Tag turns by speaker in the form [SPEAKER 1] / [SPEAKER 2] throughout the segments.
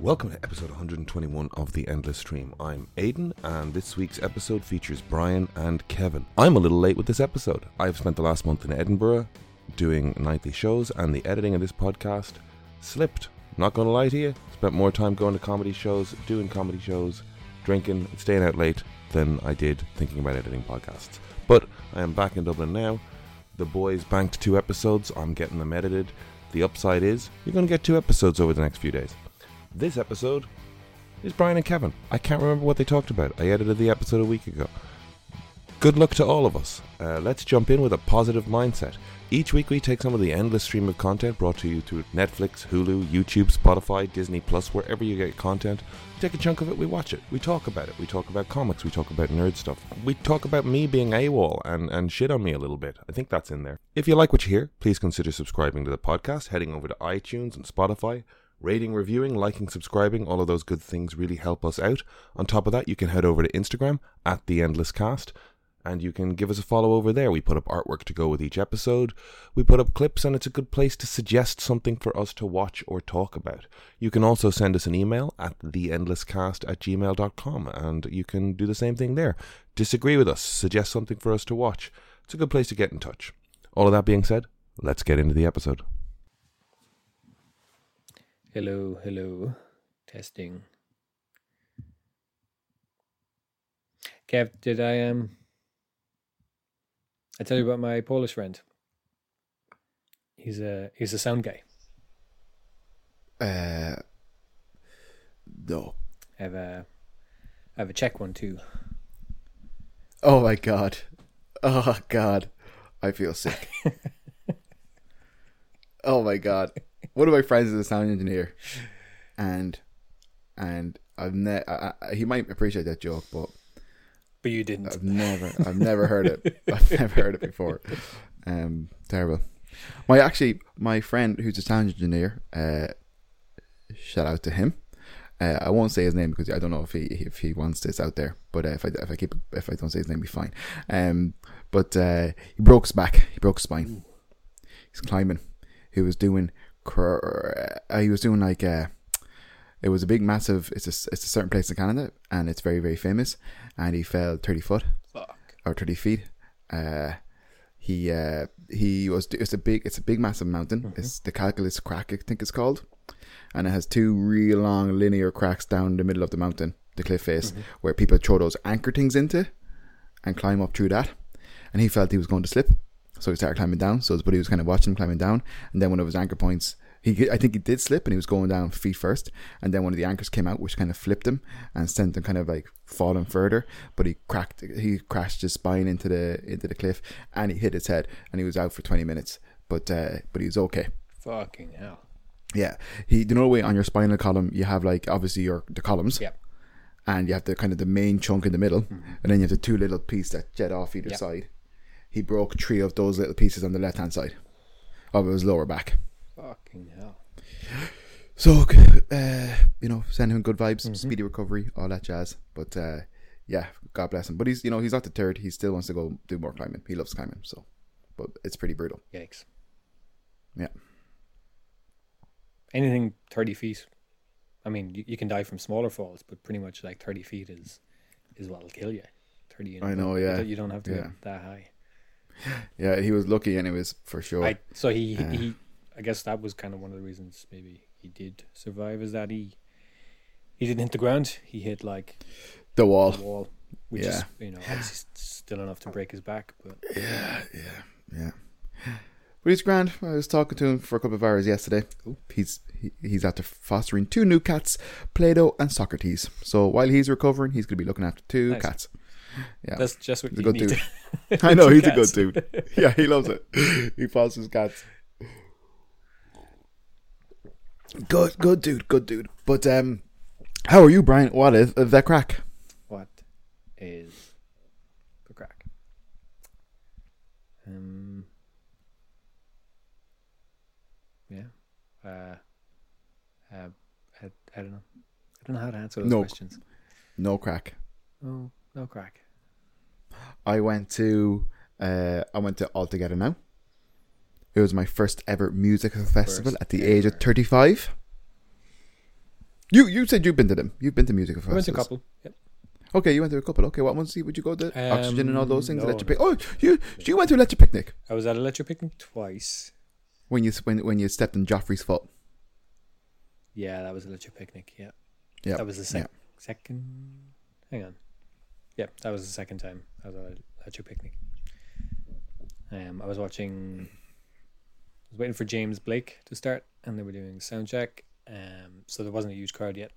[SPEAKER 1] Welcome to episode 121 of The Endless Stream. I'm Aiden, and this week's episode features Brian and Kevin. I'm a little late with this episode. I've spent the last month in Edinburgh doing nightly shows, and the editing of this podcast slipped. Not going to lie to you, spent more time going to comedy shows, doing comedy shows, drinking, and staying out late than I did thinking about editing podcasts. But I am back in Dublin now. The boys banked two episodes, I'm getting them edited. The upside is you're going to get two episodes over the next few days. This episode is Brian and Kevin. I can't remember what they talked about. I edited the episode a week ago. Good luck to all of us. Uh, let's jump in with a positive mindset. Each week, we take some of the endless stream of content brought to you through Netflix, Hulu, YouTube, Spotify, Disney Plus, wherever you get content. We take a chunk of it, we watch it, we talk about it, we talk about comics, we talk about nerd stuff, we talk about me being AWOL and, and shit on me a little bit. I think that's in there. If you like what you hear, please consider subscribing to the podcast, heading over to iTunes and Spotify. Rating, reviewing, liking, subscribing, all of those good things really help us out. On top of that, you can head over to Instagram at The Endless Cast and you can give us a follow over there. We put up artwork to go with each episode. We put up clips, and it's a good place to suggest something for us to watch or talk about. You can also send us an email at theendlesscast at gmail.com, and you can do the same thing there. Disagree with us, suggest something for us to watch. It's a good place to get in touch. All of that being said, let's get into the episode.
[SPEAKER 2] Hello, hello. Testing. Kev, did I um I tell you about my Polish friend? He's a he's a sound guy.
[SPEAKER 3] Uh, no.
[SPEAKER 2] I have a I have a Czech one too.
[SPEAKER 3] Oh my god. Oh god. I feel sick. oh my god. One of my friends is a sound engineer, and and I've ne- I, I, he might appreciate that joke, but
[SPEAKER 2] But you didn't.
[SPEAKER 3] I've never I've never heard it. I've never heard it before. Um, terrible. My actually my friend who's a sound engineer. Uh, shout out to him. Uh, I won't say his name because I don't know if he if he wants this out there. But uh, if I if I keep if I don't say his name, be fine. Um, but uh, he broke his back. He broke his spine. He's climbing. He was doing. Cr- uh, he was doing like. Uh, it was a big, massive. It's a it's a certain place in Canada, and it's very very famous. And he fell thirty foot
[SPEAKER 2] Fuck.
[SPEAKER 3] or 30 feet. Uh, he uh, he was it's a big it's a big massive mountain. It's the Calculus Crack I think it's called, and it has two real long linear cracks down the middle of the mountain, the cliff face, where people throw those anchor things into, and climb up through that. And he felt he was going to slip, so he started climbing down. So his buddy was kind of watching him climbing down, and then one of his anchor points. He, I think he did slip and he was going down feet first, and then one of the anchors came out, which kind of flipped him and sent him kind of like falling further. But he cracked, he crashed his spine into the into the cliff, and he hit his head, and he was out for twenty minutes. But uh, but he was okay.
[SPEAKER 2] Fucking hell.
[SPEAKER 3] Yeah, he. You know, the way on your spinal column, you have like obviously your the columns,
[SPEAKER 2] Yeah.
[SPEAKER 3] and you have the kind of the main chunk in the middle, and then you have the two little pieces that jet off either
[SPEAKER 2] Yeah.
[SPEAKER 3] side. He broke three of those little pieces on the left hand side of his lower back.
[SPEAKER 2] Fucking hell.
[SPEAKER 3] So, c- uh, you know, send him good vibes, speedy recovery, all that jazz. But uh, yeah, God bless him. But he's, you know, he's not deterred. He still wants to go do more climbing. He loves climbing, so. But it's pretty brutal.
[SPEAKER 2] Yikes.
[SPEAKER 3] Yeah.
[SPEAKER 2] Anything thirty feet. I mean, you, you can die from smaller falls, but pretty much like thirty feet is is what'll kill you. Thirty. and
[SPEAKER 3] I know,
[SPEAKER 2] above. You
[SPEAKER 3] yeah.
[SPEAKER 2] don't- You don't have to
[SPEAKER 3] Yeah.
[SPEAKER 2] go that high.
[SPEAKER 3] Yeah, he was lucky, anyways, for sure.
[SPEAKER 2] I, so he, he I guess that was kind of one of the reasons maybe he did survive is that he he didn't hit the ground. He hit like
[SPEAKER 3] the
[SPEAKER 2] the
[SPEAKER 3] wall.
[SPEAKER 2] wall, which is
[SPEAKER 3] Oh. Yeah.
[SPEAKER 2] you know obviously s- still enough to break his back. But
[SPEAKER 3] Yeah. But he's grand. I was talking to him for a couple of hours yesterday. He's he, he's after fostering two new cats, Plato and Socrates. So while he's recovering, he's going to be looking after two
[SPEAKER 2] Nice.
[SPEAKER 3] cats. Yeah.
[SPEAKER 2] that's just what
[SPEAKER 3] He's a
[SPEAKER 2] you
[SPEAKER 3] good
[SPEAKER 2] need.
[SPEAKER 3] dude.
[SPEAKER 2] to-
[SPEAKER 3] I know
[SPEAKER 2] two
[SPEAKER 3] he's
[SPEAKER 2] cats.
[SPEAKER 3] a good dude. Yeah, he loves it. He fosters cats. Good, good dude, good dude. But um, how are you, Brian? What is uh, the crack?
[SPEAKER 2] What is the crack? Um. Yeah. Uh. Uh. I, I don't know. I don't know how to answer those
[SPEAKER 3] No.
[SPEAKER 2] questions.
[SPEAKER 3] No crack.
[SPEAKER 2] Oh, no crack.
[SPEAKER 3] I went to uh, I went to Altogether Now. It was my first ever music festival at the age
[SPEAKER 2] ever.
[SPEAKER 3] of thirty five. You you said you've been to them. You've been to musical
[SPEAKER 2] I
[SPEAKER 3] festivals.
[SPEAKER 2] went to a couple. Yep.
[SPEAKER 3] Okay, you went to a couple. Okay, what ones would you go to? Oxygen and all those
[SPEAKER 2] Um,
[SPEAKER 3] things.
[SPEAKER 2] no.
[SPEAKER 3] Electric Pic- Oh, you you went to Electric Picnic
[SPEAKER 2] I was at Electric Picnic twice.
[SPEAKER 3] when you s- when when you stepped in Joffrey's foot.
[SPEAKER 2] Yeah, that was Electric Picnic. Yeah.
[SPEAKER 3] Yeah,
[SPEAKER 2] That was the sec- second. Hang on. Yep, that was the second time I was at Electric Picnic. Um, I was watching. I was waiting for James Blake to start, and they were doing sound check. Um, so there wasn't a huge crowd yet.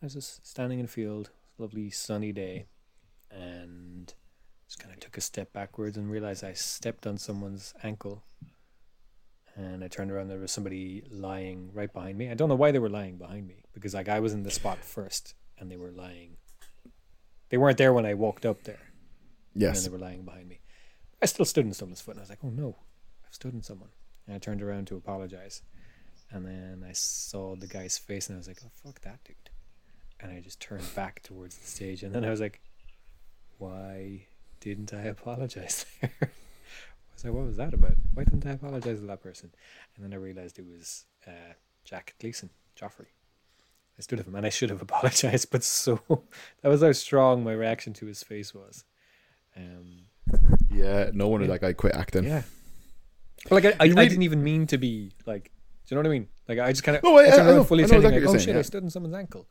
[SPEAKER 2] I was just standing in a field, lovely sunny day, and just kind of took a step backwards and realized I stepped on someone's ankle. And I turned around, there was somebody lying right behind me. I don't know why they were lying behind me because like I was in the spot first, and they were lying. They weren't there when I walked up there, and
[SPEAKER 3] Yes.
[SPEAKER 2] then they were lying behind me. I still stood in someone's foot, and I was like, "Oh no, I've stood in someone." And I turned around to apologize, and then I saw the guy's face, and I was like, "Oh fuck that dude," and I just turned back towards the stage, and then I was like, "Why didn't I apologize there?" I was like, "What was that about? Why didn't I apologize to that person?" And then I realized it was uh, Jack Gleason, Joffrey. I stood up, and I should have apologized, but so that was how strong my reaction to his face was. Um,
[SPEAKER 3] Yeah. No wonder
[SPEAKER 2] Yeah.
[SPEAKER 3] that guy quit acting.
[SPEAKER 2] yeah. Like I, I,
[SPEAKER 3] You
[SPEAKER 2] I
[SPEAKER 3] really-
[SPEAKER 2] didn't even mean to be like. Do you know what I mean? Like I just kind of.
[SPEAKER 3] No, I- I- I know-
[SPEAKER 2] fully
[SPEAKER 3] I know
[SPEAKER 2] intending,
[SPEAKER 3] exactly
[SPEAKER 2] like,
[SPEAKER 3] what
[SPEAKER 2] oh
[SPEAKER 3] you're
[SPEAKER 2] shit!
[SPEAKER 3] saying,
[SPEAKER 2] I
[SPEAKER 3] yeah.
[SPEAKER 2] stood on someone's ankle,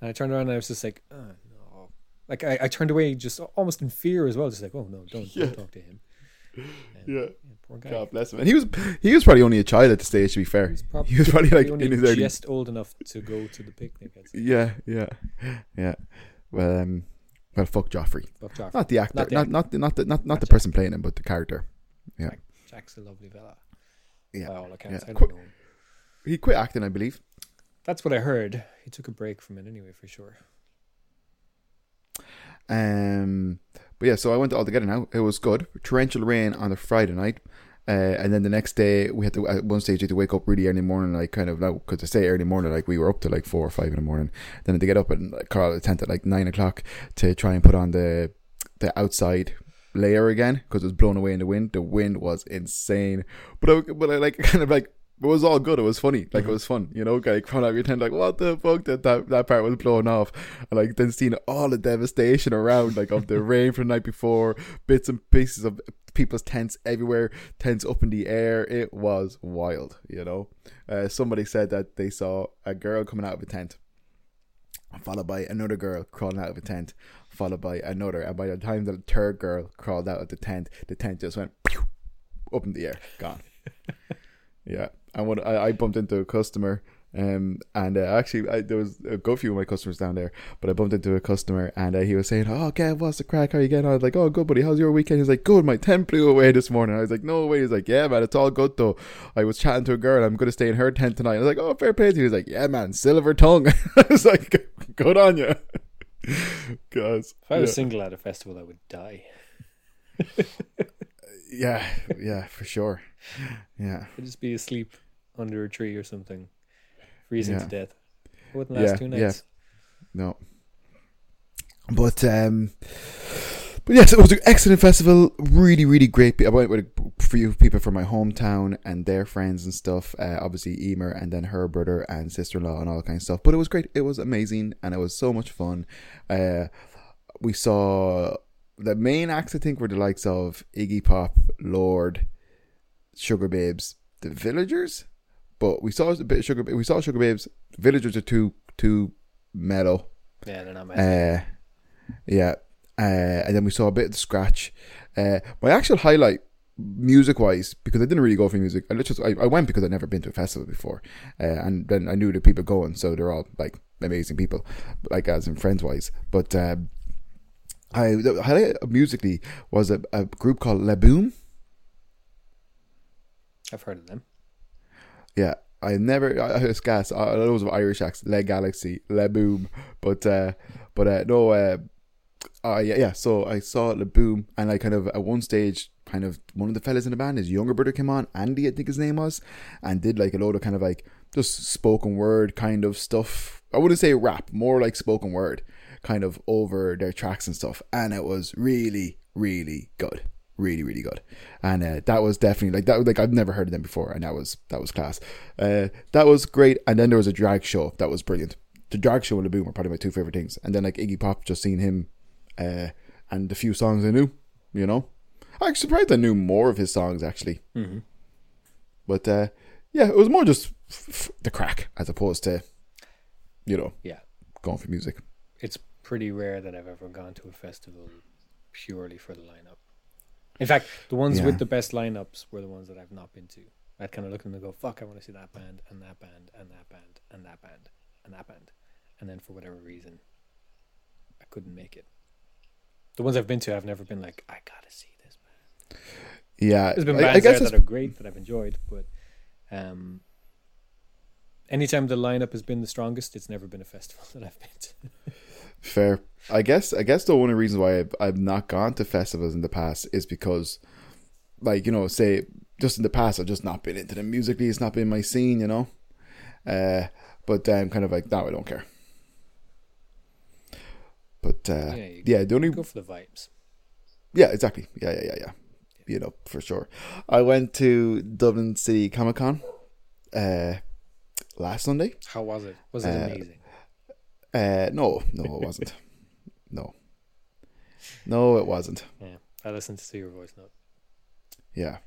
[SPEAKER 2] and I turned around and I was just like, oh no. Like I, I turned away just almost in fear as well, just like, oh no, don't,
[SPEAKER 3] Yeah.
[SPEAKER 2] don't talk to him.
[SPEAKER 3] Yeah.
[SPEAKER 2] Poor guy.
[SPEAKER 3] God bless him. And he was he was probably only a child at the stage. To be fair,
[SPEAKER 2] He's prob-
[SPEAKER 3] he was probably like
[SPEAKER 2] He
[SPEAKER 3] in
[SPEAKER 2] only
[SPEAKER 3] his early
[SPEAKER 2] just old enough to go to the picnic. I'd say.
[SPEAKER 3] Yeah, yeah, yeah. Well, um, well, fuck Joffrey.
[SPEAKER 2] But Joffrey-
[SPEAKER 3] Not the actor.
[SPEAKER 2] Not
[SPEAKER 3] Not
[SPEAKER 2] the
[SPEAKER 3] not not the, not the, not, not the
[SPEAKER 2] Jack.
[SPEAKER 3] person playing him, but the character. Yeah,
[SPEAKER 2] Jack. Jack's a lovely fella.
[SPEAKER 3] Yeah,
[SPEAKER 2] By all accounts,
[SPEAKER 3] yeah.
[SPEAKER 2] I don't
[SPEAKER 3] Quick-
[SPEAKER 2] know. him.
[SPEAKER 3] he quit acting, I believe.
[SPEAKER 2] That's what I heard. He took a break from it anyway, for sure.
[SPEAKER 3] Um, but yeah, so I went to All Together now. It was good. Torrential rain on a Friday night. Uh, and then the next day, we had to at one stage we had to wake up really early morning, like kind of now because I say early morning, like we were up to like four or five in the morning. Then had to get up and like, call the tent at like nine o'clock to try and put on the the outside layer again because it was blown away in the wind. The wind was insane, but I, but I like kind of like it was all good. It was funny, like it was fun, you know. Like found out your tent, like what the fuck that that that part was blown off, and like then seeing all the devastation around, like of the rain from the night before, bits and pieces of people's tents everywhere, tents up in the air. It was wild, you know. Uh, somebody said that they saw a girl coming out of a tent followed by another girl crawling out of a tent, followed by another, and by the time the third girl crawled out of the tent, the tent just went pew, up in the air, gone. yeah, and when I, I bumped into a customer, um, and uh, actually I, there was a good few of my customers down there, but I bumped into a customer, and uh, he was saying, "Oh, Kev, what's the crack? How you getting on?" I was like, "Oh, good, buddy. How's your weekend?" He's like, "Good. My tent blew away this morning." I was like, "No way." He's like, "Yeah, man, it's all good though." I was chatting to a girl. I'm going to stay in her tent tonight. I was like, "Oh, fair play." to you." He was like, "Yeah, man, silver tongue." I was like, "Good on you." Guys,
[SPEAKER 2] If I was
[SPEAKER 3] yeah.
[SPEAKER 2] single at a festival, I would die.
[SPEAKER 3] yeah, yeah, for sure, yeah.
[SPEAKER 2] I'd just be asleep under a tree or something, freezing to
[SPEAKER 3] Yeah.
[SPEAKER 2] death. I wouldn't last
[SPEAKER 3] Yeah,
[SPEAKER 2] two
[SPEAKER 3] yeah.
[SPEAKER 2] nights.
[SPEAKER 3] No. But um but yes, it was an excellent festival. Really, really great. pe- I went with a few people from my hometown and their friends and stuff. Uh, obviously, Emer and then her brother and sister in law and all that kind of stuff. But it was great. It was amazing and it was so much fun. Uh, we saw the main acts, I think, were the likes of Iggy Pop, Lord, Sugar Babes, The Villagers. But we saw a bit of Sugar. We saw Sugar Babes. Villagers are too too mellow.
[SPEAKER 2] Yeah, they're not my.
[SPEAKER 3] Uh, yeah. Uh, and then we saw a bit of the scratch. Uh, my actual highlight, music wise, because I didn't really go for music. I literally I, I went because I'd never been to a festival before, uh, and then I knew the people going, so they're all like amazing people, like as in friends wise. But um, I the highlight musically was a, a group called Le Boom.
[SPEAKER 2] I've heard of them.
[SPEAKER 3] Yeah, I never. I, I was gas. I, I know it was Irish accent. Le Galaxy, Le Boom, but uh, but uh, no. Uh, uh, yeah, yeah. So I saw Le Boom, and I kind of at one stage, kind of one of the fellas in the band, his younger brother came on, Andy, I think his name was, and did like a load of kind of like just spoken word kind of stuff. I wouldn't say rap, more like spoken word, kind of over their tracks and stuff, and it was really, really good. really really good and uh, that was definitely like that was- like i've never heard of them before and that was that was class uh, that was great and then there was a drag show that was brilliant the drag show and the boom were probably my two favorite things and then like iggy pop just seeing him uh, and the few songs i knew you know i'm surprised i knew more of his songs actually
[SPEAKER 2] Mm-hmm.
[SPEAKER 3] but uh, yeah it was more just f- f- the crack as opposed to you know
[SPEAKER 2] Yeah.
[SPEAKER 3] going for music
[SPEAKER 2] It's pretty rare that I've ever gone to a festival purely for the lineup. In fact, the ones
[SPEAKER 3] Yeah.
[SPEAKER 2] with the best lineups were the ones that I've not been to. I'd kind of look at them and go, "Fuck, I want to see that band and that band and that band and that band and that band," and then for whatever reason, I couldn't make it. The ones I've been to, I've never been like, "I gotta see this." Band.
[SPEAKER 3] yeah
[SPEAKER 2] There's been
[SPEAKER 3] I- I
[SPEAKER 2] bands
[SPEAKER 3] guess
[SPEAKER 2] there
[SPEAKER 3] it's-
[SPEAKER 2] that are great that I've enjoyed, but um, anytime the lineup has been the strongest, it's never been a festival that I've been to.
[SPEAKER 3] Fair. I guess I guess the one of the reasons why I've, I've not gone to festivals in the past is because, like you know, say just in the past I've just not been into them musically. It's not been my scene, you know. Uh, but I'm kind of like no, I don't care. But uh,
[SPEAKER 2] Yeah,
[SPEAKER 3] yeah,
[SPEAKER 2] you
[SPEAKER 3] the only
[SPEAKER 2] Go for the vibes.
[SPEAKER 3] yeah, exactly. Yeah, yeah, yeah, yeah. You know, for sure. I went to Dublin City Comic Con uh, last Sunday.
[SPEAKER 2] How was it? Was it
[SPEAKER 3] Uh,
[SPEAKER 2] amazing?
[SPEAKER 3] Uh, no, no, it wasn't. no, no, it wasn't.
[SPEAKER 2] Yeah, I listened to your voice note.
[SPEAKER 3] Yeah.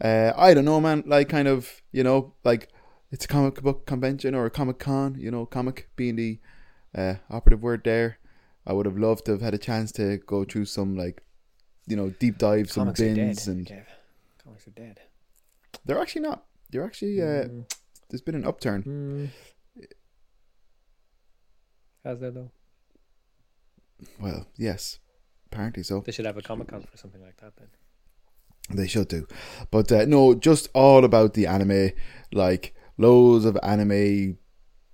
[SPEAKER 3] Uh, I don't know, man. Like, kind of, you know, like it's a comic book convention or a comic con, you know, comic being the uh, operative word there. I would have loved to have had a chance to go through some, like, you know, deep dives, some
[SPEAKER 2] Comics are dead.
[SPEAKER 3] bins, and
[SPEAKER 2] Kev. Comics are dead.
[SPEAKER 3] they're actually not. They're actually, uh,
[SPEAKER 2] Mm,
[SPEAKER 3] there's been an upturn.
[SPEAKER 2] mm. How's that though?
[SPEAKER 3] Well, yes, apparently so.
[SPEAKER 2] They should have a comic con for something like that then.
[SPEAKER 3] They should do. But uh, no, just all about the anime, like loads of anime,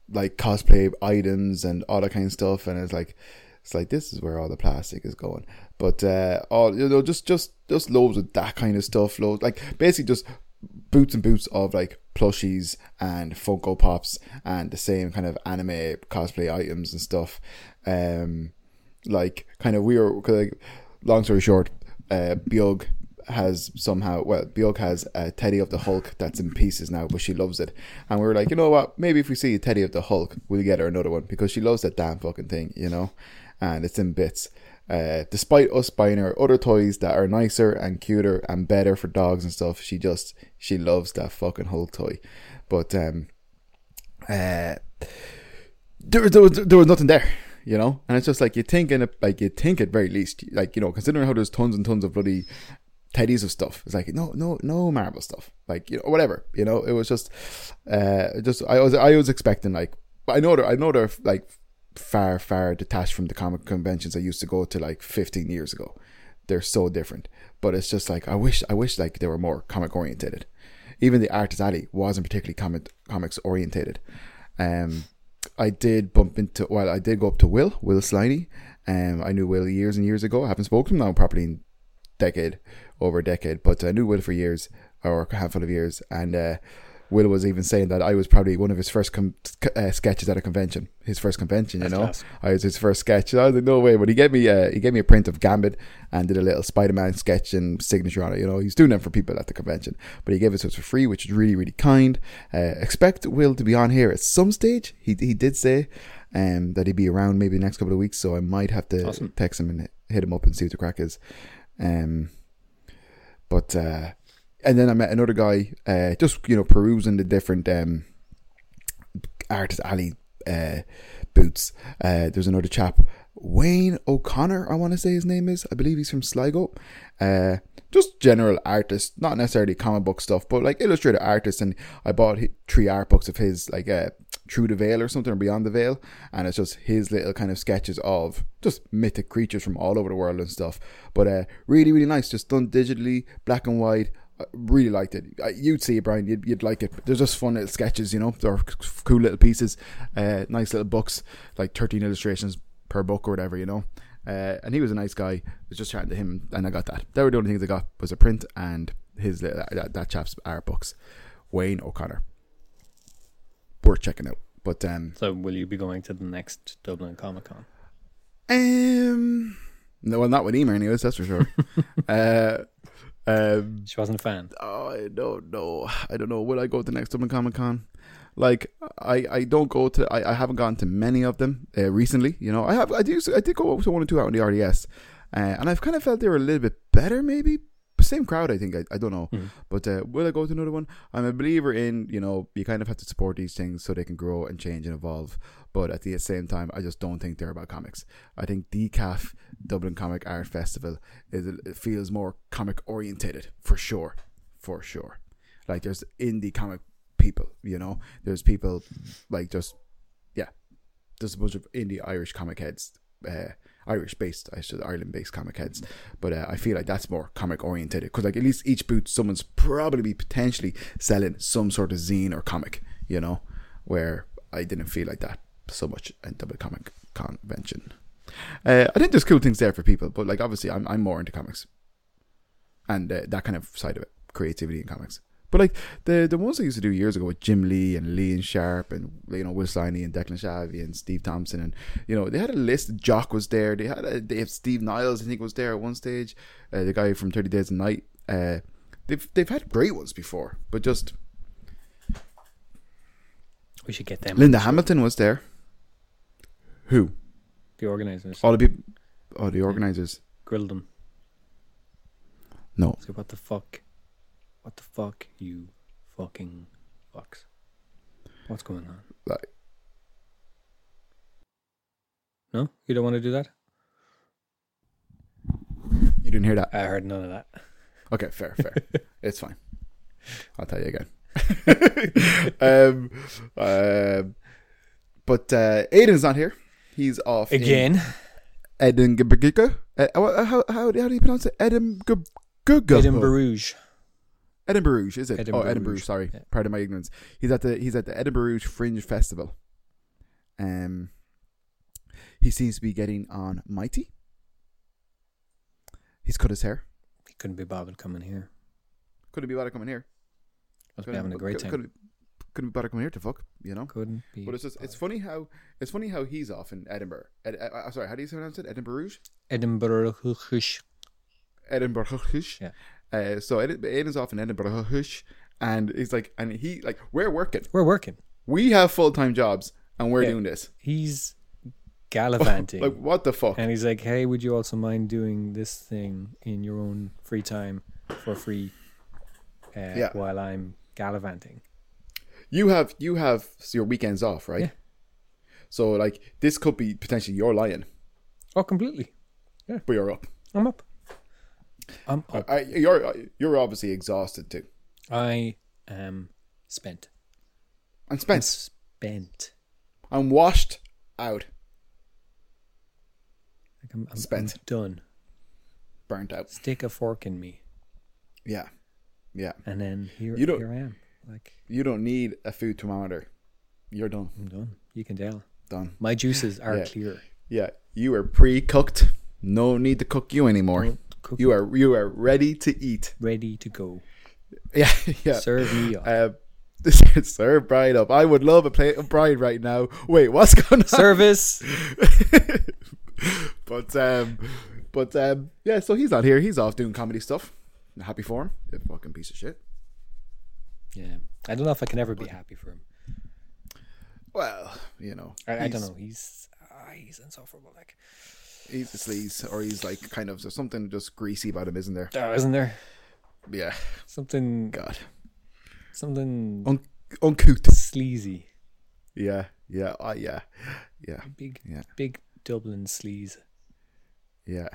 [SPEAKER 3] like cosplay items and all that kind of stuff. And it's like, it's like this is where all the plastic is going. But uh, all you know, just just just loads of that kind of stuff. Loads like basically just boots and boots of like plushies and Funko Pops and the same kind of anime cosplay items and stuff. Um, like kind of we were 'cause, like long story short uh Bjorg has somehow well Bjorg has a teddy of the hulk that's in pieces now but she loves it and we were like you know what maybe if we see a teddy of the hulk we'll get her another one because she loves that damn fucking thing you know and it's in bits uh despite us buying her other toys that are nicer and cuter and better for dogs and stuff she just she loves that fucking hulk toy but um uh there, there was there was nothing there, you know. And it's just like you think in it, like you think at very least, like you know, considering how there's tons and tons of bloody teddies of stuff. It's like no, no, no Marvel stuff, like you know, whatever, you know. It was just, uh, just I was I was expecting like, but I know they're I know they're like far far detached from the comic conventions I used to go to like 15 years ago. They're so different, but it's just like I wish I wish like they were more comic orientated. Even the Artist Alley wasn't particularly comic comics orientated. Um, I did bump into well, I did go up to Will, Will Sliney. Um, I knew Will years and years ago. I haven't spoken to him now properly in decade, over a decade, but I knew Will for years or a handful of years, and uh, Will was even saying that I was probably one of his first com- uh, sketches at a convention, his first convention, you
[SPEAKER 2] That's
[SPEAKER 3] know.
[SPEAKER 2] class.
[SPEAKER 3] I was his first sketch. And I was like, no way. But he gave me a he gave me a print of Gambit and did a little Spider Man sketch and signature on it. You know, he's doing them for people at the convention. But he gave it to us for free, which is really really kind. Uh, expect Will to be on here at some stage. He he did say um, that he'd be around maybe the next couple of weeks, so I might have to
[SPEAKER 2] Awesome.
[SPEAKER 3] text him and hit him up and see what the crack is. Um, but uh, and then I met another guy, uh, just you know perusing the different um, artist alley uh, boots. Uh, there's another chap, Wayne O'Connor, I want to say his name is. I believe he's from Sligo. Uh, just general artist, not necessarily comic book stuff, but like illustrated artist. And I bought hi- three art books of his, like uh, Through the Veil or something, or Beyond the Veil. And it's just his little kind of sketches of just mythic creatures from all over the world and stuff. But uh, really, really nice. Just done digitally, black and white. I really liked it. Uh, You'd see it, Brian. You'd, you'd like it. There's just fun little sketches, you know. They're c- c- cool little pieces, uh, nice little books, like 13 illustrations per book or whatever, you know. Uh, and he was a nice guy. I was just chatting to him, and I got that. They were the only things I got was a print and his little, that, that chap's art books, Wayne O'Connor. Worth checking out. But um,
[SPEAKER 2] So, will you be going to the next Dublin Comic Con?
[SPEAKER 3] um, no, well, not with Emer, anyways. That's for sure. uh, Um,
[SPEAKER 2] She wasn't a fan.
[SPEAKER 3] oh, I don't know. I don't know. Will I go to the next Dublin Comic Con? Like, I, I don't go to. I, I haven't gone to many of them uh, recently. You know, I have. I do. I did go to one or two out in the RDS, uh, and I've kind of felt they were a little bit better. Maybe same crowd. I think. I, I don't know.
[SPEAKER 2] Mhm.
[SPEAKER 3] But uh, will I go to another one? I'm a believer in you know you kind of have to support these things so they can grow and change and evolve. But at the same time, I just don't think they're about comics. I think Decaf Dublin Comic Art Festival is it feels more comic orientated for sure, for sure. Like there's indie comic people, you know. There's people like just yeah, there's a bunch of indie Irish comic heads, uh, Irish based, I should Ireland based comic heads. But uh, I feel like that's more comic oriented because like at least each booth, someone's probably be potentially selling some sort of zine or comic, you know. Where I didn't feel like that so much at Double Comic Convention. Uh, I think there's cool things there for people, but like obviously, I'm I'm more into comics, and uh, that kind of side of it, creativity in comics. But like the the ones I used to do years ago with Jim Lee and Lee and Sharp and you know Will Sliney and Declan Shavy and Steve Thompson and you know they had a list. Jock was there. They had a, they have Steve Niles I think was there at one stage. Uh, the guy from Thirty Days a Night. Uh, they've they've had great ones before, but just
[SPEAKER 2] We should get them.
[SPEAKER 3] Linda Hamilton was there. Who
[SPEAKER 2] The organizers
[SPEAKER 3] all the people? Oh, the organizers.
[SPEAKER 2] grilled them.
[SPEAKER 3] No,
[SPEAKER 2] So what the fuck? What the fuck, you fucking fucks? What's going on?
[SPEAKER 3] Like-
[SPEAKER 2] No, you don't want to do that.
[SPEAKER 3] you didn't hear that.
[SPEAKER 2] I heard none of that.
[SPEAKER 3] Okay, fair, fair. it's fine. I'll tell you again. um, uh, but uh, Aiden's not here. He's off in
[SPEAKER 2] Again,
[SPEAKER 3] Edinburgh. Uh, how, how, how do you pronounce it? Edinburgh. Edinburgh.
[SPEAKER 2] Edinburgh.
[SPEAKER 3] Edinburgh, is it?
[SPEAKER 2] Edinburgh.
[SPEAKER 3] Oh, Edinburgh. Sorry,
[SPEAKER 2] Yeah.
[SPEAKER 3] pardon my ignorance. He's at the he's at the Edinburgh Fringe Festival. Um, he seems to be getting on mighty. He's cut his hair.
[SPEAKER 2] He couldn't be bothered coming here.
[SPEAKER 3] Could it be better coming here?
[SPEAKER 2] Must be
[SPEAKER 3] Couldn't-
[SPEAKER 2] having a great
[SPEAKER 3] could-
[SPEAKER 2] time.
[SPEAKER 3] Couldn't, couldn't be better coming here to fuck, you know.
[SPEAKER 2] Couldn't be.
[SPEAKER 3] But it's just it's
[SPEAKER 2] bothered.
[SPEAKER 3] funny how it's funny how he's off in Edinburgh. Ed, uh, uh, sorry, how do you pronounce it? Edinburgh Rouge?
[SPEAKER 2] Edinburgh.
[SPEAKER 3] Edinburgh Rouge.
[SPEAKER 2] Yeah.
[SPEAKER 3] Uh, so Aiden, Aiden's off in Edinburgh Rouge, and he's like, and he like, we're working.
[SPEAKER 2] We're working.
[SPEAKER 3] We have full time jobs, and we're
[SPEAKER 2] Yeah.
[SPEAKER 3] doing this.
[SPEAKER 2] He's gallivanting.
[SPEAKER 3] Like, what the fuck?
[SPEAKER 2] and he's like, "Hey, would you also mind doing this thing in your own free time for free uh,
[SPEAKER 3] Yeah.
[SPEAKER 2] while I'm gallivanting?"
[SPEAKER 3] you have you have your weekends off, right?
[SPEAKER 2] Yeah.
[SPEAKER 3] So like, this could be potentially your lion,
[SPEAKER 2] Oh, completely.
[SPEAKER 3] but you're up.
[SPEAKER 2] I'm up. I'm up.
[SPEAKER 3] I, you're uh, you're obviously exhausted too.
[SPEAKER 2] I am spent.
[SPEAKER 3] And Spence,
[SPEAKER 2] Spent.
[SPEAKER 3] I'm washed out,
[SPEAKER 2] Like I'm, I'm
[SPEAKER 3] Spent.
[SPEAKER 2] I'm done.
[SPEAKER 3] burnt out.
[SPEAKER 2] Stick a fork in me,
[SPEAKER 3] Yeah, yeah.
[SPEAKER 2] and then here,
[SPEAKER 3] You don't-
[SPEAKER 2] here I am. Like
[SPEAKER 3] You don't need a food thermometer. You're done.
[SPEAKER 2] I'm done. You can tell
[SPEAKER 3] Done.
[SPEAKER 2] my juices are
[SPEAKER 3] Yeah.
[SPEAKER 2] clear.
[SPEAKER 3] Yeah, you are pre-cooked. No need to cook you anymore.
[SPEAKER 2] Cooked,
[SPEAKER 3] You are you are ready to eat.
[SPEAKER 2] ready to go.
[SPEAKER 3] Yeah, yeah.
[SPEAKER 2] Serve me up.
[SPEAKER 3] Uh, sir, bride up. I would love a plate of bride right now. Wait, what's going on?
[SPEAKER 2] Service.
[SPEAKER 3] but um, but um, yeah. So he's not here. He's off doing comedy stuff. Happy for him. The fucking piece of shit.
[SPEAKER 2] Yeah, I don't know if I can ever be happy for him.
[SPEAKER 3] Well, you know,
[SPEAKER 2] I, I don't
[SPEAKER 3] he's-
[SPEAKER 2] know. He's ah, he's insufferable. Like,
[SPEAKER 3] He's a sleaze, or he's like kind of there's something just greasy about him, isn't there?
[SPEAKER 2] oh, isn't there
[SPEAKER 3] Yeah.
[SPEAKER 2] something
[SPEAKER 3] God.
[SPEAKER 2] something
[SPEAKER 3] Un- uncouth.
[SPEAKER 2] sleazy?
[SPEAKER 3] Yeah, yeah, uh, yeah, yeah,
[SPEAKER 2] Big
[SPEAKER 3] Yeah.
[SPEAKER 2] big Dublin sleaze,
[SPEAKER 3] yeah.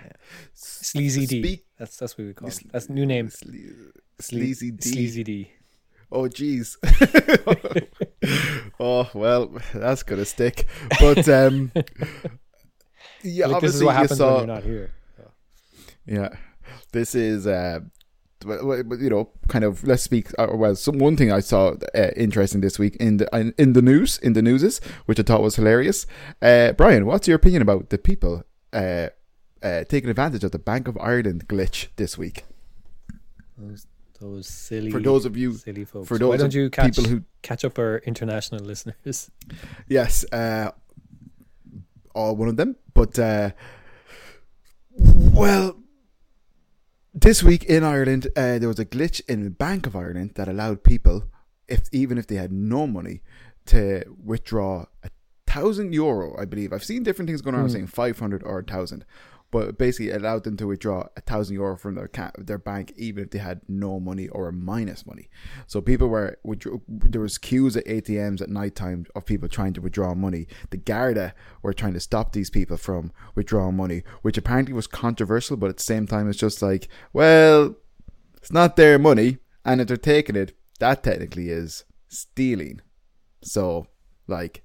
[SPEAKER 2] sleazy D.
[SPEAKER 3] Speak-
[SPEAKER 2] That's that's what we call.
[SPEAKER 3] Sle-
[SPEAKER 2] it. That's new name.
[SPEAKER 3] Sle-
[SPEAKER 2] Sle-
[SPEAKER 3] sleazy D.
[SPEAKER 2] Sleazy D.
[SPEAKER 3] Oh, jeez. oh well, that's gonna stick. But um, yeah,
[SPEAKER 2] like,
[SPEAKER 3] obviously
[SPEAKER 2] this is what
[SPEAKER 3] you
[SPEAKER 2] happens
[SPEAKER 3] saw.
[SPEAKER 2] when you're not here.
[SPEAKER 3] Yeah, this is uh, but- but, you know, kind of. Let's speak. Uh, well, some one thing I saw uh, interesting this week in the in, in the news in the newses, which I thought was hilarious. Uh, Brian, what's your opinion about the people uh, uh, taking advantage of the Bank of Ireland glitch this week?
[SPEAKER 2] Those, those silly
[SPEAKER 3] For those of you,
[SPEAKER 2] silly folks.
[SPEAKER 3] for those
[SPEAKER 2] Why
[SPEAKER 3] of
[SPEAKER 2] don't you catch
[SPEAKER 3] people who
[SPEAKER 2] catch up our international listeners?
[SPEAKER 3] Yes, uh, all one of them. But uh, well, This week in Ireland, uh, there was a glitch in the Bank of Ireland that allowed people, if even if they had no money, to withdraw a thousand euro. I believe I've seen different things going around saying five hundred or a thousand, but basically allowed them to withdraw a thousand euro from their ca- their bank even if they had no money or minus money. So people were withdrew, there was queues at ATMs at night time of people trying to withdraw money. The Garda were trying to stop these people from withdrawing money, which apparently was controversial, but at the same time it's just like, well, it's not their money, and if they're taking it, that technically is stealing. So, like,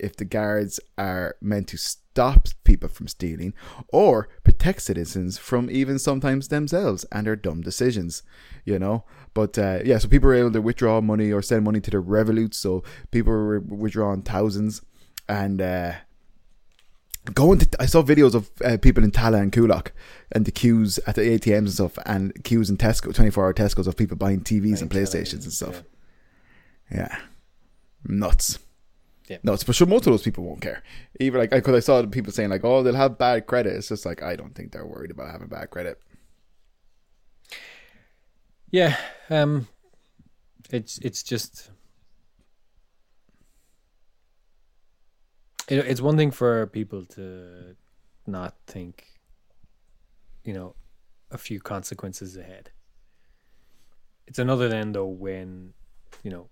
[SPEAKER 3] if the guards are meant to stop people from stealing or protect citizens from even sometimes themselves and their dumb decisions, you know? But uh, yeah, so people were able to withdraw money or send money to the Revolut. So people were withdrawing thousands and, uh, Going to, I saw videos of uh, people in Tala and Kulak and the queues at the ATMs and stuff, and queues in Tesco, 24 hour Tesco's of people buying TVs and
[SPEAKER 2] Buying
[SPEAKER 3] PlayStations and
[SPEAKER 2] televisions,
[SPEAKER 3] stuff. Yeah. Nuts.
[SPEAKER 2] Yeah.
[SPEAKER 3] Nuts. But sure, most of those people won't care. Even like, because I saw people saying, like, oh, they'll have bad credit. It's just like, I don't think they're worried about having bad credit.
[SPEAKER 2] Yeah, um, it's it's just it, it's one thing for people to not think, you know, a few consequences ahead. It's another then though when, you know,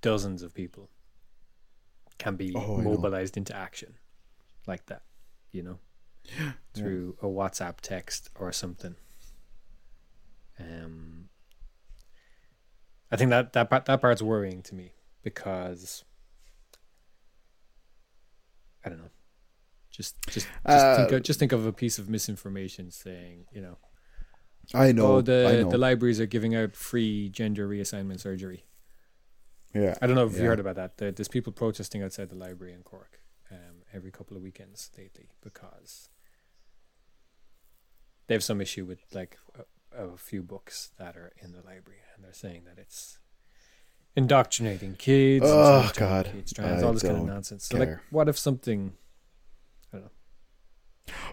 [SPEAKER 2] dozens of people can be
[SPEAKER 3] Oh, I know.
[SPEAKER 2] mobilized into action like that, you know, through a WhatsApp text or something. Um, I think that that part, that part's worrying to me because I don't know. Just just just,
[SPEAKER 3] Uh,
[SPEAKER 2] think of, just think of a piece of misinformation saying you know
[SPEAKER 3] I know.
[SPEAKER 2] oh the
[SPEAKER 3] I know.
[SPEAKER 2] the libraries are giving out free gender reassignment surgery.
[SPEAKER 3] yeah.
[SPEAKER 2] I don't know if you
[SPEAKER 3] Yeah.
[SPEAKER 2] heard about that. There, there's people protesting outside the library in Cork um, every couple of weekends lately because they have some issue with like a, a few books that are in the library, and they're saying that it's indoctrinating kids. and
[SPEAKER 3] Oh,
[SPEAKER 2] it's trying to turn
[SPEAKER 3] God.
[SPEAKER 2] kids trans,
[SPEAKER 3] I
[SPEAKER 2] all this kind of
[SPEAKER 3] don't
[SPEAKER 2] nonsense. So, like,
[SPEAKER 3] care.
[SPEAKER 2] what if something?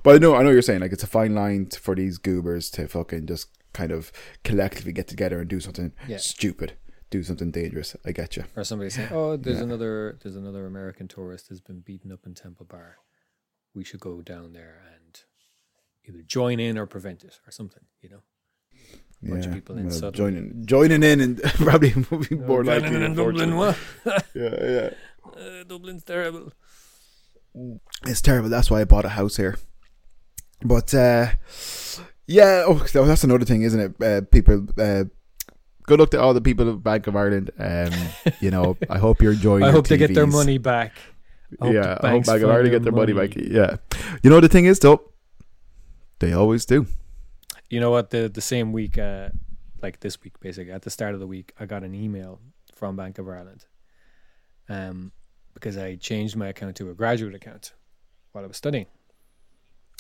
[SPEAKER 3] But I know, I know what you're saying like it's a fine line t- for these goobers to fucking just kind of collectively get together and do something
[SPEAKER 2] Yeah.
[SPEAKER 3] stupid, do something dangerous. I get you.
[SPEAKER 2] or somebody saying, "Oh, there's another there's another American tourist has been beaten up in Temple Bar. We should go down there and either join in or prevent it or something." You know, a bunch of people in Sutton.
[SPEAKER 3] joining, joining in, and probably would be more likely.
[SPEAKER 2] in Dublin,
[SPEAKER 3] unfortunately.
[SPEAKER 2] what?
[SPEAKER 3] Yeah, yeah.
[SPEAKER 2] Uh, Dublin's terrible.
[SPEAKER 3] It's terrible. That's why I bought a house here. But uh, yeah, oh, so that's another thing, isn't it? Uh, people, uh, good luck to all the people of Bank of Ireland. Um, you know, I hope you're enjoying.
[SPEAKER 2] Oh, I
[SPEAKER 3] your
[SPEAKER 2] hope they get their
[SPEAKER 3] TVs.
[SPEAKER 2] money back.
[SPEAKER 3] yeah,
[SPEAKER 2] the
[SPEAKER 3] I hope
[SPEAKER 2] banks
[SPEAKER 3] Bank of
[SPEAKER 2] fund
[SPEAKER 3] Ireland get their money, back. Yeah, you know the thing is though, they always do.
[SPEAKER 2] You know what? The the same week, uh, like this week, basically at the start of the week, I got an email from Bank of Ireland, um, because I changed my account to a graduate account while I was studying.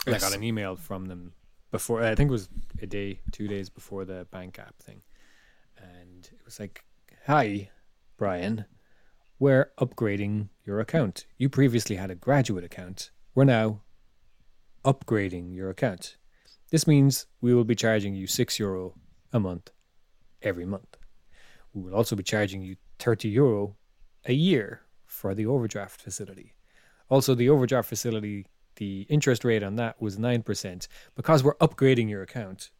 [SPEAKER 2] And I
[SPEAKER 3] Yes.
[SPEAKER 2] got an email from them before. I think it was a day, two days before the bank app thing, and it was like, "Hi, Brian, we're upgrading your account. You previously had a graduate account. We're now upgrading your account. This means we will be charging you six euro a month every month. We will also be charging you thirty euro a year for the overdraft facility. Also, the overdraft facility, the interest rate on that was 9%. Because we're upgrading your account,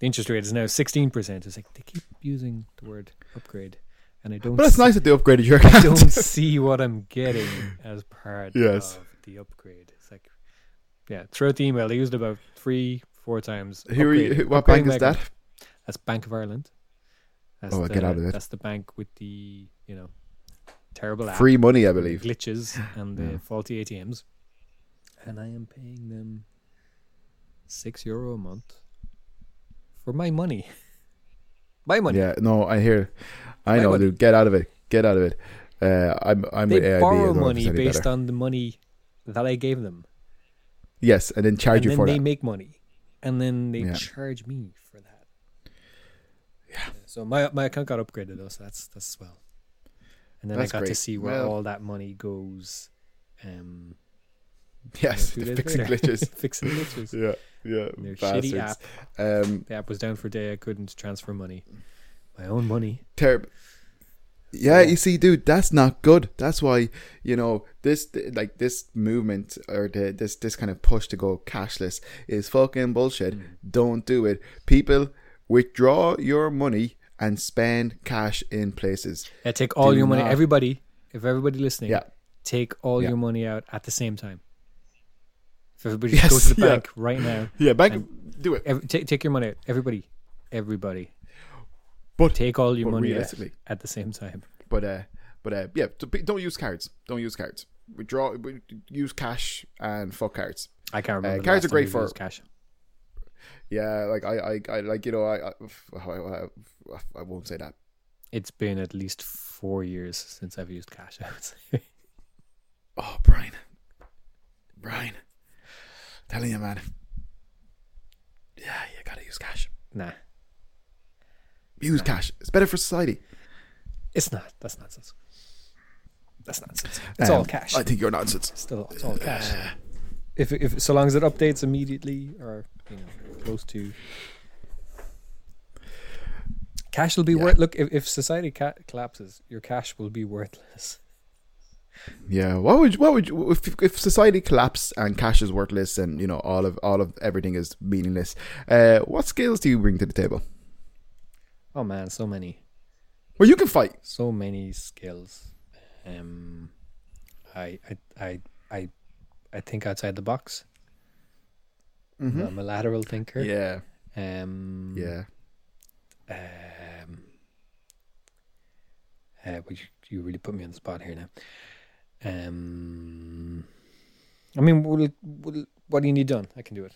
[SPEAKER 2] the interest rate is now 16%. It's like they keep using the word upgrade, and I don't,
[SPEAKER 3] But it's
[SPEAKER 2] see,
[SPEAKER 3] nice that they upgraded your
[SPEAKER 2] I don't
[SPEAKER 3] account.
[SPEAKER 2] see what I'm getting as part
[SPEAKER 3] Yes.
[SPEAKER 2] of the upgrade. It's like, yeah, throughout the email, they used about three, four times.
[SPEAKER 3] Who are you,
[SPEAKER 2] upgrading-
[SPEAKER 3] who- what
[SPEAKER 2] upgrading
[SPEAKER 3] bank
[SPEAKER 2] my
[SPEAKER 3] is
[SPEAKER 2] account.
[SPEAKER 3] that?
[SPEAKER 2] That's Bank of Ireland. That's
[SPEAKER 3] Oh,
[SPEAKER 2] the,
[SPEAKER 3] get out of it.
[SPEAKER 2] That's the bank with the you know terrible app,
[SPEAKER 3] Free money, I
[SPEAKER 2] and the
[SPEAKER 3] believe.
[SPEAKER 2] glitches and the
[SPEAKER 3] Yeah.
[SPEAKER 2] faulty ATMs. And I am paying them six euro a month for my money. My money.
[SPEAKER 3] Yeah, no, I hear. I
[SPEAKER 2] Why
[SPEAKER 3] know,
[SPEAKER 2] would-
[SPEAKER 3] dude. Get out of it. Get out of it. Uh, I'm, I'm
[SPEAKER 2] They
[SPEAKER 3] with AIB. I
[SPEAKER 2] borrow
[SPEAKER 3] don't know if it's
[SPEAKER 2] money
[SPEAKER 3] any
[SPEAKER 2] based
[SPEAKER 3] better.
[SPEAKER 2] on the money that I gave them,
[SPEAKER 3] Yes, and then charge
[SPEAKER 2] and
[SPEAKER 3] you
[SPEAKER 2] then
[SPEAKER 3] for
[SPEAKER 2] they
[SPEAKER 3] that.
[SPEAKER 2] make money, and then they
[SPEAKER 3] Yeah.
[SPEAKER 2] charge me for that. Yeah. So my my account got upgraded though, so that's that's swell. And then
[SPEAKER 3] That's
[SPEAKER 2] I got to
[SPEAKER 3] great.
[SPEAKER 2] see where
[SPEAKER 3] Well-
[SPEAKER 2] all that money goes. Um,
[SPEAKER 3] Yes,
[SPEAKER 2] two
[SPEAKER 3] they're
[SPEAKER 2] days
[SPEAKER 3] fixing
[SPEAKER 2] later.
[SPEAKER 3] glitches.
[SPEAKER 2] fixing glitches.
[SPEAKER 3] yeah, yeah,
[SPEAKER 2] Their shitty
[SPEAKER 3] bastards.
[SPEAKER 2] app.
[SPEAKER 3] Um,
[SPEAKER 2] The app was down for a day. I couldn't transfer money. My own money.
[SPEAKER 3] terrible. Yeah,
[SPEAKER 2] Yeah.
[SPEAKER 3] you see, dude, that's not good. That's why you know this, like this movement or the, this this kind of push to go cashless is fucking bullshit.
[SPEAKER 2] Mm.
[SPEAKER 3] Don't do it, people. Withdraw your money and spend cash in places.
[SPEAKER 2] Yeah, take all
[SPEAKER 3] Do
[SPEAKER 2] your money.
[SPEAKER 3] not-
[SPEAKER 2] Everybody, if everybody listening,
[SPEAKER 3] Yeah.
[SPEAKER 2] take all
[SPEAKER 3] Yeah.
[SPEAKER 2] your money out at the same time. If everybody
[SPEAKER 3] Yes,
[SPEAKER 2] go to the
[SPEAKER 3] yeah.
[SPEAKER 2] bank right now,
[SPEAKER 3] Yeah, bank, do it.
[SPEAKER 2] ev- take take your money out. Everybody, everybody,
[SPEAKER 3] But-
[SPEAKER 2] take all your
[SPEAKER 3] but
[SPEAKER 2] money out
[SPEAKER 3] realistically-
[SPEAKER 2] at the same time.
[SPEAKER 3] But uh, but uh, yeah, d- but don't use cards. Don't use cards. Withdraw. Use cash and fuck cards.
[SPEAKER 2] I can't remember. the last
[SPEAKER 3] cards Uh, are
[SPEAKER 2] time
[SPEAKER 3] great
[SPEAKER 2] we
[SPEAKER 3] for-
[SPEAKER 2] used cash.
[SPEAKER 3] Yeah, like I, I, I like you know, I, I, I, I- I won't say that.
[SPEAKER 2] It's been at least four years since I've used cash. I would say.
[SPEAKER 3] Oh, Brian, Brian, telling you, man. Yeah, you gotta use cash.
[SPEAKER 2] nah,
[SPEAKER 3] Use cash. It's better for society.
[SPEAKER 2] it's not. That's nonsense. That's nonsense. It's
[SPEAKER 3] Um,
[SPEAKER 2] all cash.
[SPEAKER 3] I Uh, think you're nonsense.
[SPEAKER 2] Still, it's all cash. If if so long as it updates immediately or you know close to. Cash will be
[SPEAKER 3] Yeah.
[SPEAKER 2] worth. Look, if, if society ca- collapses, your cash will be worthless.
[SPEAKER 3] Yeah. What would what would you, if if society collapsed and cash is worthless and you know all of all of everything is meaningless? Uh, what skills do you bring to the table?
[SPEAKER 2] Oh man, so many.
[SPEAKER 3] Well, you can fight.
[SPEAKER 2] so many skills. Um, I, I, I, I, I think outside the box. I'm a lateral thinker.
[SPEAKER 3] Mm-hmm. Yeah.
[SPEAKER 2] Um,
[SPEAKER 3] Yeah.
[SPEAKER 2] Um, uh, but you, you really put me on the spot here now. Um, I mean, will, will, what do you need done? I can do it.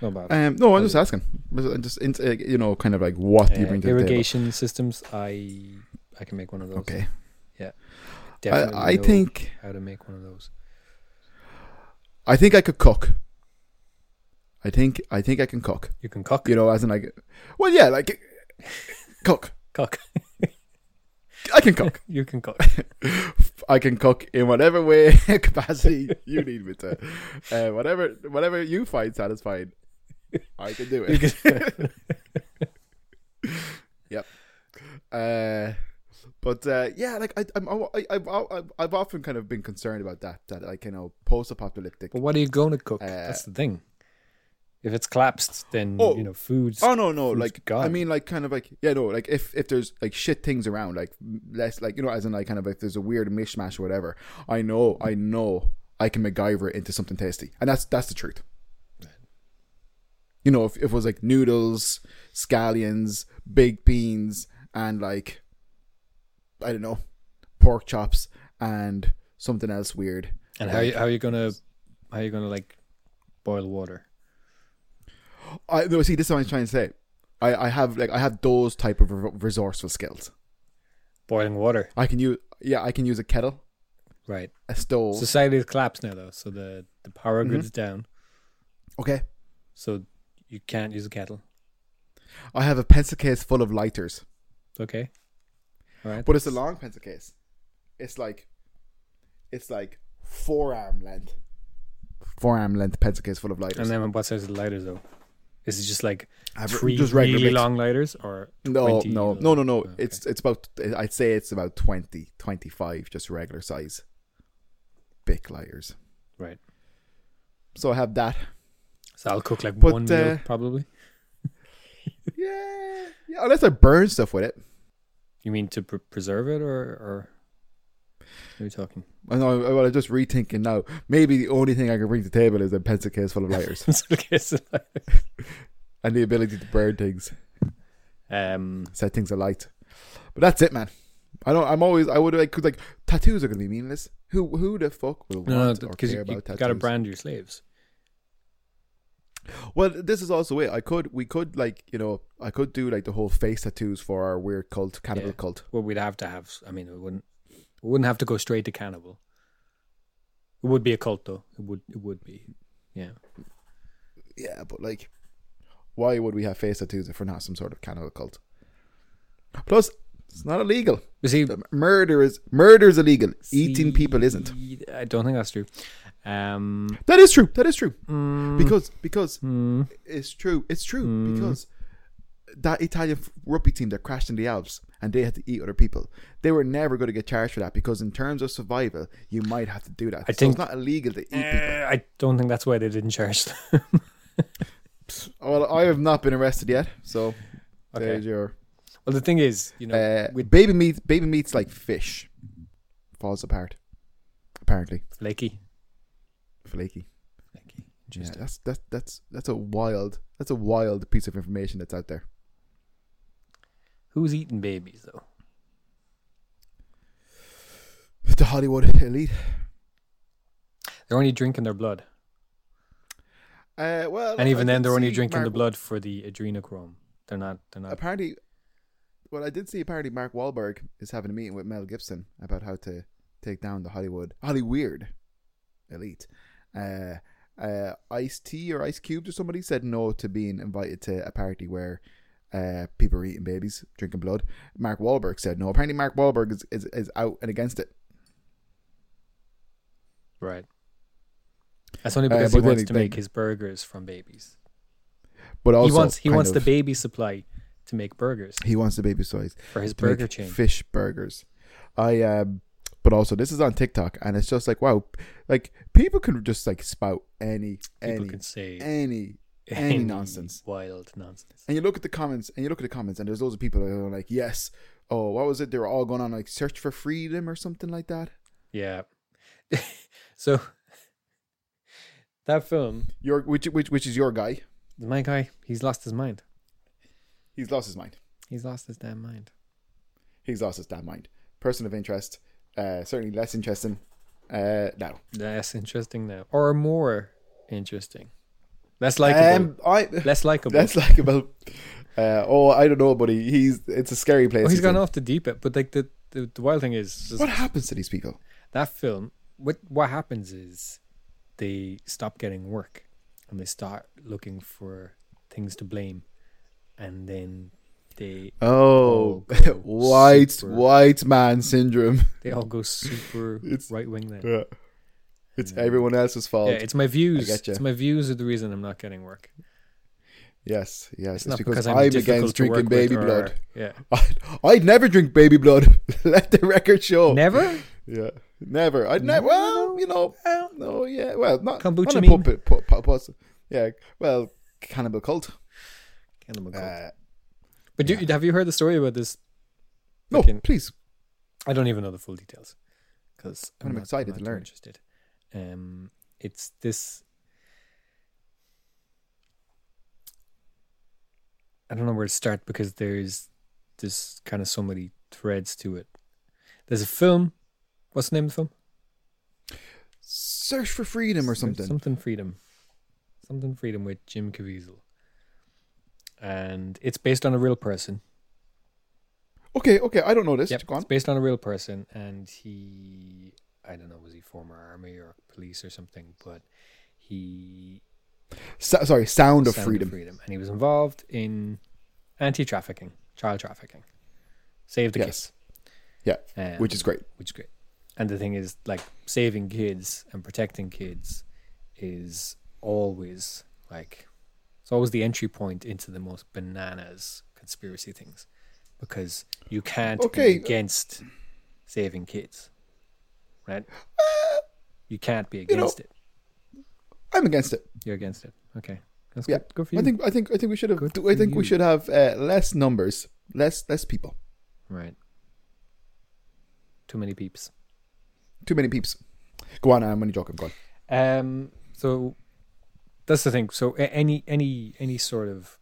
[SPEAKER 2] No bother.
[SPEAKER 3] Um, no, I'm just asking. I'm Just in- uh, you know, kind of like what do you
[SPEAKER 2] Uh,
[SPEAKER 3] bring to the table?
[SPEAKER 2] irrigation systems. I, I can make one of those.
[SPEAKER 3] Okay.
[SPEAKER 2] Definitely
[SPEAKER 3] I, I
[SPEAKER 2] know
[SPEAKER 3] think
[SPEAKER 2] how to make one of those.
[SPEAKER 3] I think I could cook. I think I think I can cook.
[SPEAKER 2] You can cock.
[SPEAKER 3] You know, as in like, well, yeah, like cook.
[SPEAKER 2] Cock.
[SPEAKER 3] I can cook.
[SPEAKER 2] You can cook.
[SPEAKER 3] I can cook in whatever way capacity you need me to. Uh, whatever whatever you find satisfying, I can do
[SPEAKER 2] You
[SPEAKER 3] it.
[SPEAKER 2] can-
[SPEAKER 3] Uh, but uh, yeah, like I, I'm, I, I've, I've, I've often kind of been concerned about that. That like you know, post-apocalyptic.
[SPEAKER 2] but what are you going to cook?
[SPEAKER 3] Uh,
[SPEAKER 2] That's the thing. If it's collapsed, then
[SPEAKER 3] Oh.
[SPEAKER 2] you know food's.
[SPEAKER 3] Oh no, no,
[SPEAKER 2] Food's
[SPEAKER 3] like
[SPEAKER 2] gone.
[SPEAKER 3] I mean, like kind of like yeah, no, like if if there's like shit things around, like less like you know, as in like kind of like there's a weird mishmash or whatever. I know, I know, I can MacGyver it into something tasty, and that's that's the truth. You know, if, if it was like noodles, scallions, baked beans, and like I don't know, pork chops and something else weird.
[SPEAKER 2] and how you, how you gonna how you gonna like boil water?
[SPEAKER 3] I no, see, this is what I'm trying to say. I, I have like I have those type of re- resourceful skills.
[SPEAKER 2] Boiling water,
[SPEAKER 3] I can use yeah, I can use a kettle,
[SPEAKER 2] right?
[SPEAKER 3] a stove.
[SPEAKER 2] Society has collapsed now, though, so the the power grid's down,
[SPEAKER 3] okay.
[SPEAKER 2] so you can't use a kettle.
[SPEAKER 3] I have a pencil case full of lighters.
[SPEAKER 2] Okay, all right.
[SPEAKER 3] But it's a long pencil case. It's like it's like forearm length. Forearm length pencil case full of lighters.
[SPEAKER 2] and then what size are the lighters though? Is it just like
[SPEAKER 3] I have
[SPEAKER 2] three
[SPEAKER 3] just regular
[SPEAKER 2] really
[SPEAKER 3] bits.
[SPEAKER 2] long lighters, or
[SPEAKER 3] no,
[SPEAKER 2] 20
[SPEAKER 3] no,
[SPEAKER 2] little-
[SPEAKER 3] no, no, no.
[SPEAKER 2] Okay.
[SPEAKER 3] It's it's about I'd say it's about 20, 25 just regular size big lighters.
[SPEAKER 2] right?
[SPEAKER 3] So I have that.
[SPEAKER 2] So I'll cook like
[SPEAKER 3] But,
[SPEAKER 2] one meal
[SPEAKER 3] uh,
[SPEAKER 2] probably.
[SPEAKER 3] Yeah. Yeah, unless I burn stuff with it.
[SPEAKER 2] You mean to pre- preserve it, or or what are you talking?
[SPEAKER 3] I know well, I'm just rethinking now. Maybe the only thing I can bring to the table is a pencil case full of lighters.
[SPEAKER 2] Pencil case of lighters.
[SPEAKER 3] and the ability to burn things,
[SPEAKER 2] Um,
[SPEAKER 3] set things alight. But that's it, man. I don't. I'm always. I would like because like tattoos are gonna be meaningless. Who who the fuck will
[SPEAKER 2] no,
[SPEAKER 3] want
[SPEAKER 2] no,
[SPEAKER 3] or
[SPEAKER 2] because
[SPEAKER 3] care
[SPEAKER 2] you,
[SPEAKER 3] about
[SPEAKER 2] you
[SPEAKER 3] tattoos?
[SPEAKER 2] got to brand your slaves.
[SPEAKER 3] Well, this is also it. I could we could like you know I could do like the whole face tattoos for our weird cult cannibal
[SPEAKER 2] Yeah.
[SPEAKER 3] cult.
[SPEAKER 2] Well, we'd have to have. I mean, we wouldn't. We wouldn't have to go straight to cannibal. It would be a cult, though. It would. It would be. Yeah.
[SPEAKER 3] Yeah, but like, why would we have face tattoos if we're not some sort of cannibal cult? Plus, it's not illegal.
[SPEAKER 2] You see,
[SPEAKER 3] Murder is murder is illegal. Eating
[SPEAKER 2] see,
[SPEAKER 3] people isn't.
[SPEAKER 2] I don't think that's true. Um,
[SPEAKER 3] That is true. That is true.
[SPEAKER 2] mm,
[SPEAKER 3] Because because
[SPEAKER 2] mm,
[SPEAKER 3] it's true. It's true
[SPEAKER 2] Mm.
[SPEAKER 3] because that Italian f- rugby team that crashed in the Alps and they had to eat other people. They were never going to get charged for that because in terms of survival, you might have to do that.
[SPEAKER 2] I
[SPEAKER 3] so
[SPEAKER 2] think-
[SPEAKER 3] it's not illegal to eat
[SPEAKER 2] uh,
[SPEAKER 3] people.
[SPEAKER 2] I don't think that's why they didn't charge them.
[SPEAKER 3] Well, I have not been arrested yet, so
[SPEAKER 2] Okay.
[SPEAKER 3] there's your
[SPEAKER 2] Well, the thing is, you know,
[SPEAKER 3] uh,
[SPEAKER 2] with
[SPEAKER 3] baby meat. Baby meat's like fish, falls apart. Apparently,
[SPEAKER 2] flaky.
[SPEAKER 3] flaky.
[SPEAKER 2] flaky.
[SPEAKER 3] Yeah,
[SPEAKER 2] Interesting.
[SPEAKER 3] that's that's that's that's a wild that's a wild piece of information that's out there.
[SPEAKER 2] Who's eating babies though?
[SPEAKER 3] The Hollywood elite.
[SPEAKER 2] They're only drinking their blood,
[SPEAKER 3] Uh, well,
[SPEAKER 2] and even
[SPEAKER 3] I
[SPEAKER 2] then,
[SPEAKER 3] did
[SPEAKER 2] they're only
[SPEAKER 3] see
[SPEAKER 2] drinking
[SPEAKER 3] Mark
[SPEAKER 2] the blood for the adrenochrome. They're not. They're not.
[SPEAKER 3] apparently, well, I did see apparently Mark Wahlberg is having a meeting with Mel Gibson about how to take down the Hollywood Hollyweird elite. Uh, uh, Ice T or Ice Cubes or somebody said no to being invited to a party where uh, people are eating babies, drinking blood. Mark Wahlberg said no. Apparently, Mark Wahlberg is, is, is out and against it.
[SPEAKER 2] Right. That's only
[SPEAKER 3] Uh,
[SPEAKER 2] because
[SPEAKER 3] but
[SPEAKER 2] he
[SPEAKER 3] then
[SPEAKER 2] wants
[SPEAKER 3] it-
[SPEAKER 2] to
[SPEAKER 3] then-
[SPEAKER 2] make his burgers from babies.
[SPEAKER 3] But also,
[SPEAKER 2] he wants he
[SPEAKER 3] kind
[SPEAKER 2] wants the
[SPEAKER 3] of-
[SPEAKER 2] baby supply to make burgers
[SPEAKER 3] He wants the baby size.
[SPEAKER 2] for his
[SPEAKER 3] to make
[SPEAKER 2] burger chain.
[SPEAKER 3] fish burgers. I um, but also this is on TikTok, and it's just like wow, like people can just like spout any
[SPEAKER 2] People
[SPEAKER 3] any
[SPEAKER 2] can say
[SPEAKER 3] any any nonsense.
[SPEAKER 2] wild nonsense.
[SPEAKER 3] And you look at the comments, and you look at the comments, and there's loads of people that are like, yes, oh, what was it? They were all going on like search for freedom or something like that.
[SPEAKER 2] Yeah. so that film,
[SPEAKER 3] Your which which which is your guy?
[SPEAKER 2] my guy, he's lost his mind.
[SPEAKER 3] He's lost his mind.
[SPEAKER 2] He's lost his damn mind.
[SPEAKER 3] He's lost his damn mind. Person of interest, uh, certainly less interesting. Uh, now,
[SPEAKER 2] Less interesting now, or more interesting, less likable,
[SPEAKER 3] um, I
[SPEAKER 2] less likable.
[SPEAKER 3] that's like about. Uh, oh, I don't know, buddy. He's it's a scary place.
[SPEAKER 2] Oh, he's
[SPEAKER 3] he's in.
[SPEAKER 2] gone off the deep end. But like the the, the wild thing is just
[SPEAKER 3] What happens to these people?
[SPEAKER 2] that film. What what happens is they stop getting work and they start looking for things to blame, and then they
[SPEAKER 3] Oh,
[SPEAKER 2] Oh, God.
[SPEAKER 3] white
[SPEAKER 2] Super.
[SPEAKER 3] white man syndrome.
[SPEAKER 2] they all go super
[SPEAKER 3] It's-
[SPEAKER 2] right wing then.
[SPEAKER 3] Yeah. It's everyone else's fault.
[SPEAKER 2] Yeah, it's my views.
[SPEAKER 3] getcha.
[SPEAKER 2] It's my views are the reason I'm not getting work.
[SPEAKER 3] yes, yes. It's,
[SPEAKER 2] not
[SPEAKER 3] because,
[SPEAKER 2] I'm
[SPEAKER 3] I'm
[SPEAKER 2] difficult
[SPEAKER 3] against
[SPEAKER 2] to work
[SPEAKER 3] drinking
[SPEAKER 2] with
[SPEAKER 3] baby
[SPEAKER 2] or-
[SPEAKER 3] blood.
[SPEAKER 2] Yeah,
[SPEAKER 3] I'd, I'd never drink baby blood. Let the record show.
[SPEAKER 2] never.
[SPEAKER 3] Yeah, never. I'd never. Well, you know. Well, no, yeah. Well, not
[SPEAKER 2] Kombucha
[SPEAKER 3] not in
[SPEAKER 2] meme.
[SPEAKER 3] puppet. Pu- pu- pu- yeah. Well, cannibal cult.
[SPEAKER 2] Cannibal cult.
[SPEAKER 3] Uh,
[SPEAKER 2] but do, have you heard the story about this?
[SPEAKER 3] no,
[SPEAKER 2] Fucking-
[SPEAKER 3] please.
[SPEAKER 2] I don't even know the full details because
[SPEAKER 3] I'm excited to learn.
[SPEAKER 2] Interested. Um, it's this. I don't know where to start because there's this kind of so many threads to it. There's a film. What's the name of the film?
[SPEAKER 3] Search for freedom or
[SPEAKER 2] There's
[SPEAKER 3] something.
[SPEAKER 2] Something freedom. Something freedom with Jim Caviezel. And it's based on a real person.
[SPEAKER 3] Okay, okay. I don't know this.
[SPEAKER 2] Yep,
[SPEAKER 3] Go on.
[SPEAKER 2] it's based on a real person, and he, I don't know, was he former army or police or something, but he
[SPEAKER 3] So, sorry, Sound of
[SPEAKER 2] Sound
[SPEAKER 3] Freedom.
[SPEAKER 2] freedom, and he was involved in anti-trafficking, child trafficking, save the
[SPEAKER 3] Yes.
[SPEAKER 2] kids,
[SPEAKER 3] Yeah,
[SPEAKER 2] um,
[SPEAKER 3] which is great.
[SPEAKER 2] which is great. And the thing is, like saving kids and protecting kids is always like it's always the entry point into the most bananas conspiracy things because you can't
[SPEAKER 3] Okay.
[SPEAKER 2] be against saving kids, right? You can't be
[SPEAKER 3] Uh, you know-
[SPEAKER 2] against it.
[SPEAKER 3] I'm against it.
[SPEAKER 2] You're against it. Okay, that's
[SPEAKER 3] Yeah,
[SPEAKER 2] good. Good for you.
[SPEAKER 3] I think I think I think we should have.
[SPEAKER 2] Good
[SPEAKER 3] I
[SPEAKER 2] for
[SPEAKER 3] think we
[SPEAKER 2] you.
[SPEAKER 3] should have uh, less numbers, less less people.
[SPEAKER 2] right. Too many peeps.
[SPEAKER 3] Too many peeps. Go on, I'm only joking. Go on.
[SPEAKER 2] Um, so that's the thing. So a- any any any sort of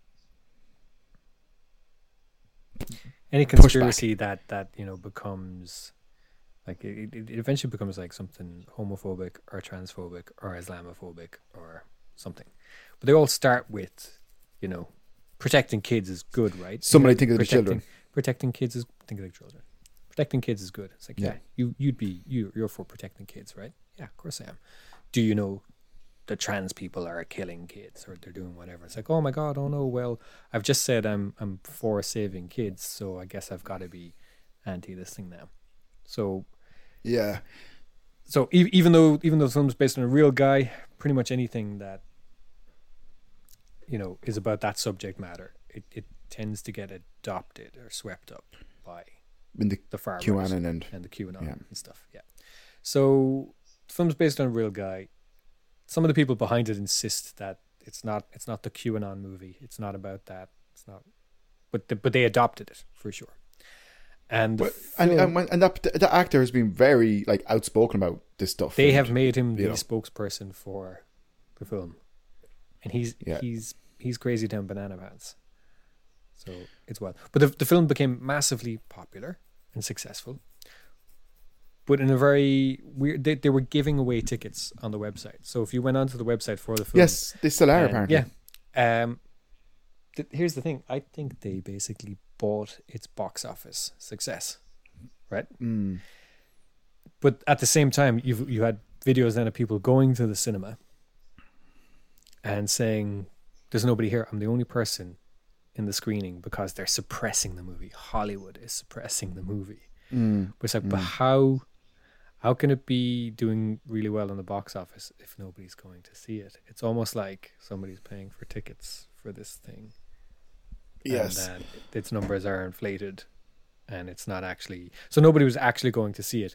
[SPEAKER 2] any conspiracy that that you know becomes like it, it it eventually becomes like something homophobic or transphobic or Islamophobic or something. But they all start with you know protecting kids is good, right?
[SPEAKER 3] Somebody
[SPEAKER 2] Yeah,
[SPEAKER 3] think of the
[SPEAKER 2] protecting-
[SPEAKER 3] children.
[SPEAKER 2] Protecting kids is think of the children. Protecting kids is good. It's like yeah,
[SPEAKER 3] Yeah.
[SPEAKER 2] you you'd be you you're for protecting kids, right? Yeah, of course I am. Do you know the trans people are killing kids or they're doing whatever? It's like oh my god, oh no, well I've just said I'm I'm for saving kids, so I guess I've got to be anti this thing now. So
[SPEAKER 3] Yeah,
[SPEAKER 2] so e- even though even though the film's based on a real guy, pretty much anything that you know is about that subject matter, it, it tends to get adopted or swept up by
[SPEAKER 3] in the
[SPEAKER 2] the farmers
[SPEAKER 3] QAnon and
[SPEAKER 2] and the QAnon
[SPEAKER 3] Yeah.
[SPEAKER 2] and stuff. Yeah. So the film's based on a real guy. Some of the people behind it insist that it's not it's not the QAnon movie. It's not about that. It's not. But the, but they adopted it for sure. And the
[SPEAKER 3] But- and,
[SPEAKER 2] film-
[SPEAKER 3] and, when- and that that actor has been very like outspoken about this stuff.
[SPEAKER 2] they
[SPEAKER 3] and-
[SPEAKER 2] have made him the
[SPEAKER 3] you know.
[SPEAKER 2] spokesperson for the film, and he's
[SPEAKER 3] Yeah.
[SPEAKER 2] he's he's crazy down banana pants. So it's wild. But the the film became massively popular and successful. But in a very weird, they, they were giving away tickets on the website. So if you went onto the website for the film,
[SPEAKER 3] yes, they still are
[SPEAKER 2] uh,
[SPEAKER 3] apparently.
[SPEAKER 2] Yeah. Um, th- here's the thing. I think they basically bought its box office success, right?
[SPEAKER 3] Mm.
[SPEAKER 2] but at the same time, you you had videos then of people going to the cinema and saying, "There's nobody here. I'm the only person in the screening because they're suppressing the movie. Hollywood is suppressing the movie."
[SPEAKER 3] Mm.
[SPEAKER 2] But it's like, but how how can it be doing really well in the box office if nobody's going to see it? It's almost like somebody's paying for tickets for this thing. and
[SPEAKER 3] Yes.
[SPEAKER 2] then its numbers are inflated, and it's not actually. So nobody was actually going to see it,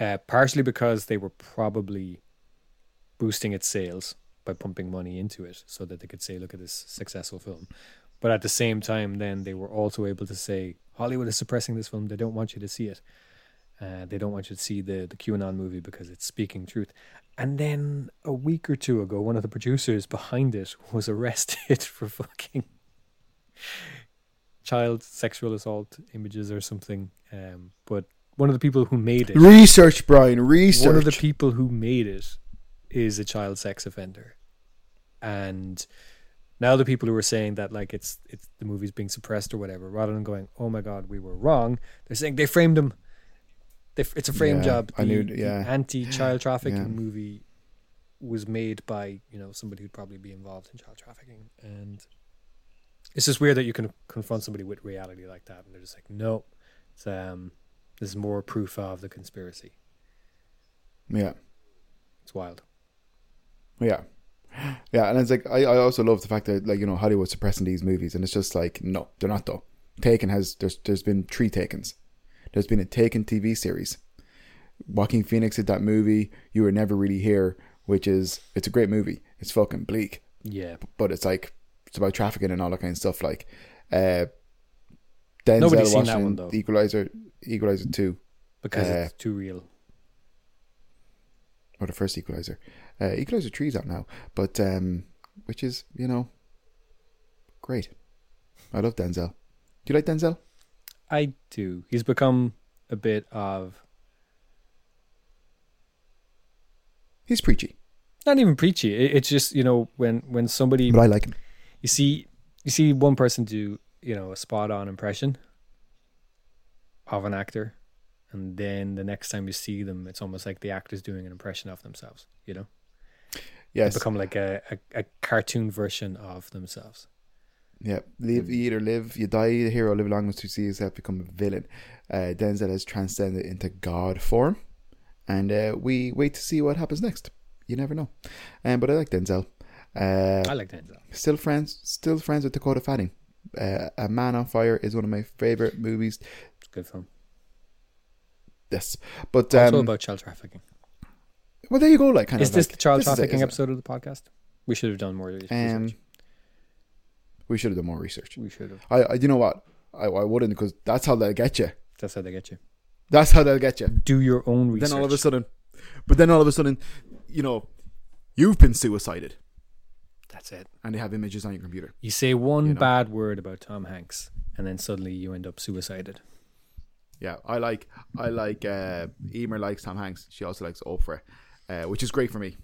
[SPEAKER 2] uh, partially because they were probably boosting its sales by pumping money into it, so that they could say, "Look at this successful film." But at the same time, then they were also able to say, "Hollywood is suppressing this film. They don't want you to see it. Uh, they don't want you to see the the QAnon movie because it's speaking truth." And then a week or two ago, one of the producers behind it was arrested for fucking child sexual assault images or something. Um, but one of the people who made it,
[SPEAKER 3] Research, Brian. Research.
[SPEAKER 2] uh, one of the people who made it, is a child sex offender, and now the people who are saying that like it's it's the movie's being suppressed or whatever, rather than going, oh my god, we were wrong, they're saying they framed him. They, f- it's a frame
[SPEAKER 3] Yeah,
[SPEAKER 2] job.
[SPEAKER 3] I knew- yeah.
[SPEAKER 2] anti-child trafficking
[SPEAKER 3] Yeah.
[SPEAKER 2] movie was made by you know somebody who'd probably be involved in child trafficking and it's just weird that you can confront somebody with reality like that and they're just like no it's, um this is more proof of the conspiracy
[SPEAKER 3] yeah.
[SPEAKER 2] it's wild
[SPEAKER 3] Yeah. Yeah, and it's like I, I also love the fact that like, you know, Hollywood's suppressing these movies and it's just like, no, they're not though. Taken has there's there's been three takens. There's been a taken TV series. Joaquin Phoenix did that movie, You Were Never Really Here, which is it's a great movie. It's fucking bleak.
[SPEAKER 2] yeah
[SPEAKER 3] But it's like it's about trafficking and all that kind of stuff. Like uh Denzel
[SPEAKER 2] Nobody's seen
[SPEAKER 3] Washington,
[SPEAKER 2] that one, though.
[SPEAKER 3] The Equalizer Equalizer Two.
[SPEAKER 2] because
[SPEAKER 3] Uh,
[SPEAKER 2] it's too real
[SPEAKER 3] or the first Equalizer. Uh, Equalizer three's out now, but um, which is you know great. I love Denzel. Do you like Denzel?
[SPEAKER 2] i do he's become a bit of
[SPEAKER 3] He's preachy,
[SPEAKER 2] not even preachy it, it's just you know when when somebody
[SPEAKER 3] but I like him.
[SPEAKER 2] you see you see one person do you know a spot on impression of an actor and then the next time you see them it's almost like the actor's doing an impression of themselves you know
[SPEAKER 3] Yes,
[SPEAKER 2] they become like a, a, a cartoon version of themselves
[SPEAKER 3] yeah. Live, you either live, you die a hero, live long to see yourself become a villain. Uh, Denzel has transcended into God form, and uh, we wait to see what happens next. You never know. Um, but I like Denzel. Uh,
[SPEAKER 2] i like denzel
[SPEAKER 3] Still friends, still friends with Dakota Fanning. Uh, a Man on Fire is one of my favorite movies.
[SPEAKER 2] it's a good film
[SPEAKER 3] Yes, but
[SPEAKER 2] also
[SPEAKER 3] um,
[SPEAKER 2] about child trafficking
[SPEAKER 3] Well, there you go. Like, kind
[SPEAKER 2] is
[SPEAKER 3] of
[SPEAKER 2] this
[SPEAKER 3] like,
[SPEAKER 2] the child
[SPEAKER 3] this is it,
[SPEAKER 2] trafficking
[SPEAKER 3] isn't it?
[SPEAKER 2] episode of the podcast we should have done more research.
[SPEAKER 3] Um, we should have done more research.
[SPEAKER 2] we should have
[SPEAKER 3] I, I you know what? I, I wouldn't because that's how they'll get you.
[SPEAKER 2] that's how they get you
[SPEAKER 3] That's how they'll get you.
[SPEAKER 2] do your own research
[SPEAKER 3] Then all of a sudden, but then all of a sudden, you know, you've been suicided,
[SPEAKER 2] that's it
[SPEAKER 3] and they have images on your computer.
[SPEAKER 2] you say one
[SPEAKER 3] You know.
[SPEAKER 2] bad word about tom hanks and then suddenly you end up suicided
[SPEAKER 3] Yeah, I like, I like. Uh, Emer likes Tom Hanks. She also likes Oprah, uh, which is great for me.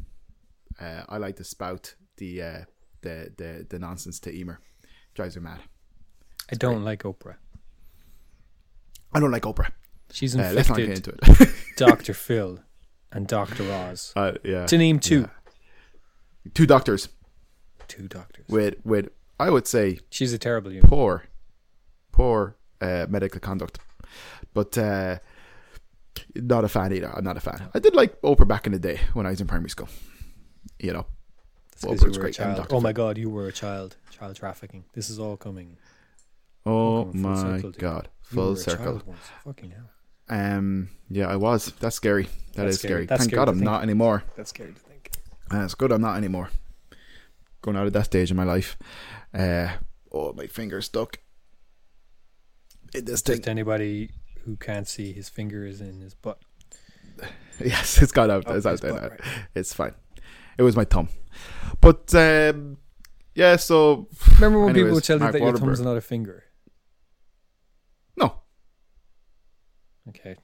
[SPEAKER 3] Uh, I like to spout the uh, the the the nonsense to Emer. Drives me mad.
[SPEAKER 2] I don't like Oprah.
[SPEAKER 3] I don't like Oprah.
[SPEAKER 2] She's
[SPEAKER 3] Uh, let's not get
[SPEAKER 2] infected
[SPEAKER 3] into it.
[SPEAKER 2] Dr. Phil and Dr. Oz.
[SPEAKER 3] uh, yeah.
[SPEAKER 2] To name two.
[SPEAKER 3] Two doctors.
[SPEAKER 2] Two doctors.
[SPEAKER 3] with with I would say
[SPEAKER 2] She's a terrible human.
[SPEAKER 3] poor, poor uh, medical conduct. But uh, Not a fan either. I'm not a fan. I did like Oprah back in the day when I was in primary school. You know,
[SPEAKER 2] That's
[SPEAKER 3] Well,
[SPEAKER 2] 'cause you
[SPEAKER 3] it's
[SPEAKER 2] were a
[SPEAKER 3] great. I'm
[SPEAKER 2] child.
[SPEAKER 3] Dr.
[SPEAKER 2] Oh my
[SPEAKER 3] Phil.
[SPEAKER 2] god, you were a child. Child trafficking. This is all coming.
[SPEAKER 3] Oh
[SPEAKER 2] Full
[SPEAKER 3] my
[SPEAKER 2] circle, dude.
[SPEAKER 3] god,
[SPEAKER 2] You were
[SPEAKER 3] full
[SPEAKER 2] a
[SPEAKER 3] circle.
[SPEAKER 2] child once. Fucking hell.
[SPEAKER 3] Um, yeah, I was. That's scary. That's
[SPEAKER 2] That's
[SPEAKER 3] scary.
[SPEAKER 2] scary. That's
[SPEAKER 3] Thank
[SPEAKER 2] scary
[SPEAKER 3] God
[SPEAKER 2] to
[SPEAKER 3] I'm
[SPEAKER 2] think.
[SPEAKER 3] not anymore.
[SPEAKER 2] That's scary to think.
[SPEAKER 3] And it's good I'm not anymore. Going out of that stage in my life. Uh, oh, my finger stuck in this thing.
[SPEAKER 2] Just anybody who can't see his finger is in his butt.
[SPEAKER 3] Yes, Oh, it's got out.
[SPEAKER 2] Oh,
[SPEAKER 3] it's out
[SPEAKER 2] his
[SPEAKER 3] there.
[SPEAKER 2] butt,
[SPEAKER 3] now.
[SPEAKER 2] right.
[SPEAKER 3] It's fine. It was my thumb. But um, yeah, so
[SPEAKER 2] Remember when people
[SPEAKER 3] Anyways,
[SPEAKER 2] would tell you
[SPEAKER 3] Mark
[SPEAKER 2] that your thumb's
[SPEAKER 3] Wahlberg.
[SPEAKER 2] not a finger?
[SPEAKER 3] no,
[SPEAKER 2] Okay.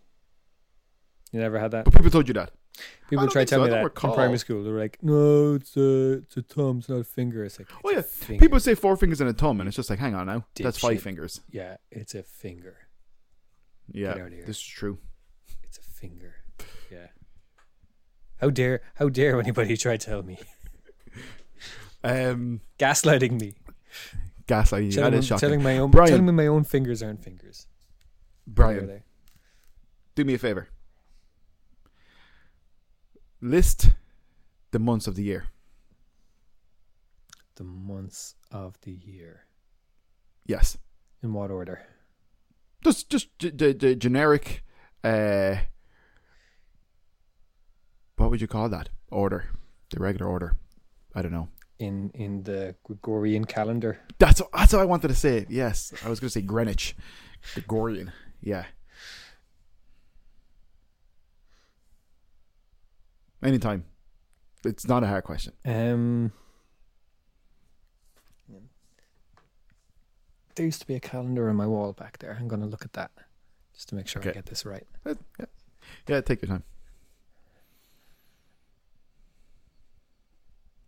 [SPEAKER 2] You never had that?
[SPEAKER 3] but people told you that. I
[SPEAKER 2] People
[SPEAKER 3] don't
[SPEAKER 2] try
[SPEAKER 3] think
[SPEAKER 2] to
[SPEAKER 3] so.
[SPEAKER 2] tell
[SPEAKER 3] I
[SPEAKER 2] me
[SPEAKER 3] don't
[SPEAKER 2] that
[SPEAKER 3] recall.
[SPEAKER 2] in primary school. They were like, no, it's a, it's a thumb, it's not a finger. It's like,
[SPEAKER 3] Oh,
[SPEAKER 2] "It's a
[SPEAKER 3] yeah.
[SPEAKER 2] finger."
[SPEAKER 3] People say four fingers and a thumb, and it's just like, hang on now, that's five
[SPEAKER 2] Dipshit.
[SPEAKER 3] fingers.
[SPEAKER 2] Yeah, it's a finger.
[SPEAKER 3] Yeah,
[SPEAKER 2] out of here.
[SPEAKER 3] this is true.
[SPEAKER 2] It's a finger. Yeah. How dare, how dare anybody try to tell me?
[SPEAKER 3] Um,
[SPEAKER 2] Gaslighting me.
[SPEAKER 3] gaslighting. That
[SPEAKER 2] telling,
[SPEAKER 3] is shocking.
[SPEAKER 2] telling my own,
[SPEAKER 3] Brian.
[SPEAKER 2] telling me my own fingers aren't fingers. Are
[SPEAKER 3] Brian,
[SPEAKER 2] they?
[SPEAKER 3] do me a favor. List the months of the year.
[SPEAKER 2] The months of the year.
[SPEAKER 3] Yes,
[SPEAKER 2] In what order?
[SPEAKER 3] just just the the the generic. Uh, what would you call that order? The regular order. I don't know.
[SPEAKER 2] In in the Gregorian calendar.
[SPEAKER 3] That's that's what I wanted to say. Yes, I was going to say Greenwich, Gregorian. Yeah. Anytime. It's not a hard question.
[SPEAKER 2] Um, there used to be a calendar on my wall back there. I'm going to look at that just to make sure I
[SPEAKER 3] Okay.
[SPEAKER 2] get this right.
[SPEAKER 3] Uh, Yeah, yeah take your time.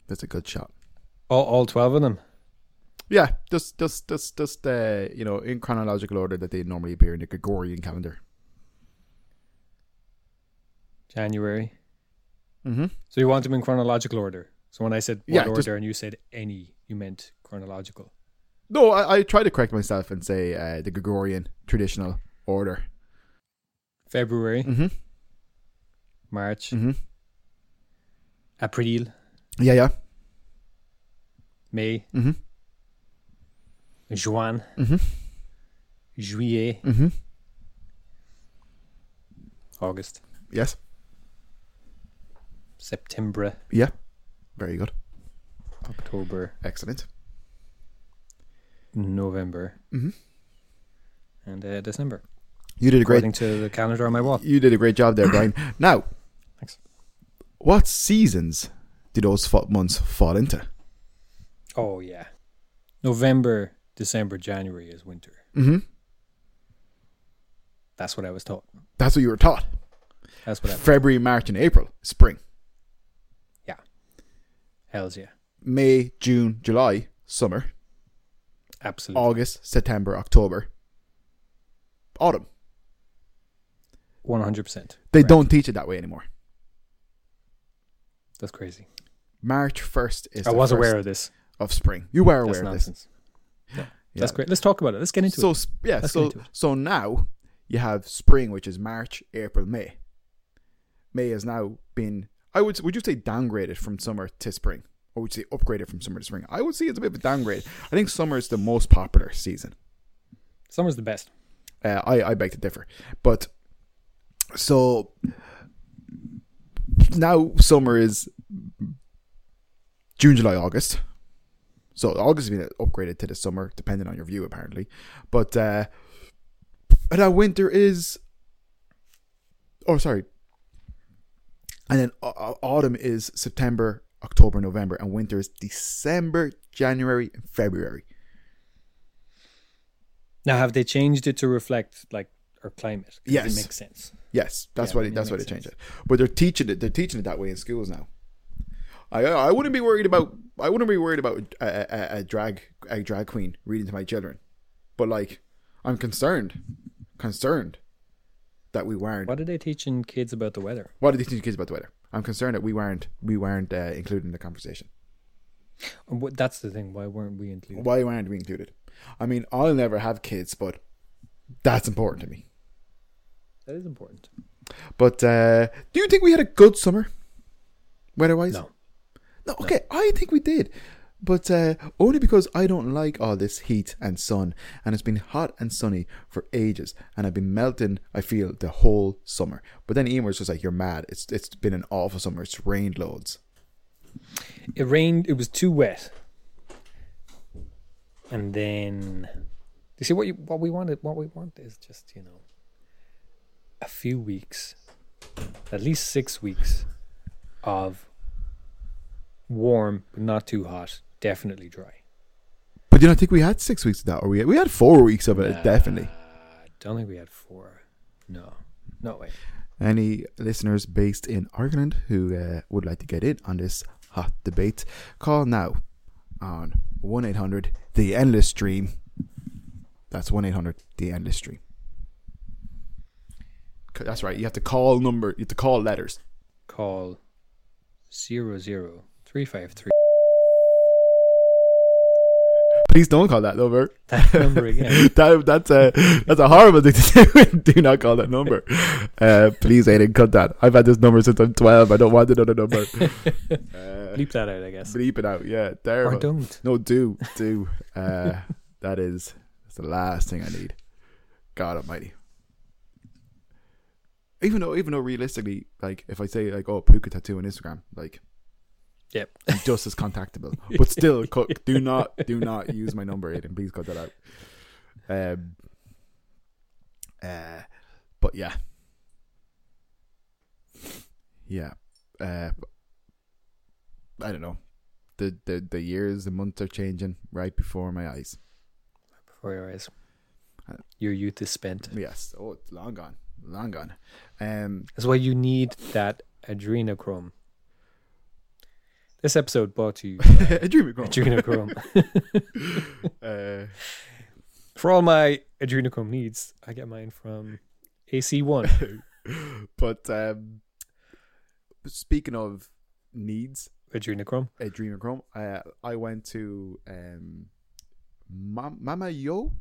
[SPEAKER 3] That's a good shot.
[SPEAKER 2] All, all 12 of them?
[SPEAKER 3] Yeah, just just just just uh, you know, in chronological order that they normally appear in the Gregorian calendar.
[SPEAKER 2] January.
[SPEAKER 3] Mm-hmm.
[SPEAKER 2] So you want them in chronological order. So when I said what
[SPEAKER 3] Yeah,
[SPEAKER 2] order
[SPEAKER 3] just-
[SPEAKER 2] and you said any, you meant chronological.
[SPEAKER 3] No, I, I try to correct myself and say uh, the Gregorian traditional order.
[SPEAKER 2] February,
[SPEAKER 3] Mm-hmm.
[SPEAKER 2] March,
[SPEAKER 3] Mm-hmm.
[SPEAKER 2] April,
[SPEAKER 3] Yeah, yeah.
[SPEAKER 2] May,
[SPEAKER 3] Mm-hmm.
[SPEAKER 2] Juin,
[SPEAKER 3] Mm-hmm.
[SPEAKER 2] Juillet,
[SPEAKER 3] Mm-hmm.
[SPEAKER 2] August,
[SPEAKER 3] Yes.
[SPEAKER 2] September,
[SPEAKER 3] Yeah. Very good.
[SPEAKER 2] October,
[SPEAKER 3] Excellent.
[SPEAKER 2] November,
[SPEAKER 3] Mm-hmm.
[SPEAKER 2] and uh, December.
[SPEAKER 3] You did a Mm-hmm. great.
[SPEAKER 2] According to the calendar on my wall.
[SPEAKER 3] You did a great job there, Brian. now,
[SPEAKER 2] Thanks.
[SPEAKER 3] what seasons do those fa- months fall into?
[SPEAKER 2] Oh yeah. November, December, January is winter.
[SPEAKER 3] Mm-hmm.
[SPEAKER 2] That's what I was taught.
[SPEAKER 3] That's what you were taught.
[SPEAKER 2] That's what I
[SPEAKER 3] February, March, and April, spring.
[SPEAKER 2] yeah. Hells yeah.
[SPEAKER 3] May, June, July, summer.
[SPEAKER 2] Absolutely.
[SPEAKER 3] August, September, October, autumn.
[SPEAKER 2] One hundred percent.
[SPEAKER 3] They don't teach it that way anymore.
[SPEAKER 2] That's crazy.
[SPEAKER 3] March first is.
[SPEAKER 2] I
[SPEAKER 3] the
[SPEAKER 2] was
[SPEAKER 3] first
[SPEAKER 2] aware of this.
[SPEAKER 3] of spring. You were aware
[SPEAKER 2] That's
[SPEAKER 3] of this.
[SPEAKER 2] nonsense. That's
[SPEAKER 3] Yeah.
[SPEAKER 2] great. Let's talk about it. Let's get into
[SPEAKER 3] so
[SPEAKER 2] it.
[SPEAKER 3] s- yeah,
[SPEAKER 2] Let's get
[SPEAKER 3] so
[SPEAKER 2] into it.
[SPEAKER 3] so now you have spring, which is March, April, May. May has now been. I would would you say downgraded from summer to spring, or would you say upgraded from summer to spring? I would say it's a bit of a downgrade. I think summer is the most popular season.
[SPEAKER 2] Summer's the best.
[SPEAKER 3] Uh, I I beg to differ, but so now summer is June, July, August. So August has been upgraded to the summer, depending on your view, apparently. But uh, and now winter is, oh sorry, and then au- au- autumn is September, October, November, and winter is December, January, and February.
[SPEAKER 2] Now have they changed it to reflect like our climate? 'Cause
[SPEAKER 3] Yes.
[SPEAKER 2] It makes sense.
[SPEAKER 3] Yes, that's
[SPEAKER 2] Yeah,
[SPEAKER 3] why
[SPEAKER 2] I
[SPEAKER 3] they,
[SPEAKER 2] mean,
[SPEAKER 3] that's
[SPEAKER 2] that
[SPEAKER 3] why they
[SPEAKER 2] makes
[SPEAKER 3] changed it.
[SPEAKER 2] sense.
[SPEAKER 3] But they're teaching it. They're teaching it that way in schools now. I I wouldn't be worried about I wouldn't be worried about a, a, a drag a drag queen reading to my children, but like I'm concerned, concerned that we weren't.
[SPEAKER 2] What are they teaching kids about the weather?
[SPEAKER 3] What did they teach kids about the weather? I'm concerned that we weren't we weren't uh, included in the conversation.
[SPEAKER 2] And what- That's the thing. Why weren't we included?
[SPEAKER 3] Why weren't we included? I mean, I'll never have kids, but that's important to me.
[SPEAKER 2] That is important.
[SPEAKER 3] But uh, do you think we had a good summer, weather-wise?
[SPEAKER 2] No.
[SPEAKER 3] No, okay, I think we did. But uh, only because I don't like all this heat and sun, and it's been hot and sunny for ages, and I've been melting. I feel the whole summer. But then Ian was just like, "You're mad. It's it's been an awful summer. It's rained loads."
[SPEAKER 2] It rained. It was too wet. And then, you see what you what we wanted. What we want is just you know, a few weeks, at least six weeks, of warm but not too hot. Definitely dry.
[SPEAKER 3] But do you not think we had six weeks of that, or we we had four weeks of it definitely.
[SPEAKER 2] I don't think we had four. No, no way.
[SPEAKER 3] Any listeners based in Ireland who uh, would like to get in on this hot debate, call now on 1 800 The Endless Stream. That's 1 800 The Endless Stream. C- That's right. You have to call number, you have to call letters.
[SPEAKER 2] Call zero zero three five three.
[SPEAKER 3] Please don't call that number.
[SPEAKER 2] That number again.
[SPEAKER 3] that, that's a that's a horrible thing to do. do not call that number. Uh, please, Aiden, cut that. I've had this number since I'm 12. I don't want another number. Uh,
[SPEAKER 2] Bleep that out, I guess.
[SPEAKER 3] bleep it out. Yeah,
[SPEAKER 2] Or
[SPEAKER 3] terrible.
[SPEAKER 2] don't.
[SPEAKER 3] No, do do. Uh, that is that's the last thing I need. God Almighty. Even though, even though realistically, like if I say like, "Oh, Puka tattoo on Instagram," like
[SPEAKER 2] Yep.
[SPEAKER 3] I'm just as contactable, but still, cook. Do not, do not use my number, Aiden. Please cut that out. Um. Uh, but yeah, yeah. Uh, I don't know. The, the the years, the months are changing right before my eyes.
[SPEAKER 2] Before your eyes.
[SPEAKER 3] Uh,
[SPEAKER 2] Your youth is spent.
[SPEAKER 3] Yes. Oh, it's long gone. Long gone. Um,
[SPEAKER 2] That's why you need that adrenochrome. This episode brought to you by
[SPEAKER 3] a dream of growing.
[SPEAKER 2] adrenochrome.
[SPEAKER 3] Uh,
[SPEAKER 2] For all my adrenochrome needs, I get mine from AC1.
[SPEAKER 3] but um, speaking of needs,
[SPEAKER 2] Adrenochrome.
[SPEAKER 3] adrenochrome. Uh, I went to um, Mam- Mama Yo,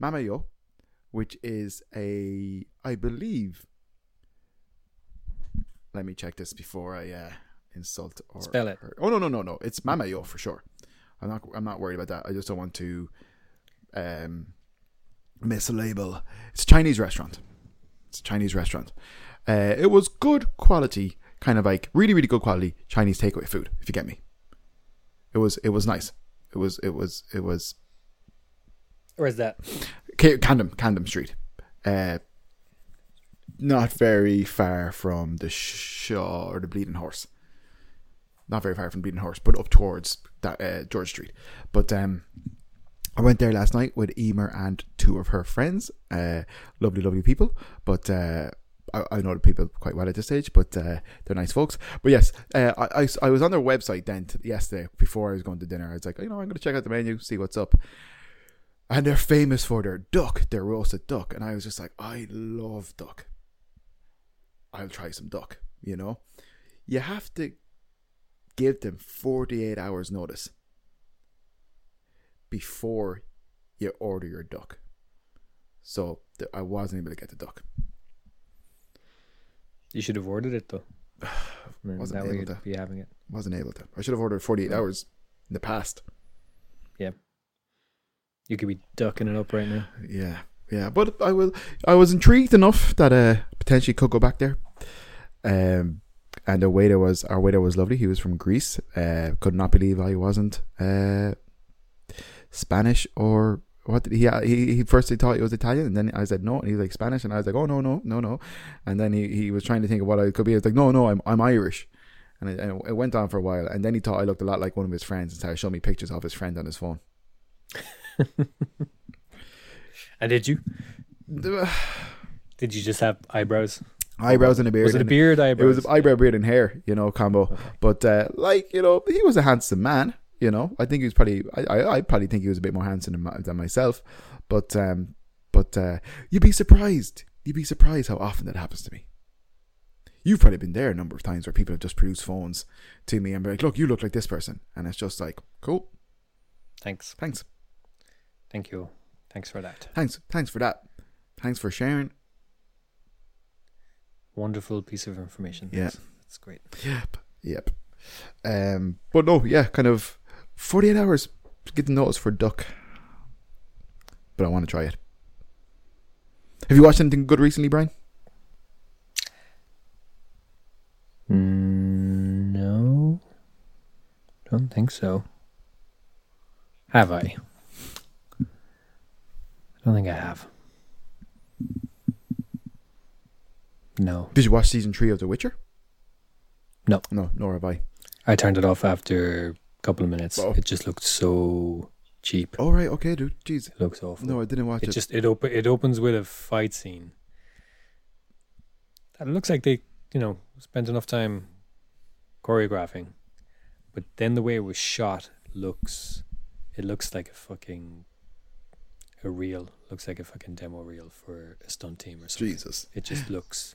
[SPEAKER 3] Mama Yo, which is a, I believe. Let me check this before I uh, insult or
[SPEAKER 2] Spell it.
[SPEAKER 3] or- oh no no no no! It's Mama Yo for sure. I'm not I'm not worried about that. I just don't want to um, mislabel. It's a Chinese restaurant. It's a Chinese restaurant. Uh, it was good quality, kind of like really, really good quality Chinese takeaway food. If you get me, it was it was nice. It was it was it was
[SPEAKER 2] Or is that?
[SPEAKER 3] Ca- Camden Camden Street, uh, not very far from the Shaw or the Bleeding Horse. Not very far from Bleeding Horse, but up towards that uh, George Street. But um, I went there last night with Emer and two of her friends. Uh, lovely, lovely people. But uh, I, I know the people quite well at this stage, but uh, they're nice folks. But yes, uh, I, I, I was on their website then t- yesterday before I was going to dinner. I was like, you know, I'm going to check out the menu, see what's up. And they're famous for their duck, their roasted duck. And I was just like, I love duck. I'll try some duck, you know? You have to give them 48 hours notice before you order your duck. So th- I wasn't able to get the duck.
[SPEAKER 2] You should have ordered it though. Then
[SPEAKER 3] Wasn't
[SPEAKER 2] that way
[SPEAKER 3] able
[SPEAKER 2] you'd
[SPEAKER 3] to.
[SPEAKER 2] be having it.
[SPEAKER 3] Wasn't able to. I should have ordered 48 hours in the past.
[SPEAKER 2] Yeah. You could be ducking it up right now.
[SPEAKER 3] Yeah, yeah, but I will. I was intrigued enough that uh potentially could go back there. Um, and the waiter was our waiter was lovely. He was from Greece. Uh, could not believe I wasn't uh Spanish or what did he? uh, He, he first he thought it was Italian, and then I said no, and he was like Spanish, and I was like oh no no no no, and then he, he was trying to think of what I could be. I was like no no I'm I'm Irish. And it, and it went on for a while, and then he thought I looked a lot like one of his friends, and started showing me pictures of his friend on his phone.
[SPEAKER 2] And did you? Mm.
[SPEAKER 3] The-
[SPEAKER 2] Did you just have eyebrows?
[SPEAKER 3] Eyebrows and a beard.
[SPEAKER 2] Was it a
[SPEAKER 3] and-
[SPEAKER 2] beard
[SPEAKER 3] It
[SPEAKER 2] eyebrows?
[SPEAKER 3] was eyebrow, beard, and hair, you know, combo. But uh, like, you know, he was a handsome man. You know, I think he was probably. I, I, I probably think he was a bit more handsome than, my, than myself. But um, but uh, you'd be surprised. You'd be surprised how often that happens to me. You've probably been there a number of times where people have just produced phones to me and be like, "Look, you look like this person," and it's just like, "Cool,
[SPEAKER 2] Thanks.
[SPEAKER 3] thanks,
[SPEAKER 2] Thank you. Thanks for that.
[SPEAKER 3] thanks, thanks for that, thanks for sharing."
[SPEAKER 2] Wonderful piece of information.
[SPEAKER 3] Yeah.
[SPEAKER 2] That's, that's great.
[SPEAKER 3] Yep. Yep. Um, but no, yeah, kind of 48 hours getting notice for duck. But I want to try it. Have you watched anything good recently, Brian?
[SPEAKER 2] Mm, no, don't think so. Have I? I don't think I have. No,
[SPEAKER 3] Did you watch season three of The Witcher?
[SPEAKER 2] No.
[SPEAKER 3] No, nor have I.
[SPEAKER 2] I turned it off after a couple of minutes.
[SPEAKER 3] Oh.
[SPEAKER 2] It just looked so cheap.
[SPEAKER 3] All Oh, right, okay, dude. Jeez.
[SPEAKER 2] It looks awful.
[SPEAKER 3] No, I didn't watch
[SPEAKER 2] it
[SPEAKER 3] it.
[SPEAKER 2] just it open it opens with a fight scene. That looks like they you know spent enough time choreographing, but then the way it was shot looks it looks like a fucking a reel looks like a fucking demo reel for a stunt team or something.
[SPEAKER 3] Jesus.
[SPEAKER 2] It just looks,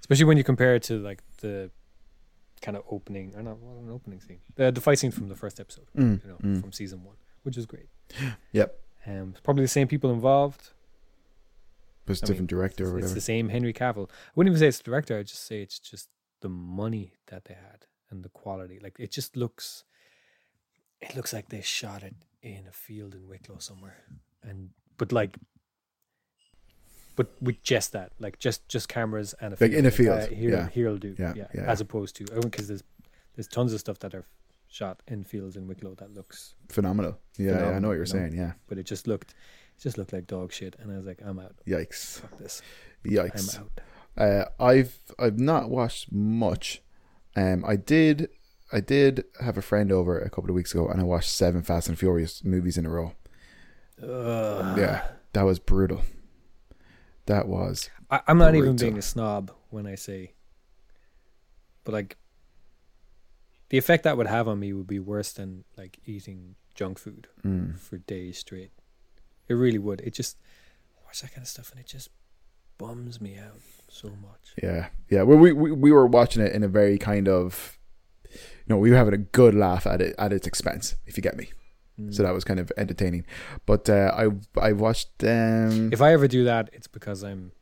[SPEAKER 2] especially when you compare it to like the kind of opening or not well, an opening scene the the fight scene from the first episode
[SPEAKER 3] Mm,
[SPEAKER 2] you know
[SPEAKER 3] mm.
[SPEAKER 2] from season one which is great
[SPEAKER 3] Yep.
[SPEAKER 2] um it's probably the same people involved
[SPEAKER 3] But it's
[SPEAKER 2] I
[SPEAKER 3] a
[SPEAKER 2] mean,
[SPEAKER 3] different director or
[SPEAKER 2] it's
[SPEAKER 3] whatever.
[SPEAKER 2] the same Henry Cavill. I wouldn't even say it's the director. I'd just say it's just the money that they had and the quality. Like it just looks, it looks like they shot it in a field in Wicklow somewhere, and but like, but with just that, like just just cameras and a
[SPEAKER 3] Like, in a
[SPEAKER 2] uh,
[SPEAKER 3] field,
[SPEAKER 2] here,
[SPEAKER 3] yeah.
[SPEAKER 2] here'll do.
[SPEAKER 3] Yeah,
[SPEAKER 2] Yeah,
[SPEAKER 3] yeah,
[SPEAKER 2] As opposed to because there's there's tons of stuff that are shot in fields in Wicklow that looks,
[SPEAKER 3] Phenomenal. Yeah,
[SPEAKER 2] Phenomenal,
[SPEAKER 3] I know what you're
[SPEAKER 2] you know?
[SPEAKER 3] saying. Yeah.
[SPEAKER 2] but it just looked, it just looked like dog shit, and I was like, I'm out.
[SPEAKER 3] Yikes.
[SPEAKER 2] Fuck this. I'm
[SPEAKER 3] Yikes.
[SPEAKER 2] out.
[SPEAKER 3] Uh, I've I've not watched much. Um, I did I did have a friend over a couple of weeks ago, and I watched seven Fast and Furious movies in a row.
[SPEAKER 2] Ugh.
[SPEAKER 3] yeah, that was brutal. That was
[SPEAKER 2] I, I'm not even
[SPEAKER 3] Burrito.
[SPEAKER 2] being a snob when I say, but like, the effect that would have on me would be worse than like eating junk food
[SPEAKER 3] mm,
[SPEAKER 2] for days straight. It really would. It just watch that kind of stuff, and it just bums me out so much.
[SPEAKER 3] yeah, yeah. Well, we, we we were watching it in a very kind of, you know, we were having a good laugh at it at its expense, if you get me.
[SPEAKER 2] Mm.
[SPEAKER 3] So that was kind of entertaining. But uh, I I watched um,
[SPEAKER 2] If I ever do that, it's because I'm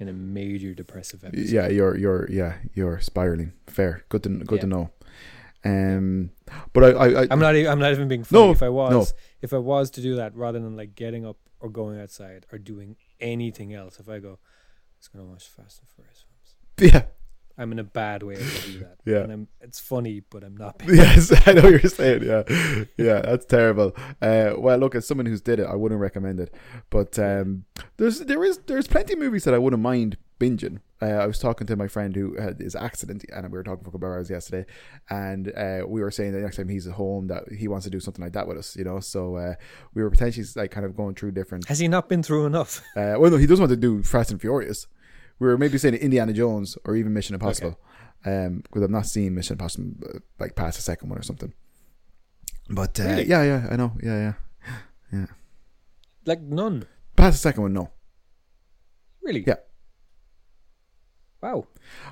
[SPEAKER 2] in a major depressive episode.
[SPEAKER 3] yeah you're you're yeah you're spiraling fair good to good to
[SPEAKER 2] Yeah.
[SPEAKER 3] know um but i i, I
[SPEAKER 2] I'm not. e- I'm not even being funny.
[SPEAKER 3] No,
[SPEAKER 2] if I was,
[SPEAKER 3] no.
[SPEAKER 2] if I was to do that, rather than like getting up or going outside or doing anything else, if I go, I'm just gonna watch Fast and Furious films.
[SPEAKER 3] yeah
[SPEAKER 2] I'm in a bad way if I do that.
[SPEAKER 3] Yeah.
[SPEAKER 2] and I'm, it's funny, but I'm not. Being,
[SPEAKER 3] yes i know what you're saying yeah yeah that's terrible uh well look as someone who's did it i wouldn't recommend it but um there's there is there's plenty of movies that i wouldn't mind binging uh, I was talking to my friend who had his accident, and we were talking for a couple of hours yesterday. And uh, we were saying that next time he's at home, that he wants to do something like that with us, you know. So uh, we were potentially like kind of going through different
[SPEAKER 2] has he not been through enough?
[SPEAKER 3] Uh, well, no, he does want to do Fast and Furious. We were maybe saying Indiana Jones or even Mission Impossible, because I've not seen Mission Impossible uh, like past the second one or something. But uh,
[SPEAKER 2] Really?
[SPEAKER 3] yeah, yeah, I know, yeah, yeah,
[SPEAKER 2] Like none,
[SPEAKER 3] past the second one, no.
[SPEAKER 2] really.
[SPEAKER 3] Yeah.
[SPEAKER 2] Wow.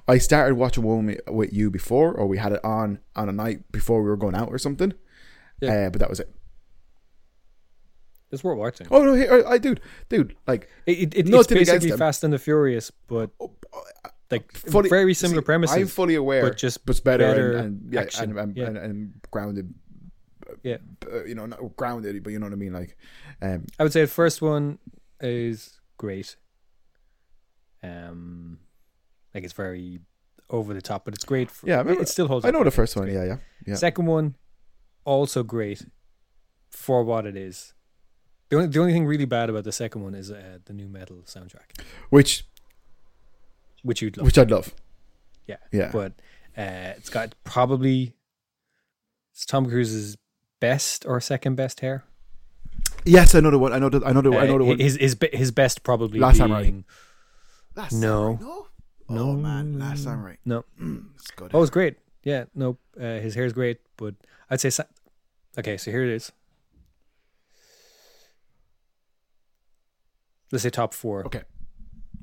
[SPEAKER 3] I started watching one wi- with you before, or we had it on on a night before we were going out or something.
[SPEAKER 2] Yeah.
[SPEAKER 3] Uh, but that was it.
[SPEAKER 2] It's worth watching.
[SPEAKER 3] Oh no, hey, I, I dude, dude, like
[SPEAKER 2] It, it, it, it's
[SPEAKER 3] nothing against Oh,
[SPEAKER 2] basically
[SPEAKER 3] them.
[SPEAKER 2] Fast and the Furious, but like
[SPEAKER 3] fully-
[SPEAKER 2] very similar
[SPEAKER 3] see,
[SPEAKER 2] premises.
[SPEAKER 3] I'm fully aware,
[SPEAKER 2] but just
[SPEAKER 3] but better,
[SPEAKER 2] better
[SPEAKER 3] and, and, yeah,
[SPEAKER 2] action.
[SPEAKER 3] and, and,
[SPEAKER 2] Yeah.
[SPEAKER 3] and, and grounded.
[SPEAKER 2] Yeah.
[SPEAKER 3] uh, you know, not grounded, but you know what I mean. Like, um,
[SPEAKER 2] I would say the first one is great. Um, like it's very over the top, but it's great. For,
[SPEAKER 3] Yeah, I
[SPEAKER 2] yeah,
[SPEAKER 3] remember-
[SPEAKER 2] it still holds.
[SPEAKER 3] I
[SPEAKER 2] up.
[SPEAKER 3] know the first one. Yeah, yeah, yeah.
[SPEAKER 2] Second one, also great for what it is. The only the only thing really bad about the second one is uh, the new metal soundtrack,
[SPEAKER 3] Which
[SPEAKER 2] which you'd love.
[SPEAKER 3] which I'd love.
[SPEAKER 2] Yeah.
[SPEAKER 3] yeah.
[SPEAKER 2] but uh, it's got probably it's Tom Cruise's best or second best hair.
[SPEAKER 3] yes, I know the one. I know the. I know the. I know the
[SPEAKER 2] Uh,
[SPEAKER 3] one.
[SPEAKER 2] His his be- his best probably
[SPEAKER 3] Last
[SPEAKER 2] being
[SPEAKER 3] Samurai. Last
[SPEAKER 2] no.
[SPEAKER 3] Samurai, no. Oh man, Last Samurai.
[SPEAKER 2] no
[SPEAKER 3] Mm, it's good.
[SPEAKER 2] Oh, it's great. Yeah, no, uh, his hair's great, but I'd say. Sa- okay, so here it is. Let's say top four.
[SPEAKER 3] Okay.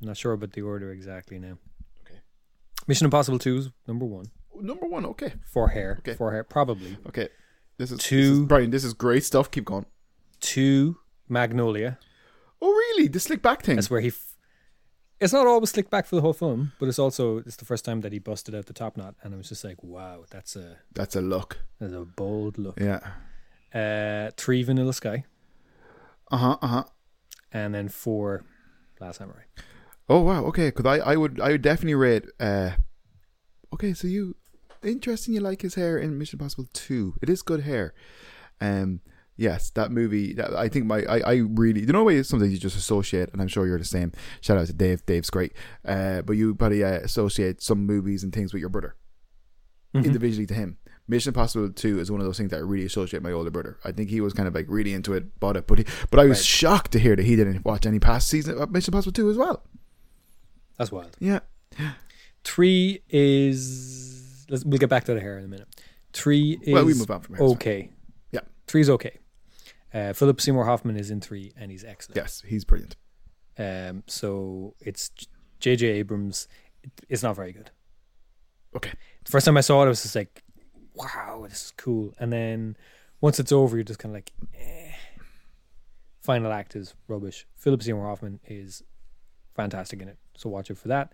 [SPEAKER 2] I'm not sure about the order exactly now.
[SPEAKER 3] Okay.
[SPEAKER 2] Mission Impossible 2 is number one.
[SPEAKER 3] Number one. Okay.
[SPEAKER 2] For hair.
[SPEAKER 3] Okay.
[SPEAKER 2] For hair, probably.
[SPEAKER 3] Okay. This is This is,
[SPEAKER 2] Two.
[SPEAKER 3] Brian, this is great stuff. Keep going.
[SPEAKER 2] Two, Magnolia.
[SPEAKER 3] Oh really? The slick back thing.
[SPEAKER 2] That's where he. F- It's not always slicked back for the whole film, but it's also it's the first time that he busted out the top knot, and I was just like, wow, that's a
[SPEAKER 3] That's a look.
[SPEAKER 2] that's a bold look.
[SPEAKER 3] Yeah.
[SPEAKER 2] Uh, three Vanilla Sky,
[SPEAKER 3] Uh huh. Uh huh.
[SPEAKER 2] and then four Last Samurai.
[SPEAKER 3] Oh wow. Okay. Because I, I would I would definitely rate. Uh, okay. So you interesting. You like his hair in Mission Impossible Two. It is good hair. Um. Yes, that movie. That, I think my I, I really you know way something you just associate, and I'm sure you're the same. Shout out to Dave. Dave's great. Uh, but you probably uh, associate some movies and things with your brother
[SPEAKER 2] Mm-hmm.
[SPEAKER 3] individually to him. Mission Impossible Two is one of those things that I really associate with my older brother. I think he was kind of like really into it, bought it, but he, but I was
[SPEAKER 2] Right.
[SPEAKER 3] shocked to hear that he didn't watch any past season of Mission Impossible Two as well.
[SPEAKER 2] That's wild.
[SPEAKER 3] Yeah.
[SPEAKER 2] Three is let's, we'll get back to the hair in a minute. Three is
[SPEAKER 3] Well, we move on from here, it's
[SPEAKER 2] okay.
[SPEAKER 3] Yeah.
[SPEAKER 2] three is okay. Uh, Philip Seymour Hoffman is in three, and he's excellent.
[SPEAKER 3] Yes, he's brilliant.
[SPEAKER 2] Um, so it's J- J.J. Abrams. It- It's not very good.
[SPEAKER 3] Okay.
[SPEAKER 2] The first time I saw it, I was just like, "Wow, this is cool." And then once it's over, you're just kind of like, eh. "Final act is rubbish." Philip Seymour Hoffman is fantastic in it, so watch it for that.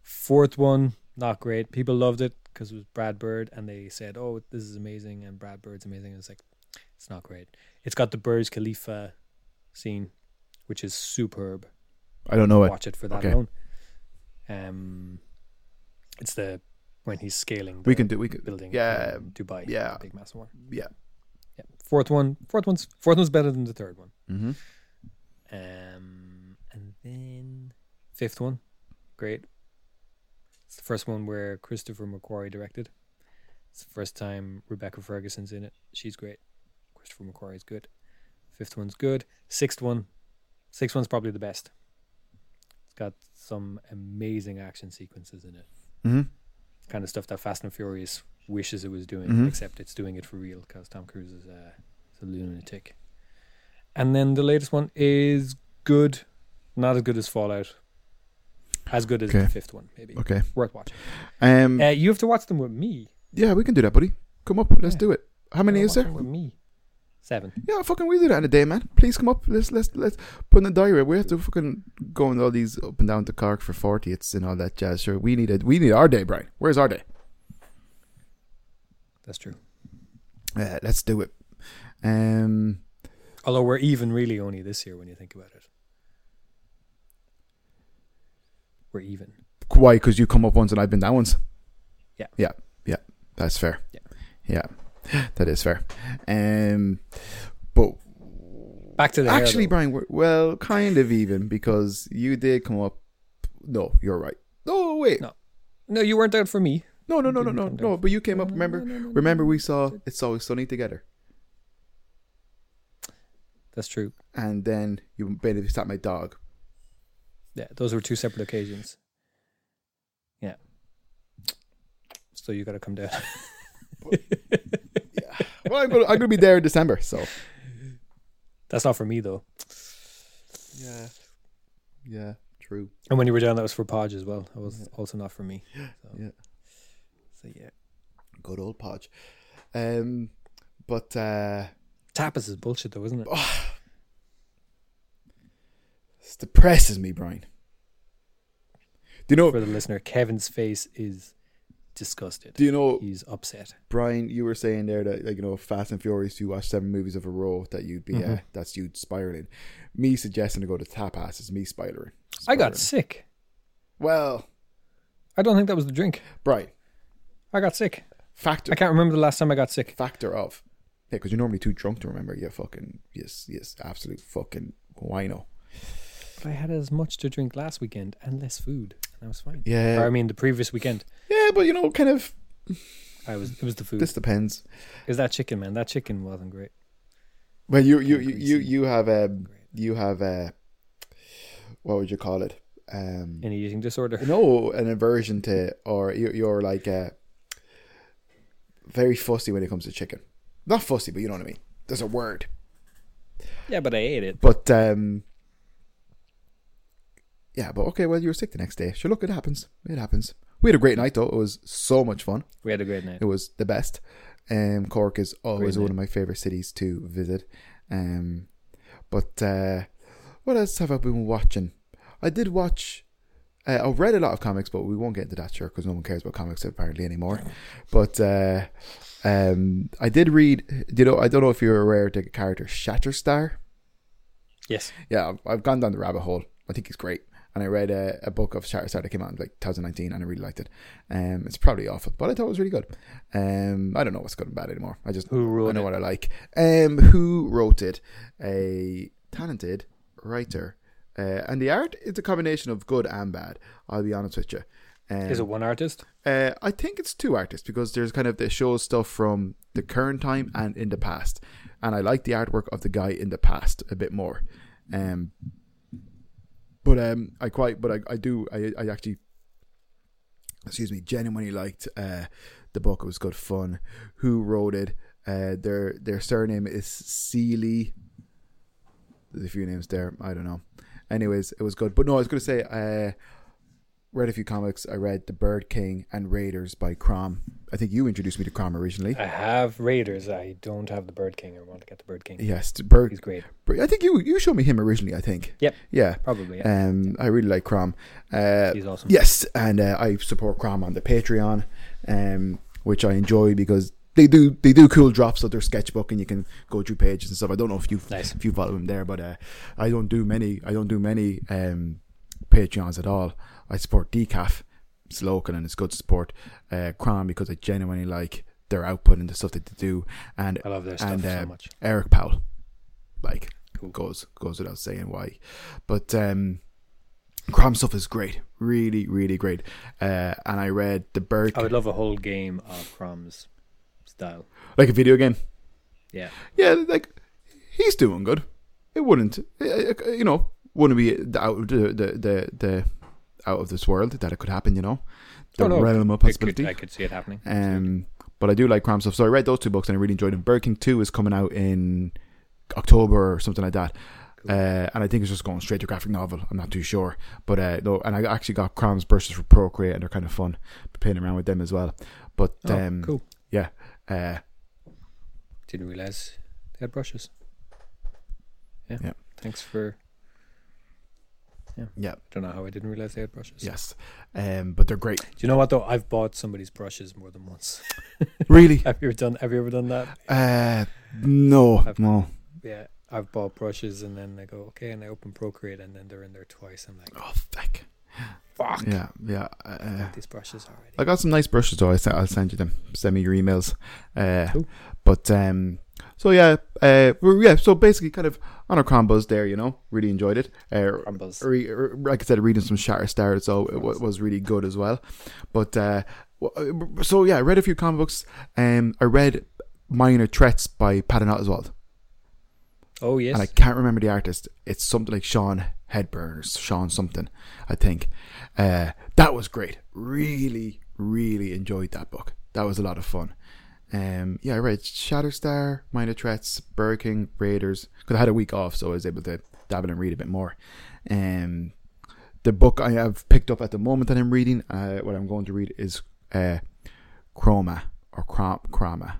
[SPEAKER 2] Fourth one, not great. People loved it because it was Brad Bird, and they said, "Oh, this is amazing," and Brad Bird's amazing. And it's like, it's not great. It's got the Burj Khalifa scene, which is superb
[SPEAKER 3] I don't know uh, it.
[SPEAKER 2] watch it for that
[SPEAKER 3] Okay.
[SPEAKER 2] alone. Um, it's the when he's scaling. The
[SPEAKER 3] We can do. We can.
[SPEAKER 2] building.
[SPEAKER 3] yeah,
[SPEAKER 2] in Dubai.
[SPEAKER 3] yeah.
[SPEAKER 2] big massive one.
[SPEAKER 3] Yeah.
[SPEAKER 2] Yeah, fourth one. Fourth one's fourth one's better than the third one.
[SPEAKER 3] Mm-hmm.
[SPEAKER 2] Um, and then fifth one, great. It's the first one where Christopher McQuarrie directed. It's the first time Rebecca Ferguson's in it. She's great. Christopher McQuarrie's good. Fifth one's good. Sixth one, sixth one's probably the best. It's got some amazing action sequences in it.
[SPEAKER 3] Mm-hmm.
[SPEAKER 2] Kind of stuff that Fast and Furious wishes it was doing,
[SPEAKER 3] Mhm.
[SPEAKER 2] except it's doing it for real because Tom Cruise is a, is a lunatic. And then the latest one is good, not as good as Fallout, as good as
[SPEAKER 3] Okay.
[SPEAKER 2] the fifth one, maybe.
[SPEAKER 3] Okay.
[SPEAKER 2] Worth watching.
[SPEAKER 3] Um.
[SPEAKER 2] Uh, you have to watch them with me.
[SPEAKER 3] yeah, we can do that, buddy. Come up. Let's
[SPEAKER 2] yeah.
[SPEAKER 3] do it. How many
[SPEAKER 2] You
[SPEAKER 3] is
[SPEAKER 2] gotta watch
[SPEAKER 3] there?
[SPEAKER 2] them With me. Seven.
[SPEAKER 3] Yeah, fucking we do that in a day, man. Please come up. Let's let's let's put in the diary. We have to fucking go on all these up and down to Cork for fortieths and all that jazz. Sure, we need it. We need our day, Brian. Where's our day?
[SPEAKER 2] That's true.
[SPEAKER 3] Uh, let's do it. Um.
[SPEAKER 2] Although we're even really only this year when you think about it. We're even.
[SPEAKER 3] Why? Because you come up once and I've been down once.
[SPEAKER 2] Yeah.
[SPEAKER 3] Yeah. Yeah. That's fair.
[SPEAKER 2] Yeah.
[SPEAKER 3] Yeah. That is fair. Um. But
[SPEAKER 2] Back to the hair,
[SPEAKER 3] Actually,
[SPEAKER 2] though.
[SPEAKER 3] Brian, we're, well, kind of even because you did come up. No, you're right. No, wait.
[SPEAKER 2] No. No, you weren't out for me.
[SPEAKER 3] No, no, no, no,
[SPEAKER 2] Didn't
[SPEAKER 3] no,
[SPEAKER 2] come
[SPEAKER 3] no.
[SPEAKER 2] down.
[SPEAKER 3] But you came up. Remember? Remember, we saw "It's Always Sunny" together,
[SPEAKER 2] That's true.
[SPEAKER 3] and then you basically sat my dog.
[SPEAKER 2] Yeah, those were two separate occasions. Yeah. So you got to come down.
[SPEAKER 3] Well, I'm gonna, I'm gonna be there in December, so
[SPEAKER 2] That's not for me though.
[SPEAKER 3] yeah, yeah, true.
[SPEAKER 2] And when you were down, that was for Podge as well. That was also not for me. So.
[SPEAKER 3] Yeah.
[SPEAKER 2] So yeah,
[SPEAKER 3] Good old Podge. Um, but uh,
[SPEAKER 2] tapas is bullshit though, isn't it?
[SPEAKER 3] Oh. this depresses me, Brian. Do you know?
[SPEAKER 2] For the listener, Kevin's face is disgusted.
[SPEAKER 3] Do you know?
[SPEAKER 2] He's upset.
[SPEAKER 3] Brian, you were saying there that like you know, Fast and Furious, you watch seven movies of a row, that you'd be
[SPEAKER 2] Mm-hmm.
[SPEAKER 3] uh, that's you spiraling. Me suggesting to go to tapas is me spiraling.
[SPEAKER 2] I got
[SPEAKER 3] Spiraling.
[SPEAKER 2] sick.
[SPEAKER 3] well,
[SPEAKER 2] I don't think that was the drink.
[SPEAKER 3] Brian,
[SPEAKER 2] I got sick.
[SPEAKER 3] factor
[SPEAKER 2] I can't remember the last time I got sick.
[SPEAKER 3] factor of yeah, because you're normally too drunk to remember. You fucking yes, yes, absolute fucking wino.
[SPEAKER 2] But I had as much to drink last weekend and less food, and I was fine.
[SPEAKER 3] Yeah.
[SPEAKER 2] Or, I mean, the previous weekend,
[SPEAKER 3] Yeah, but you know, kind of.
[SPEAKER 2] I was. It was the food.
[SPEAKER 3] This depends.
[SPEAKER 2] Is that chicken, man? That chicken wasn't great.
[SPEAKER 3] Well, you you you you,
[SPEAKER 2] Greasy.
[SPEAKER 3] you have um you have uh what would you call it um
[SPEAKER 2] An eating disorder.
[SPEAKER 3] no an aversion to or you, you're like uh, very fussy when it comes to chicken not fussy but you know what i mean there's a word
[SPEAKER 2] Yeah, but I ate it.
[SPEAKER 3] but um yeah but okay well you were sick the next day sure look it happens it happens we had a great night though it was so much fun
[SPEAKER 2] We had a great night.
[SPEAKER 3] it was the best um cork is always
[SPEAKER 2] Great night.
[SPEAKER 3] one of my favorite cities to visit um but uh what else have i been watching i did watch Uh, I've read a lot of comics, but we won't get into that sure because no one cares about comics apparently anymore. But uh, um, I did read. You know, I don't know if you're aware of the character Shatterstar.
[SPEAKER 2] Yes.
[SPEAKER 3] Yeah, I've, I've gone down the rabbit hole. I think he's great. And I read a, a book of Shatterstar that came out in like 2019, and I really liked it. Um, it's probably awful, but I thought it was really good. Um, I don't know what's good and bad anymore. I just
[SPEAKER 2] Who
[SPEAKER 3] I
[SPEAKER 2] wrote
[SPEAKER 3] know
[SPEAKER 2] it?
[SPEAKER 3] what I like. Um, who wrote it? A talented writer, uh, and the art is a combination of good and bad. I'll be honest with you. Um,
[SPEAKER 2] Is it one artist?
[SPEAKER 3] uh, I think it's two artists because there's kind of they show stuff from the current time and in the past, and I like the artwork of the guy in the past a bit more. Um, but um, I quite, but I, I do, I, I actually, excuse me, genuinely liked uh, the book. It was good fun. Who wrote it? Uh, their their surname is Seeley. There's a few names there. I don't know. Anyways, it was good. But no, I was going to say, uh, read a few comics. I read The Bird King and Raiders by Crom. I think you introduced me to Crom originally.
[SPEAKER 2] I have Raiders. I don't have the Bird King. I want to get the Bird King.
[SPEAKER 3] Yes, The Bird.
[SPEAKER 2] He's great.
[SPEAKER 3] I think you you showed me him originally. I think.
[SPEAKER 2] Yep.
[SPEAKER 3] Yeah.
[SPEAKER 2] Probably. Yeah.
[SPEAKER 3] Um, I really like Crom. Uh,
[SPEAKER 2] He's awesome.
[SPEAKER 3] Yes, and uh, I support Crom on the Patreon, um, which I enjoy because they do they do cool drops of their sketchbook, and you can go through pages and stuff. I don't know if you
[SPEAKER 2] Nice.
[SPEAKER 3] if you follow him there, but uh, I don't do many I don't do many um, Patreons at all. I support Decaf, it's local and it's good to support uh, Crom because I genuinely like their output and the stuff that they do, and
[SPEAKER 2] I love their stuff
[SPEAKER 3] and, uh,
[SPEAKER 2] so much.
[SPEAKER 3] Eric Powell, like
[SPEAKER 2] Cool.
[SPEAKER 3] goes goes without saying why, but um, Crom stuff is great, really really great. Uh, and I read the bird
[SPEAKER 2] I would love a whole game of Crom's style.
[SPEAKER 3] like a video game.
[SPEAKER 2] Yeah.
[SPEAKER 3] Yeah, like he's doing good. It wouldn't, uh, uh, you know, wouldn't be the- out of the the the, the out of this world that it could happen. You know, the
[SPEAKER 2] Oh, no,
[SPEAKER 3] realm of
[SPEAKER 2] I could,
[SPEAKER 3] possibility.
[SPEAKER 2] I could see it happening.
[SPEAKER 3] Um, but I do like Cram stuff. So I read those two books and I really enjoyed them. Bird King 2 is coming out in October or something like that. Uh, and I think it's just going straight to graphic novel. I'm not too sure, but uh, no. And I actually got Cram's versus for Procreate, and they're kind of fun playing around with them as well. But
[SPEAKER 2] Oh,
[SPEAKER 3] um,
[SPEAKER 2] cool.
[SPEAKER 3] yeah, uh,
[SPEAKER 2] Didn't realize they had brushes. Yeah.
[SPEAKER 3] Yeah.
[SPEAKER 2] Thanks for. Yeah.
[SPEAKER 3] Yeah.
[SPEAKER 2] Don't know how I didn't realize they had brushes.
[SPEAKER 3] yes. Um, but they're great.
[SPEAKER 2] Do you know what though? I've bought somebody's brushes more than once.
[SPEAKER 3] Really?
[SPEAKER 2] have you ever done? Have you ever done that?
[SPEAKER 3] Uh, no,
[SPEAKER 2] I've-
[SPEAKER 3] no.
[SPEAKER 2] Yeah. I've bought brushes and then I go okay, and I open Procreate and then they're in there twice. I'm like,
[SPEAKER 3] Oh fuck.
[SPEAKER 2] fuck.
[SPEAKER 3] Yeah, yeah. Uh,
[SPEAKER 2] These brushes already.
[SPEAKER 3] I got some nice brushes though. I sent, I'll send you them. Send me your emails. Uh,
[SPEAKER 2] Cool.
[SPEAKER 3] But um, so yeah, uh, well, yeah. So basically, kind of on a crom buzz there. You know, really enjoyed it. Uh,
[SPEAKER 2] Crumbles.
[SPEAKER 3] re, re- like I said, reading some Shatter Star, so it was, was really good as well. But uh, w- so yeah, I read a few comic books. Um, I read Minor Threats by Patton Oswald,
[SPEAKER 2] Oh yes.
[SPEAKER 3] and I can't remember the artist. It's something like Sean Headburners, Sean something, I think. Uh, that was great. Really, really enjoyed that book. That was a lot of fun. Um, yeah, I read Shatterstar, Minor Threats, Burger King, Raiders. Because I had a week off, so I was able to dabble and read a bit more. Um, the book I have picked up at the moment that I'm reading, uh, what I'm going to read is uh, Chroma or Crom- Chroma,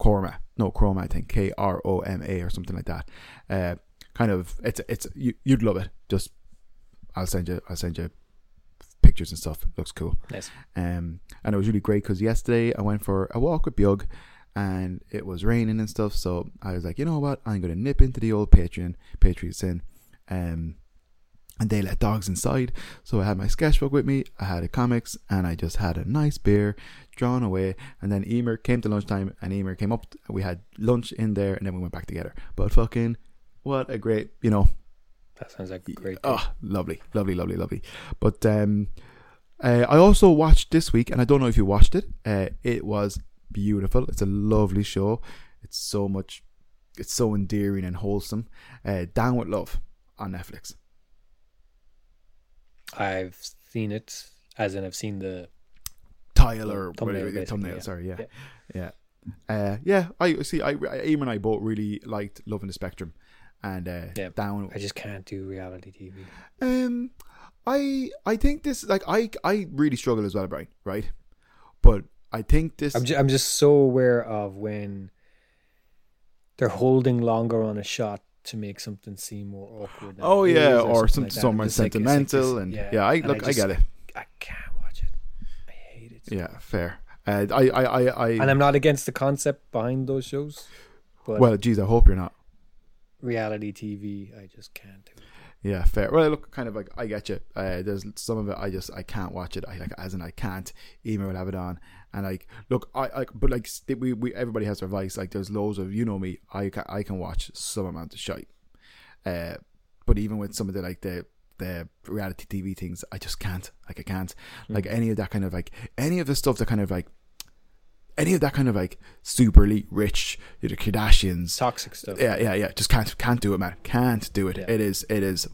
[SPEAKER 3] Chroma. No, Chroma. I think K R O M A or something like that. Uh, kind of. It's it's you, you'd love it. Just I'll send you I'll send you pictures and stuff. looks cool.
[SPEAKER 2] nice.
[SPEAKER 3] Um, and it was really great because yesterday I went for a walk with Bjug and it was raining and stuff. So I was like, you know what? I'm going to nip into the old Patreon, Patriots Inn. Um, and they let dogs inside. So I had my sketchbook with me, I had a comics, and I just had a nice beer drawn away. And then Emer came to lunchtime and Emer came up. We had lunch in there and then we went back together. But fucking, what a great, you know,
[SPEAKER 2] That sounds like a great.
[SPEAKER 3] Oh, lovely, lovely, lovely, lovely. But um, uh, I also watched this week, and I don't know if you watched it. Uh, it was beautiful. It's a lovely show. It's so much. It's so endearing and wholesome. Uh, Down with Love on Netflix.
[SPEAKER 2] I've seen it, as in I've seen the.
[SPEAKER 3] Tyler
[SPEAKER 2] Thumbnail,
[SPEAKER 3] whatever,
[SPEAKER 2] basically,
[SPEAKER 3] thumbnail
[SPEAKER 2] yeah.
[SPEAKER 3] sorry, yeah, yeah, Uh, yeah. I see. I, I Eamon and I both really liked Love in the Spectrum, and uh,
[SPEAKER 2] Yeah.
[SPEAKER 3] Down
[SPEAKER 2] I just can't do reality TV.
[SPEAKER 3] Um, I I think this like I I really struggle as well, Brian. Right, but I think this.
[SPEAKER 2] I'm just, I'm just so aware of when they're holding longer on a shot to make something seem more awkward. than
[SPEAKER 3] Oh
[SPEAKER 2] it
[SPEAKER 3] yeah,
[SPEAKER 2] is
[SPEAKER 3] or
[SPEAKER 2] something
[SPEAKER 3] some
[SPEAKER 2] like that.
[SPEAKER 3] some are
[SPEAKER 2] It's like- it's like
[SPEAKER 3] sentimental,
[SPEAKER 2] this-
[SPEAKER 3] and yeah, I
[SPEAKER 2] and
[SPEAKER 3] look, I,
[SPEAKER 2] just-
[SPEAKER 3] get it.
[SPEAKER 2] I can't watch it. I hate it.
[SPEAKER 3] Yeah, fair. Uh, I, I, I, I.
[SPEAKER 2] And I'm not against the concept behind those shows, but
[SPEAKER 3] well, geez, I hope you're not.
[SPEAKER 2] reality TV, I just can't do. It.
[SPEAKER 3] Yeah, fair. Well, look, kind of like I get you. Uh, there's some of it I just I can't watch it. I like as in I can't. Ema will have it on, and like look, I like but like st- we we everybody has their vice. Like there's loads of you know me. I can I can watch some amount of shite, uh, but even with some of the like the the reality TV things, I just can't. Like I can't. Like any of that kind of like any of the stuff that kind of like any of that kind of like super elite rich, you know, Kardashians,
[SPEAKER 2] Toxic stuff.
[SPEAKER 3] yeah, yeah, yeah. Just can't, can't do it, man. Can't do it.
[SPEAKER 2] Yeah.
[SPEAKER 3] It is, it is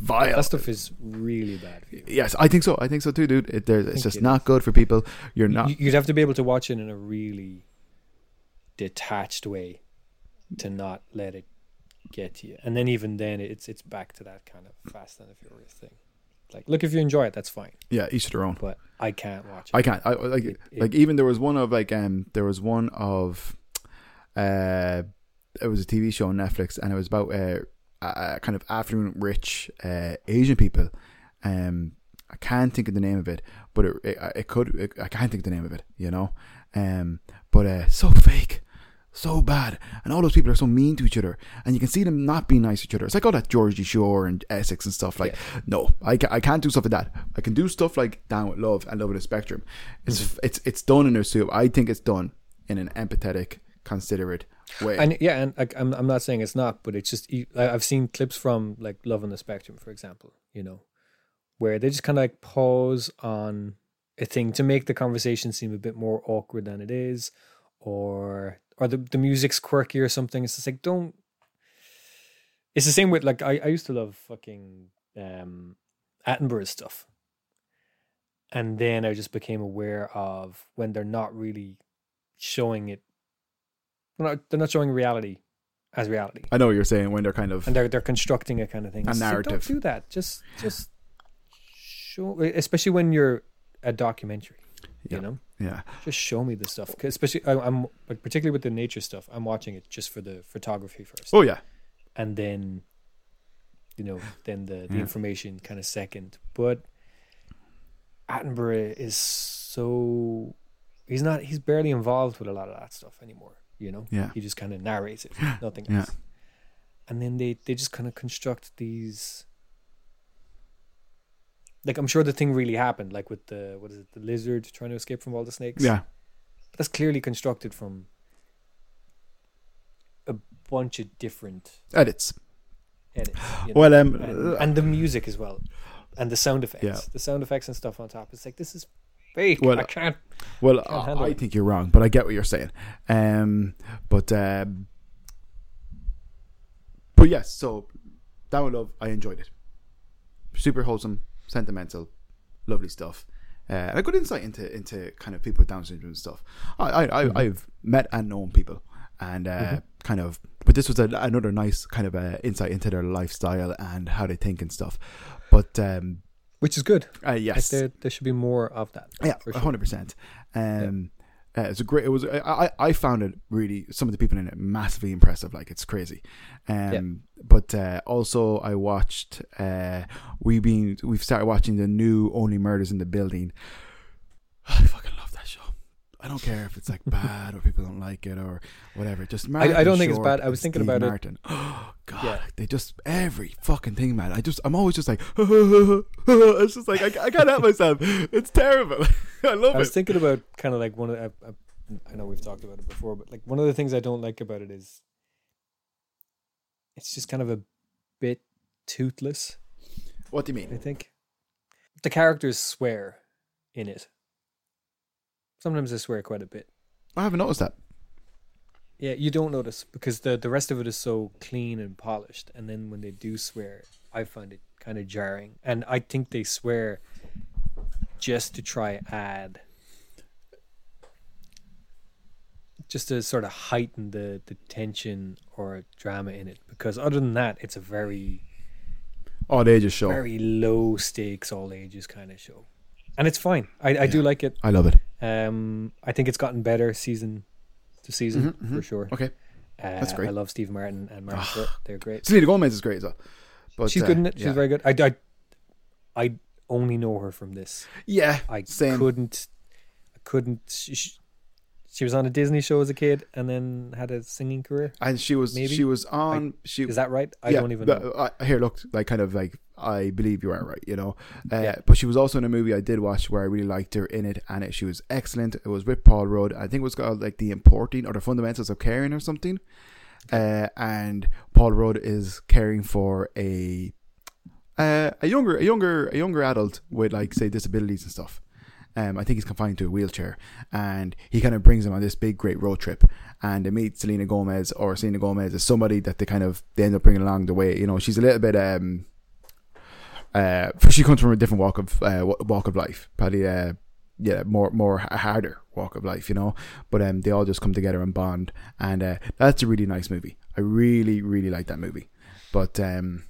[SPEAKER 3] vile.
[SPEAKER 2] That stuff is really bad for you.
[SPEAKER 3] yes, I think so. I think so too, dude. It, there, it's
[SPEAKER 2] think
[SPEAKER 3] just
[SPEAKER 2] it
[SPEAKER 3] not good for people. You're not.
[SPEAKER 2] You- You'd have to be able to watch it in a really detached way to not let it get to you. And then even then, it's it's back to that kind of Fast and the Furious thing. Like, look, if you enjoy it, that's fine.
[SPEAKER 3] yeah, each to their own.
[SPEAKER 2] But I can't watch it.
[SPEAKER 3] I can't. I I- like,
[SPEAKER 2] It- it-
[SPEAKER 3] like even there was one of like, um, there was one of, uh, it was a TV show on Netflix, and it was about uh, uh kind of afternoon rich uh Asian people. Um, I can't think of the name of it, but it it, it could. It, I can't think of the name of it. You know, um, but uh, so fake. So bad, and all those people are so mean to each other, and you can see them not being nice to each other. It's like all that Georgie Shore and Essex and stuff. Like, no, I, ca- I can't do stuff like that. I can do stuff like Down with Love and Love in the Spectrum. It's it's it's done in their soup. I think it's done in an empathetic, considerate way.
[SPEAKER 2] and yeah, and like, I'm I'm not saying it's not, but it's just e- I- I've seen clips from like Love on the Spectrum, for example, you know, where they just kind of like pause on a thing to make the conversation seem a bit more awkward than it is, or or the the music's quirky or something. It's just like don't. It's the same with like I I used to love fucking um Attenborough's stuff, and then I just became aware of when they're not really showing it they're not, they're not showing reality as reality,
[SPEAKER 3] I know what you're saying when they're kind of
[SPEAKER 2] and they're they're constructing a kind of thing.
[SPEAKER 3] A
[SPEAKER 2] It's just like,
[SPEAKER 3] narrative.
[SPEAKER 2] don't do that. Just just show, especially when you're a documentary.
[SPEAKER 3] Yeah.
[SPEAKER 2] You know,
[SPEAKER 3] yeah
[SPEAKER 2] just show me the stuff. 'Cause Especially, I, I'm like particularly with the nature stuff. I'm watching it just for the photography first,
[SPEAKER 3] oh yeah
[SPEAKER 2] and then, you know, then the the
[SPEAKER 3] Yeah.
[SPEAKER 2] information kind of second. But Attenborough is so he's not he's barely involved with a lot of that stuff anymore. You know,
[SPEAKER 3] yeah
[SPEAKER 2] he just kind of narrates it nothing
[SPEAKER 3] Yeah.
[SPEAKER 2] else and then they they just kind of construct these like i'm sure the thing really happened like with the what is it the lizard trying to escape from all the snakes
[SPEAKER 3] yeah
[SPEAKER 2] that's clearly constructed from a bunch of different
[SPEAKER 3] edits.
[SPEAKER 2] edits you know,
[SPEAKER 3] Well, um,
[SPEAKER 2] and,
[SPEAKER 3] uh,
[SPEAKER 2] and the music as well and the sound effects
[SPEAKER 3] Yeah.
[SPEAKER 2] the sound effects and stuff on top it's like this is fake
[SPEAKER 3] Well, uh,
[SPEAKER 2] i can't
[SPEAKER 3] well,
[SPEAKER 2] can't
[SPEAKER 3] I,
[SPEAKER 2] handle
[SPEAKER 3] I
[SPEAKER 2] it.
[SPEAKER 3] think you're wrong, but I get what you're saying. Um, but um, but yes, so Down with Love, I enjoyed it. Super wholesome, sentimental, lovely stuff. Uh, and a good insight into into kind of people with Down syndrome and stuff. I, I,
[SPEAKER 2] Mm-hmm.
[SPEAKER 3] I I've met and known people, and uh, kind of. But this was a, another nice kind of uh, insight into their lifestyle and how they think and stuff. But um,
[SPEAKER 2] which is good
[SPEAKER 3] uh,
[SPEAKER 2] like
[SPEAKER 3] yes,
[SPEAKER 2] there, there should be more of that
[SPEAKER 3] Yeah,
[SPEAKER 2] for sure.
[SPEAKER 3] hundred percent. Um, uh, it's a great. It was. I, I I found it really. Some of the people in it massively impressive. Like it's crazy. Um, but uh, also I watched. Uh, we been we've started watching the new Only Murders in the Building. I fucking love that show. I don't care if it's like bad or people don't like it or whatever. Just Martin
[SPEAKER 2] I don't think it's
[SPEAKER 3] Short
[SPEAKER 2] bad. I
[SPEAKER 3] and
[SPEAKER 2] was thinking
[SPEAKER 3] Steve
[SPEAKER 2] about it.
[SPEAKER 3] Martin. Oh god,
[SPEAKER 2] Yeah.
[SPEAKER 3] they just every fucking thing, man. I just I'm always just like it's just like I, I can't help myself. It's terrible. I love
[SPEAKER 2] I was
[SPEAKER 3] it.
[SPEAKER 2] thinking about kind of like one of I, I, I know we've talked about it before, but like one of the things I don't like about it is it's just kind of a bit toothless.
[SPEAKER 3] what do you
[SPEAKER 2] I
[SPEAKER 3] mean?
[SPEAKER 2] think the characters swear in it. Sometimes they swear quite a bit.
[SPEAKER 3] I haven't noticed that.
[SPEAKER 2] Yeah, you don't notice because the the rest of it is so clean and polished, and then when they do swear, I find it kind of jarring. And I think they swear just to try add, just to sort of heighten the the tension or drama in it. Because other than that, it's a very
[SPEAKER 3] Oh, they just show.
[SPEAKER 2] very low stakes, all ages kind of show, and it's fine. I, I do like it.
[SPEAKER 3] I love it.
[SPEAKER 2] Um, I think it's gotten better season to season for sure.
[SPEAKER 3] Okay.
[SPEAKER 2] Uh,
[SPEAKER 3] That's great.
[SPEAKER 2] I love Steve Martin and Martin Short. They're great.
[SPEAKER 3] Selena Gomez is great as well. But,
[SPEAKER 2] She's
[SPEAKER 3] uh,
[SPEAKER 2] good in it. She's
[SPEAKER 3] yeah.
[SPEAKER 2] very good. I, I, I only know her from this.
[SPEAKER 3] Yeah,
[SPEAKER 2] I
[SPEAKER 3] same.
[SPEAKER 2] couldn't. I couldn't. She, she- she was on a Disney show as a kid and then had a singing career.
[SPEAKER 3] and she was
[SPEAKER 2] Maybe.
[SPEAKER 3] she was on she
[SPEAKER 2] Is that right? I
[SPEAKER 3] yeah,
[SPEAKER 2] don't even.
[SPEAKER 3] but,
[SPEAKER 2] know.
[SPEAKER 3] uh, here look like kind of like I believe you are right, you know. Uh,
[SPEAKER 2] Yeah.
[SPEAKER 3] But she was also in a movie I did watch where I really liked her in it, and it, she was excellent. It was with Paul Rudd. I think it was called like the importing or the fundamentals of caring or something. Uh, and Paul Rudd is caring for a uh, a younger a younger a younger adult with like say disabilities and stuff. Um, I think he's confined to a wheelchair, and he kind of brings him on this big great road trip, and they meet Selena Gomez, or Selena Gomez is somebody that they kind of they end up bringing along the way. You know, she's a little bit um, uh, she comes from a different walk of uh, wa- walk of life, probably uh, yeah, more more h- harder walk of life, you know. But um, they all just come together and bond, and uh, that's a really nice movie. I really really like that movie, but um,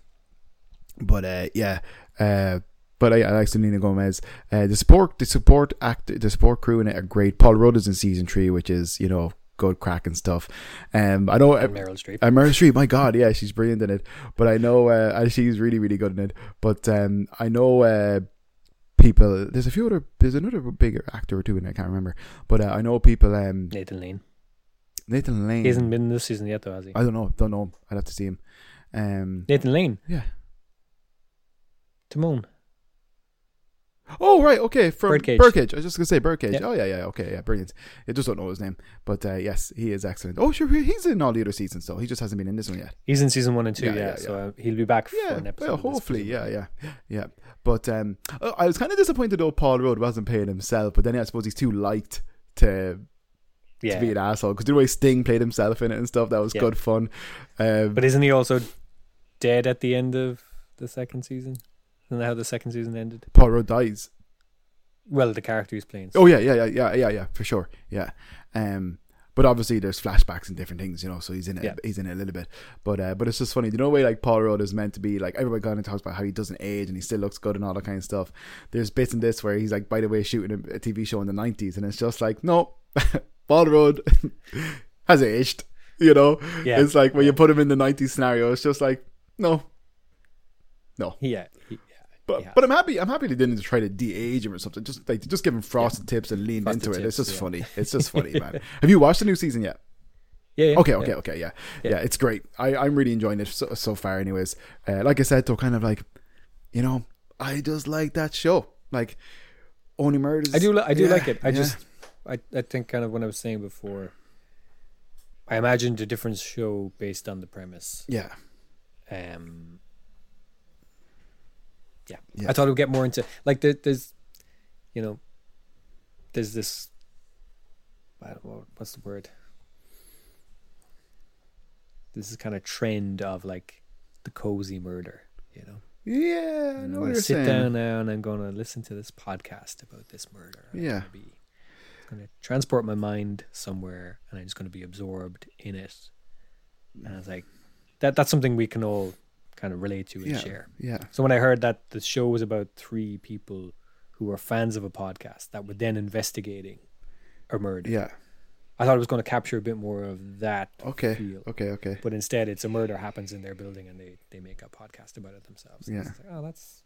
[SPEAKER 3] but uh, yeah, uh, but I, I like Selena Gomez. Uh, the support, the support act, the support crew in it are great. Paul Rudd is in season three, which is you know good crack and stuff. Um, I know
[SPEAKER 2] And Meryl Streep.
[SPEAKER 3] and Meryl Streep, my God, yeah, she's brilliant in it. But I know uh, and she's really, really good in it. But um, I know uh, people. There's a few other. There's another bigger actor or two in it. I can't remember. But uh, I know people. Um,
[SPEAKER 2] Nathan Lane.
[SPEAKER 3] Nathan Lane.
[SPEAKER 2] He hasn't been in this season yet, though, has he?
[SPEAKER 3] I don't know. Don't know. him. I'd have to see him. Um,
[SPEAKER 2] Nathan Lane.
[SPEAKER 3] yeah.
[SPEAKER 2] Timon.
[SPEAKER 3] Oh right, okay. From Birdcage.
[SPEAKER 2] Birdcage.
[SPEAKER 3] I was just gonna say Birdcage.
[SPEAKER 2] Yeah.
[SPEAKER 3] Oh yeah, yeah, okay, yeah, brilliant. I just don't know his name, but uh, yes, he is excellent. Oh sure, he- he's in all the other seasons though. He just hasn't been in this one yet.
[SPEAKER 2] He's in season one and two,
[SPEAKER 3] Yeah,
[SPEAKER 2] yeah.
[SPEAKER 3] yeah,
[SPEAKER 2] So uh, he'll be back for
[SPEAKER 3] yeah,
[SPEAKER 2] an episode.
[SPEAKER 3] well,
[SPEAKER 2] of this
[SPEAKER 3] hopefully,
[SPEAKER 2] season.
[SPEAKER 3] yeah, yeah, yeah. But um, uh, I was kind of disappointed though Paul Rudd wasn't playing himself. But then I suppose he's too liked to to
[SPEAKER 2] yeah.
[SPEAKER 3] be an asshole because the way Sting played himself in it and stuff that was
[SPEAKER 2] Yeah.
[SPEAKER 3] good fun. Um,
[SPEAKER 2] But isn't he also dead at the end of the second season? Isn't that how the second season ended?
[SPEAKER 3] Paul Rudd dies.
[SPEAKER 2] Well, the character he's playing.
[SPEAKER 3] Oh yeah, yeah, yeah, yeah, yeah, yeah, for sure. Yeah. Um, but obviously there's flashbacks and different things, you know. So he's in it.
[SPEAKER 2] Yeah.
[SPEAKER 3] He's in it a little bit. But uh, but it's just funny. You know, the way like Paul Rudd is meant to be like everybody kind of talks about how he doesn't age and he still looks good and all that kind of stuff. There's bits in this where he's like, by the way, shooting a, a TV show in the '90s, and it's just like, no, Paul Rudd has aged. You know,
[SPEAKER 2] Yeah.
[SPEAKER 3] it's like when you
[SPEAKER 2] Yeah.
[SPEAKER 3] put him in the '90s scenario, it's just like, no,
[SPEAKER 2] Yeah. he-
[SPEAKER 3] but
[SPEAKER 2] Yeah.
[SPEAKER 3] but I'm happy. I'm happy they didn't try to de-age him or something. Just like just give him frosted tips and lean
[SPEAKER 2] Frosted
[SPEAKER 3] into it. It's
[SPEAKER 2] tips,
[SPEAKER 3] just
[SPEAKER 2] yeah.
[SPEAKER 3] funny. It's just funny, man. Have you watched the new season yet?
[SPEAKER 2] yeah, yeah.
[SPEAKER 3] Okay,
[SPEAKER 2] yeah.
[SPEAKER 3] okay, okay. Yeah, yeah.
[SPEAKER 2] Yeah.
[SPEAKER 3] it's great. I I'm really enjoying it so, so far. Anyways, uh, like I said, though, kind of like, you know, I just like that show. Like, only murders.
[SPEAKER 2] I do. Li- I do
[SPEAKER 3] yeah,
[SPEAKER 2] like it. I
[SPEAKER 3] yeah.
[SPEAKER 2] just. I, I think kind of what I was saying before. I imagined a different show based on the premise.
[SPEAKER 3] yeah.
[SPEAKER 2] Um. Yeah.
[SPEAKER 3] Yeah.
[SPEAKER 2] I thought it would get more into like there, there's, you know. There's this. I don't know what's the word. This is kind of trend of like the cozy murder, you know. And
[SPEAKER 3] Yeah, I know
[SPEAKER 2] I'm
[SPEAKER 3] what
[SPEAKER 2] gonna
[SPEAKER 3] you're
[SPEAKER 2] sit
[SPEAKER 3] saying.
[SPEAKER 2] down now and I'm gonna listen to this podcast about this murder. I'm
[SPEAKER 3] Yeah.
[SPEAKER 2] gonna be it's gonna transport my mind somewhere and I'm just gonna be absorbed in it. And I was like, that that's something we can all kind of relate to and
[SPEAKER 3] Yeah,
[SPEAKER 2] share.
[SPEAKER 3] yeah,
[SPEAKER 2] So when I heard that the show was about three people who were fans of a podcast that were then investigating a murder,
[SPEAKER 3] yeah.
[SPEAKER 2] I thought it was gonna capture a bit more of that
[SPEAKER 3] Okay,
[SPEAKER 2] feel.
[SPEAKER 3] okay, okay.
[SPEAKER 2] But instead, it's a murder happens in their building, and they they make a podcast about it themselves. And
[SPEAKER 3] Yeah.
[SPEAKER 2] it's like, oh, that's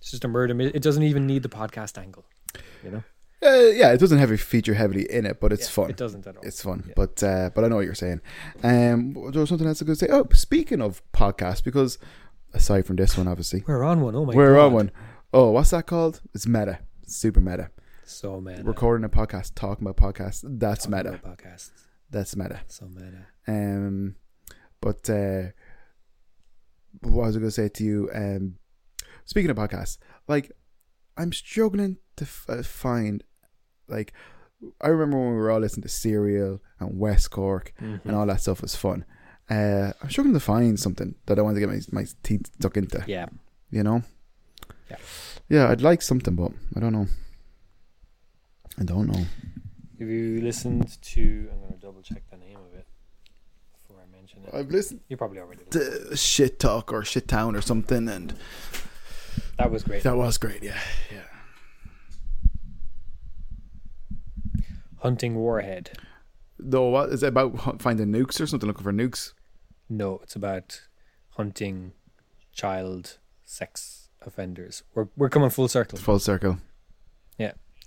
[SPEAKER 2] it's just a murder. mi- It doesn't even need the podcast angle, you know.
[SPEAKER 3] Uh, yeah, it doesn't have a feature heavily in it, but it's
[SPEAKER 2] Yeah,
[SPEAKER 3] fun.
[SPEAKER 2] It doesn't at all.
[SPEAKER 3] It's fun,
[SPEAKER 2] Yeah.
[SPEAKER 3] but uh, but I know what you're saying. Um, there was something else I could say. Oh, speaking of podcasts, because aside from this one, obviously
[SPEAKER 2] We're on one. Oh my
[SPEAKER 3] we're
[SPEAKER 2] god,
[SPEAKER 3] on one. Oh, what's that called? It's meta, super meta.
[SPEAKER 2] So meta.
[SPEAKER 3] Recording a podcast, talking about podcasts. That's
[SPEAKER 2] Talking
[SPEAKER 3] meta.
[SPEAKER 2] about Podcasts.
[SPEAKER 3] That's meta.
[SPEAKER 2] So meta.
[SPEAKER 3] Um, but uh, what was I going to say to you? Um, speaking of podcasts, like I'm struggling to f- uh, find like I remember when we were all listening to Serial and West Cork
[SPEAKER 2] Mm-hmm.
[SPEAKER 3] and all that stuff was fun. Uh, I'm struggling to find something that I want to get my, my teeth stuck into.
[SPEAKER 2] Yeah.
[SPEAKER 3] You know.
[SPEAKER 2] Yeah.
[SPEAKER 3] Yeah, I'd like something, but I don't know. I don't know.
[SPEAKER 2] Have you listened to? I'm gonna double check the name of it before I mention it.
[SPEAKER 3] I've listened
[SPEAKER 2] you probably already did.
[SPEAKER 3] to Shit Talk or Shit Town or something, and
[SPEAKER 2] That was great.
[SPEAKER 3] That was great, yeah. Yeah.
[SPEAKER 2] Hunting Warhead.
[SPEAKER 3] though what is it about finding nukes or something looking for nukes?
[SPEAKER 2] No, it's about hunting child sex offenders. We're we're coming full circle.
[SPEAKER 3] Full circle.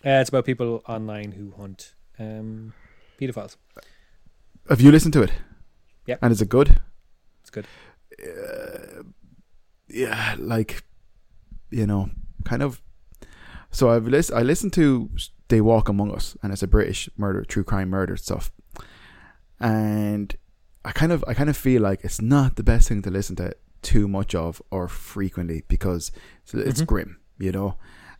[SPEAKER 2] Uh, it's about people online who hunt um, pedophiles.
[SPEAKER 3] Have you listened to it?
[SPEAKER 2] Yep.
[SPEAKER 3] And is it good?
[SPEAKER 2] It's good.
[SPEAKER 3] uh, yeah, like you know, kind of. So I've list I listened to They Walk Among Us, and it's a British murder, true crime murder stuff, and I kind of I kind of feel like it's not the best thing to listen to too much of or frequently because it's, it's
[SPEAKER 2] Mhm.
[SPEAKER 3] grim, you know,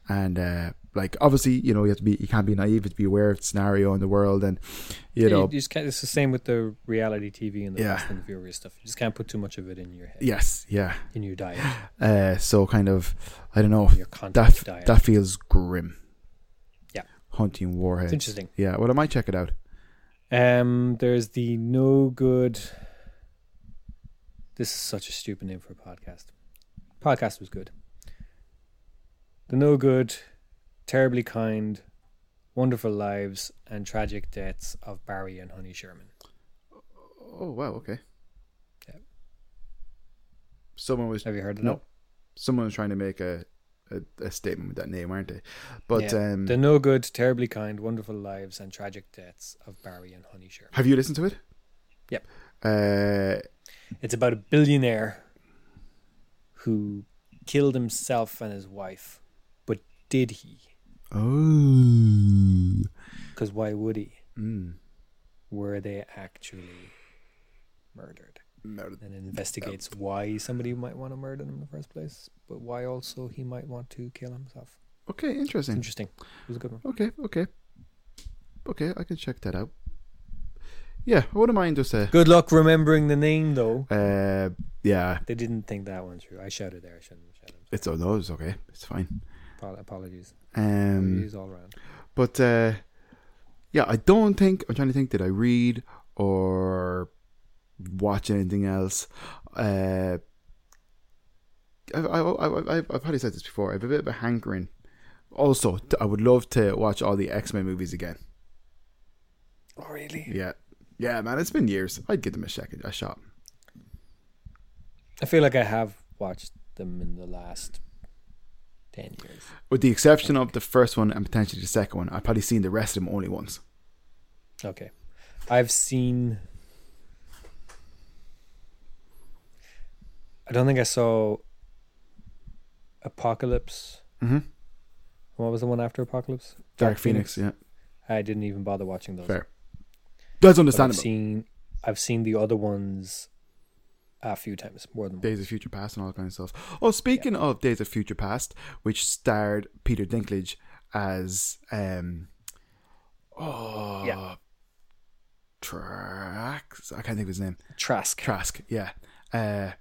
[SPEAKER 3] and uh, like obviously you know you have to be you can't be naive, you have to be aware of the scenario in the world, and you
[SPEAKER 2] Yeah,
[SPEAKER 3] know
[SPEAKER 2] just can't, it's the same with the reality TV and the
[SPEAKER 3] Yeah.
[SPEAKER 2] Fast and the Furious stuff. You just can't put too much of it in your head,
[SPEAKER 3] yes, yeah,
[SPEAKER 2] in your diet,
[SPEAKER 3] uh, so kind of I don't know
[SPEAKER 2] in your content
[SPEAKER 3] that
[SPEAKER 2] diet.
[SPEAKER 3] that feels grim.
[SPEAKER 2] Yeah.
[SPEAKER 3] hunting
[SPEAKER 2] it's
[SPEAKER 3] warheads.
[SPEAKER 2] interesting.
[SPEAKER 3] Yeah, well, I might check it out.
[SPEAKER 2] Um, there's the no good. This is such a stupid name for a podcast. Podcast was good. The no good, terribly kind, wonderful lives, and tragic deaths of Barry and Honey Sherman.
[SPEAKER 3] Oh wow, okay.
[SPEAKER 2] Yeah.
[SPEAKER 3] Someone was
[SPEAKER 2] Have you heard of
[SPEAKER 3] no,
[SPEAKER 2] that?
[SPEAKER 3] someone was trying to make a, a, a statement with that name, weren't they? But
[SPEAKER 2] Yeah.
[SPEAKER 3] um,
[SPEAKER 2] The no good, terribly kind, wonderful lives, and tragic deaths of Barry and Honey Sherman.
[SPEAKER 3] have you listened to it?
[SPEAKER 2] Yep.
[SPEAKER 3] Uh,
[SPEAKER 2] It's about a billionaire who killed himself and his wife, but did he?
[SPEAKER 3] oh.
[SPEAKER 2] Because why would he?
[SPEAKER 3] Mm.
[SPEAKER 2] were they actually murdered
[SPEAKER 3] Murder-
[SPEAKER 2] and investigates why somebody might want to murder them in the first place but why also he might want to kill himself
[SPEAKER 3] Okay,
[SPEAKER 2] it's
[SPEAKER 3] interesting.
[SPEAKER 2] interesting it was a good one
[SPEAKER 3] Okay, okay, okay. I can check that out. Yeah, I wouldn't mind just a.
[SPEAKER 2] good luck remembering the name though
[SPEAKER 3] Uh, yeah,
[SPEAKER 2] they didn't think that one through i shouted there i shouldn't have shouted
[SPEAKER 3] it's oh no, it's okay, it's fine.
[SPEAKER 2] Apo- apologies
[SPEAKER 3] Um,
[SPEAKER 2] apologies all around
[SPEAKER 3] But uh, yeah, I don't think I'm trying to think. Did I read or watch anything else? Uh, I've, I've, I've, I've I've probably said this before. I have a bit of a hankering. Also, t- I would love to watch all the X Men movies again.
[SPEAKER 2] oh really
[SPEAKER 3] Yeah, yeah, man, it's been years. I'd give them a second, a shot.
[SPEAKER 2] i feel like i have watched them in the last 10 years
[SPEAKER 3] With the exception of the first one and potentially the second one, I've probably seen the rest of them only once.
[SPEAKER 2] Okay. I've seen. I don't think I saw Apocalypse.
[SPEAKER 3] Mm-hmm.
[SPEAKER 2] What was the one after Apocalypse?
[SPEAKER 3] Dark Phoenix, yeah,
[SPEAKER 2] I didn't even bother watching those.
[SPEAKER 3] fair. That's
[SPEAKER 2] But I've
[SPEAKER 3] understandable.
[SPEAKER 2] seen I've seen the other ones a few times, more than once.
[SPEAKER 3] Days of Future Past and all that kind of stuff. Oh, speaking of Days of Future Past, which starred Peter Dinklage as um, oh,
[SPEAKER 2] Yeah.
[SPEAKER 3] Trax. I can't think of his name.
[SPEAKER 2] Trask.
[SPEAKER 3] Trask. Yeah. Uh,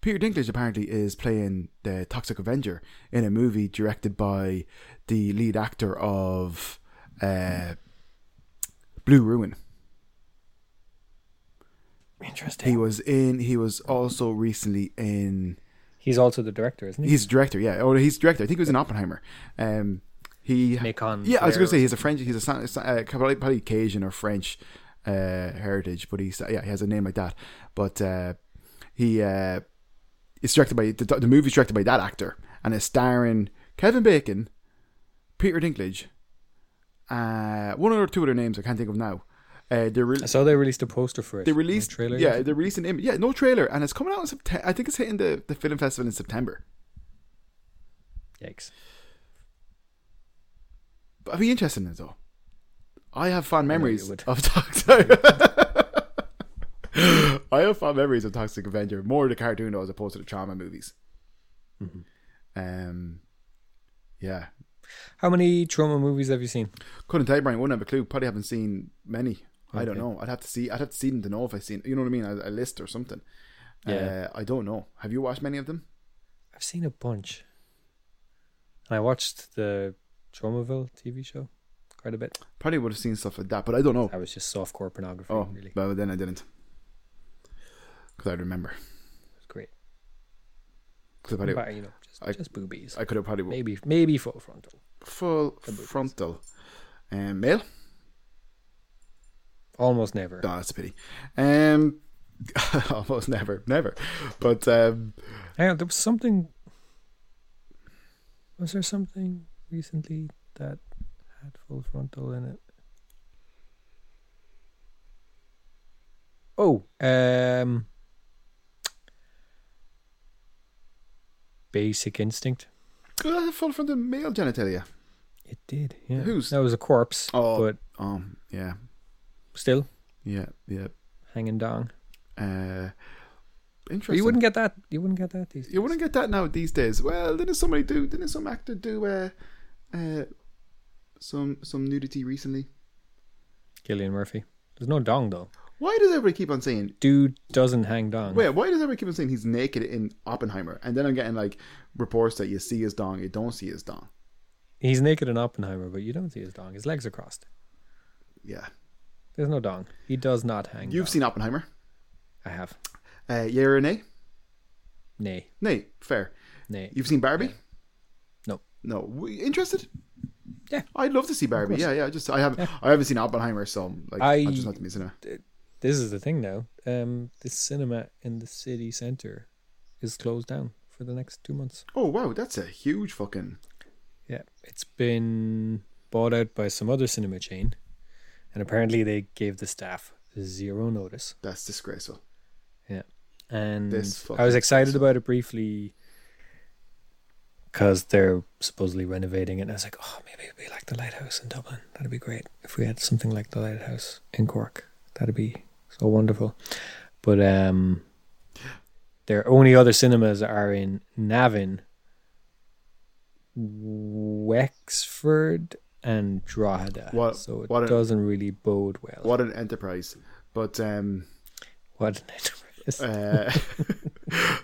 [SPEAKER 3] Peter Dinklage apparently is playing the Toxic Avenger in a movie directed by the lead actor of uh, Blue Ruin.
[SPEAKER 2] Interesting.
[SPEAKER 3] He was in. He was also recently in.
[SPEAKER 2] He's also the director, isn't he?
[SPEAKER 3] He's director, yeah. Oh, he's director. I think he was in Oppenheimer. Um, he
[SPEAKER 2] Macon
[SPEAKER 3] yeah. I was
[SPEAKER 2] Blair
[SPEAKER 3] gonna say he's a French. He's a San- San- uh, probably, probably Cajun or French uh, heritage, but he's yeah. He has a name like that. But uh, he uh, it's directed by the, the movie's directed by that actor, and it's starring Kevin Bacon, Peter Dinklage, uh, one or two other names I can't think of now. Uh, they're re-
[SPEAKER 2] I saw they released a poster for it.
[SPEAKER 3] they
[SPEAKER 2] and a
[SPEAKER 3] released
[SPEAKER 2] trailer.
[SPEAKER 3] yeah they released an image yeah no trailer and it's coming out in September. I think it's hitting the, the film festival in September.
[SPEAKER 2] Yikes.
[SPEAKER 3] But I'd be interested in it though. I have fond
[SPEAKER 2] know you
[SPEAKER 3] memories
[SPEAKER 2] would.
[SPEAKER 3] of Toxic. I have fond memories of Toxic Avenger, more the cartoon though, as opposed to the trauma movies.
[SPEAKER 2] Mhm.
[SPEAKER 3] Um, yeah,
[SPEAKER 2] How many trauma movies have you seen?
[SPEAKER 3] couldn't tell you, Brian. Wouldn't have a clue. Probably haven't seen many. I don't
[SPEAKER 2] Okay.
[SPEAKER 3] know. I'd have to see. I'd have to see them to know if I've seen. You know what I mean? A, a list or something.
[SPEAKER 2] Yeah.
[SPEAKER 3] Uh, I don't know. Have you watched many of them?
[SPEAKER 2] I've seen a bunch. And I watched the Tromaville TV show quite a bit.
[SPEAKER 3] Probably would have seen stuff like that, but I don't know.
[SPEAKER 2] That was just softcore pornography,
[SPEAKER 3] Oh,
[SPEAKER 2] really. It
[SPEAKER 3] but then I didn't because I remember.
[SPEAKER 2] was great.
[SPEAKER 3] 'Cause I
[SPEAKER 2] But,
[SPEAKER 3] probably-
[SPEAKER 2] you know, just,
[SPEAKER 3] I-
[SPEAKER 2] just boobies.
[SPEAKER 3] I could have probably
[SPEAKER 2] maybe maybe full frontal.
[SPEAKER 3] full eh,
[SPEAKER 2] About this.
[SPEAKER 3] frontal um, male.
[SPEAKER 2] Almost never.
[SPEAKER 3] Oh, that's a pity. Um, almost never, never. But um,
[SPEAKER 2] Hang on, there was something. Was there something recently that had full frontal in it? Oh, um, Basic Instinct.
[SPEAKER 3] could I have uh, full from the male genitalia?
[SPEAKER 2] It did. Yeah.
[SPEAKER 3] Who's-
[SPEAKER 2] That was a corpse,
[SPEAKER 3] Oh.
[SPEAKER 2] but
[SPEAKER 3] Um, yeah,
[SPEAKER 2] still
[SPEAKER 3] yeah, yeah.
[SPEAKER 2] hanging down.
[SPEAKER 3] Uh, interesting.
[SPEAKER 2] You wouldn't get that. You wouldn't get that. These
[SPEAKER 3] You wouldn't get that now these days. Well, didn't somebody do? Didn't some actor do uh, uh, some some nudity recently?
[SPEAKER 2] Gillian Murphy. There's no dong though.
[SPEAKER 3] Why does everybody keep on saying?
[SPEAKER 2] Dude doesn't hang dong.
[SPEAKER 3] Wait, why does everybody keep on saying he's naked in Oppenheimer? And then I'm getting like reports that you see his dong, you don't see his dong.
[SPEAKER 2] He's naked in Oppenheimer, but you don't see his dong. His legs are crossed.
[SPEAKER 3] Yeah,
[SPEAKER 2] There's no dong. He does not hang.
[SPEAKER 3] you've
[SPEAKER 2] dong.
[SPEAKER 3] seen Oppenheimer.
[SPEAKER 2] I have.
[SPEAKER 3] Uh, yeah or nay?
[SPEAKER 2] Nay,
[SPEAKER 3] Nay, fair.
[SPEAKER 2] nay.
[SPEAKER 3] You've seen Barbie?
[SPEAKER 2] No.
[SPEAKER 3] No. W- Interested?
[SPEAKER 2] Yeah.
[SPEAKER 3] I'd love to see Barbie. Yeah, yeah. I Just I have I haven't seen Oppenheimer, so like I,
[SPEAKER 2] I-
[SPEAKER 3] just not to be in cinema.
[SPEAKER 2] This is the thing now. Um, the cinema in the city center is closed down for the next two months.
[SPEAKER 3] Oh wow, that's a huge fucking
[SPEAKER 2] Yeah, it's been bought out by some other cinema chain, and apparently they gave the staff zero notice.
[SPEAKER 3] that's disgraceful.
[SPEAKER 2] and
[SPEAKER 3] This
[SPEAKER 2] I was
[SPEAKER 3] fucking
[SPEAKER 2] excited about it briefly because they're supposedly renovating it. And I was like, oh, maybe it'd be like the lighthouse in Dublin. That'd be great if we had something like the lighthouse in Cork. That'd be so wonderful. But um, their only other cinemas are in Navan, Wexford, and Drogheda.
[SPEAKER 3] What-
[SPEAKER 2] so it
[SPEAKER 3] what a-
[SPEAKER 2] doesn't really bode well.
[SPEAKER 3] What an enterprise. But um
[SPEAKER 2] What an enterprise.
[SPEAKER 3] uh,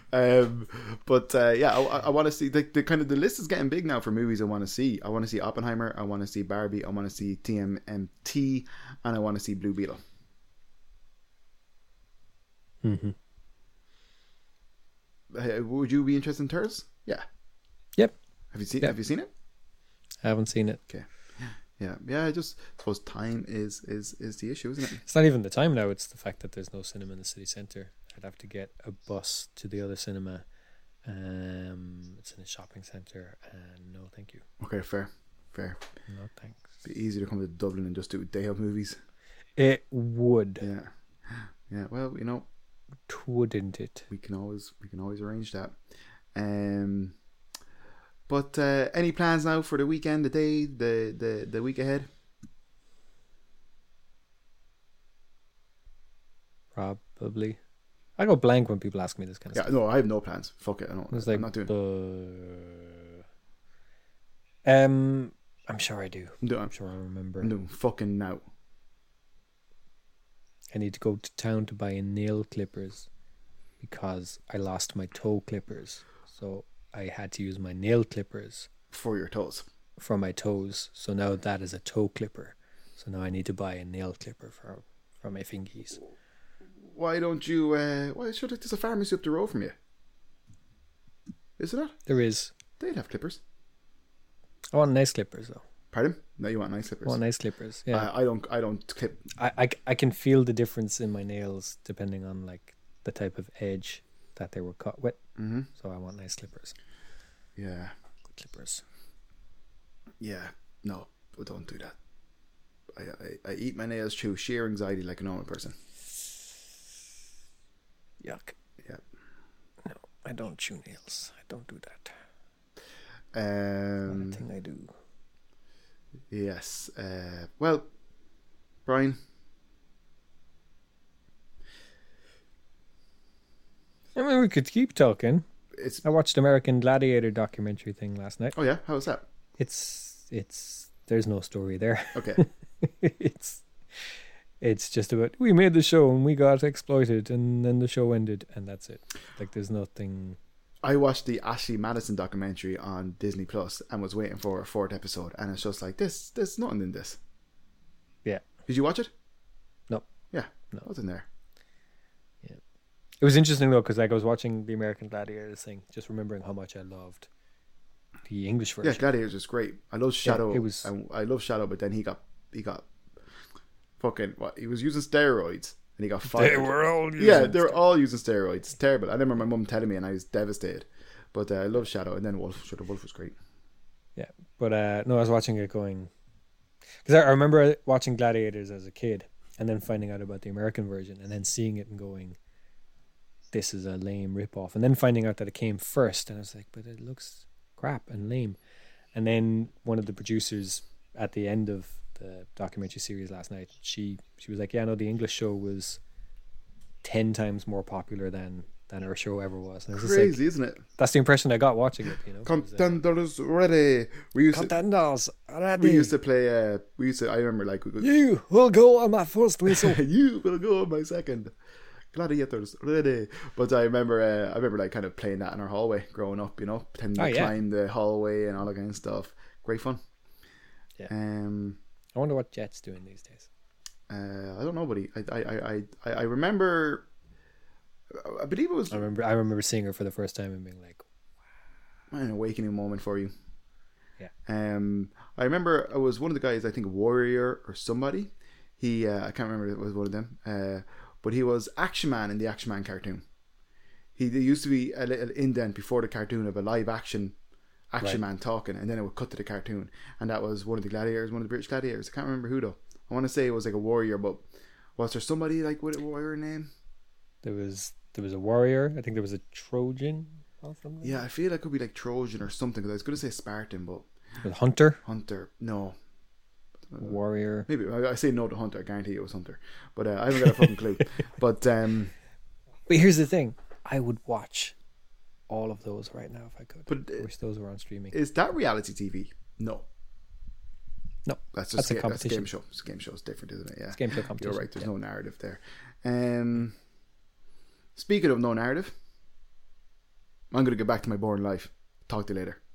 [SPEAKER 3] um, but uh, yeah, I, I want to see the, the kind of the list is getting big now for movies I want to see. I want to see Oppenheimer, I want to see Barbie, I want to see TMMT, and I want to see Blue Beetle. Mm-hmm.
[SPEAKER 2] Mhm.
[SPEAKER 3] Uh, would you be interested in Turtles? Yeah.
[SPEAKER 2] Yep.
[SPEAKER 3] Have you seen
[SPEAKER 2] Yeah.
[SPEAKER 3] Have you seen it?
[SPEAKER 2] I haven't seen it.
[SPEAKER 3] Yeah, yeah. I just suppose time is is is the issue, isn't it?
[SPEAKER 2] It's not even the time now. It's the fact that there's no cinema in the city centre. I'd have to get a bus to the other cinema. Um, it's in a shopping centre, and no, thank you,
[SPEAKER 3] Okay, fair, fair.
[SPEAKER 2] no thanks.
[SPEAKER 3] It'd be easier to come to Dublin and just do day of movies.
[SPEAKER 2] It would,
[SPEAKER 3] Yeah, yeah. Well, you know,
[SPEAKER 2] wouldn't it?
[SPEAKER 3] we can always we can always arrange that. Um, but uh, any plans now for the weekend, the day, the the the week ahead?
[SPEAKER 2] Probably. I go blank when people ask me this kind of
[SPEAKER 3] Yeah,
[SPEAKER 2] stuff.
[SPEAKER 3] no, I have no plans. Fuck it, I don't.
[SPEAKER 2] It's like,
[SPEAKER 3] I'm not doing.
[SPEAKER 2] "Uh, um, I'm sure I do.
[SPEAKER 3] I'm doing.
[SPEAKER 2] I'm sure I remember.
[SPEAKER 3] I'm doing fucking now.
[SPEAKER 2] I need to go to town to buy a nail clippers because I lost my toe clippers. So I had to use my nail clippers
[SPEAKER 3] For your toes.
[SPEAKER 2] for my toes. So now that is a toe clipper. So now I need to buy a nail clipper for for my fingies.
[SPEAKER 3] Why don't you? Uh, why should there's a pharmacy up the road from you? Is it not?
[SPEAKER 2] There is.
[SPEAKER 3] They'd have clippers.
[SPEAKER 2] I want nice clippers though.
[SPEAKER 3] Pardon? No, you want nice clippers.
[SPEAKER 2] I want nice clippers. Yeah.
[SPEAKER 3] I, I don't. I don't clip.
[SPEAKER 2] I, I, I can feel the difference in my nails depending on like the type of edge that they were cut with.
[SPEAKER 3] Mm-hmm.
[SPEAKER 2] So I want nice clippers.
[SPEAKER 3] Yeah.
[SPEAKER 2] Clippers.
[SPEAKER 3] Yeah. No, but don't do that. I, I, I eat my nails through sheer anxiety like a normal person.
[SPEAKER 2] Yuck.
[SPEAKER 3] Yeah.
[SPEAKER 2] No, I don't chew nails. I don't do that.
[SPEAKER 3] Um.
[SPEAKER 2] Not a thing I do.
[SPEAKER 3] Yes. Uh. Well, Brian.
[SPEAKER 2] I mean, we could keep talking.
[SPEAKER 3] It's.
[SPEAKER 2] I watched American Gladiator documentary thing last night.
[SPEAKER 3] Oh yeah. How was that?
[SPEAKER 2] It's it's there's no story there.
[SPEAKER 3] Okay.
[SPEAKER 2] it's it's just about we made the show and we got exploited and then the show ended and that's it. Like there's nothing.
[SPEAKER 3] I watched the Ashley Madison documentary on Disney Plus and was waiting for a fourth episode, and it's just like this. There's nothing in this.
[SPEAKER 2] Yeah.
[SPEAKER 3] Did you watch it?
[SPEAKER 2] No.
[SPEAKER 3] Yeah.
[SPEAKER 2] No.
[SPEAKER 3] What's in there?
[SPEAKER 2] It was interesting though because like I was watching the American Gladiator thing, just remembering how much I loved the English
[SPEAKER 3] Yeah,
[SPEAKER 2] version.
[SPEAKER 3] Gladiators was great. I love Shadow.
[SPEAKER 2] it was-
[SPEAKER 3] I, I love Shadow, but then he got he got fucking what he was using steroids and he got fired.
[SPEAKER 2] They were all using
[SPEAKER 3] yeah, they were all using steroids. It's terrible. I remember my mum telling me, and I was devastated. But uh, I love Shadow, and then Wolf. Shadow Wolf was great.
[SPEAKER 2] Yeah, but uh, no, I was watching it going because I, I remember watching Gladiators as a kid, and then finding out about the American version, and then seeing it and going, "This is a lame ripoff," and then finding out that it came first, and I was like, "But it looks crap and lame," and then one of the producers at the end of the documentary series last night, she she was like, "Yeah, no, the English show was ten times more popular than." Than our show ever was. And I was just like,
[SPEAKER 3] Crazy, isn't it?
[SPEAKER 2] that's the impression I got watching it. You know, It was, uh,
[SPEAKER 3] Contenders ready. We used to,
[SPEAKER 2] contenders
[SPEAKER 3] we
[SPEAKER 2] already.
[SPEAKER 3] used to play. Uh, we used to. I remember like we go,
[SPEAKER 2] you will go on my first whistle.
[SPEAKER 3] you will go on my second. Gladiators ready. But I remember. Uh, I remember like kind of playing that in our hallway growing up. You know, pretending
[SPEAKER 2] Oh,
[SPEAKER 3] to
[SPEAKER 2] yeah.
[SPEAKER 3] climb the hallway and all that kind of stuff. Great fun.
[SPEAKER 2] Yeah.
[SPEAKER 3] Um.
[SPEAKER 2] I wonder what Jet's doing these days.
[SPEAKER 3] Uh, I don't know, buddy. I I I I- I, I remember. I- I believe it was
[SPEAKER 2] I remember I remember seeing her for the first time and being like,
[SPEAKER 3] an awakening moment for you.
[SPEAKER 2] Yeah.
[SPEAKER 3] Um, I remember I was one of the guys. I think Warrior or somebody. He uh, I can't remember. if It was one of them. Uh, but he was Action Man in the Action Man cartoon. He there used to be a little indent before the cartoon of a live action Action Man talking, and then it would cut to the cartoon, and that was one of the gladiators, one of the British gladiators. I can't remember who though. I want to say it was like a warrior, but was there somebody like with a warrior name?
[SPEAKER 2] there was there was a warrior. I think there was a Trojan or something.
[SPEAKER 3] Yeah, I feel like it could be like Trojan or something. 'cause I was going to say Spartan, but
[SPEAKER 2] There was hunter,
[SPEAKER 3] Hunter. No,
[SPEAKER 2] warrior.
[SPEAKER 3] Maybe I I say no to Hunter. I guarantee it was Hunter, but uh, I haven't got a fucking clue. But um,
[SPEAKER 2] But here's the thing: I would watch all of those right now if I could.
[SPEAKER 3] But, uh,
[SPEAKER 2] I wish those were on streaming.
[SPEAKER 3] is that reality TV? No,
[SPEAKER 2] no,
[SPEAKER 3] that's
[SPEAKER 2] That's
[SPEAKER 3] just
[SPEAKER 2] a
[SPEAKER 3] ga- that's a
[SPEAKER 2] competition.
[SPEAKER 3] game show. It's a game show is different, isn't it? Yeah,
[SPEAKER 2] game show competition,
[SPEAKER 3] You're right. There's no narrative there. Um, speaking of no narrative, I'm going to go back to my boring life. Talk to you later.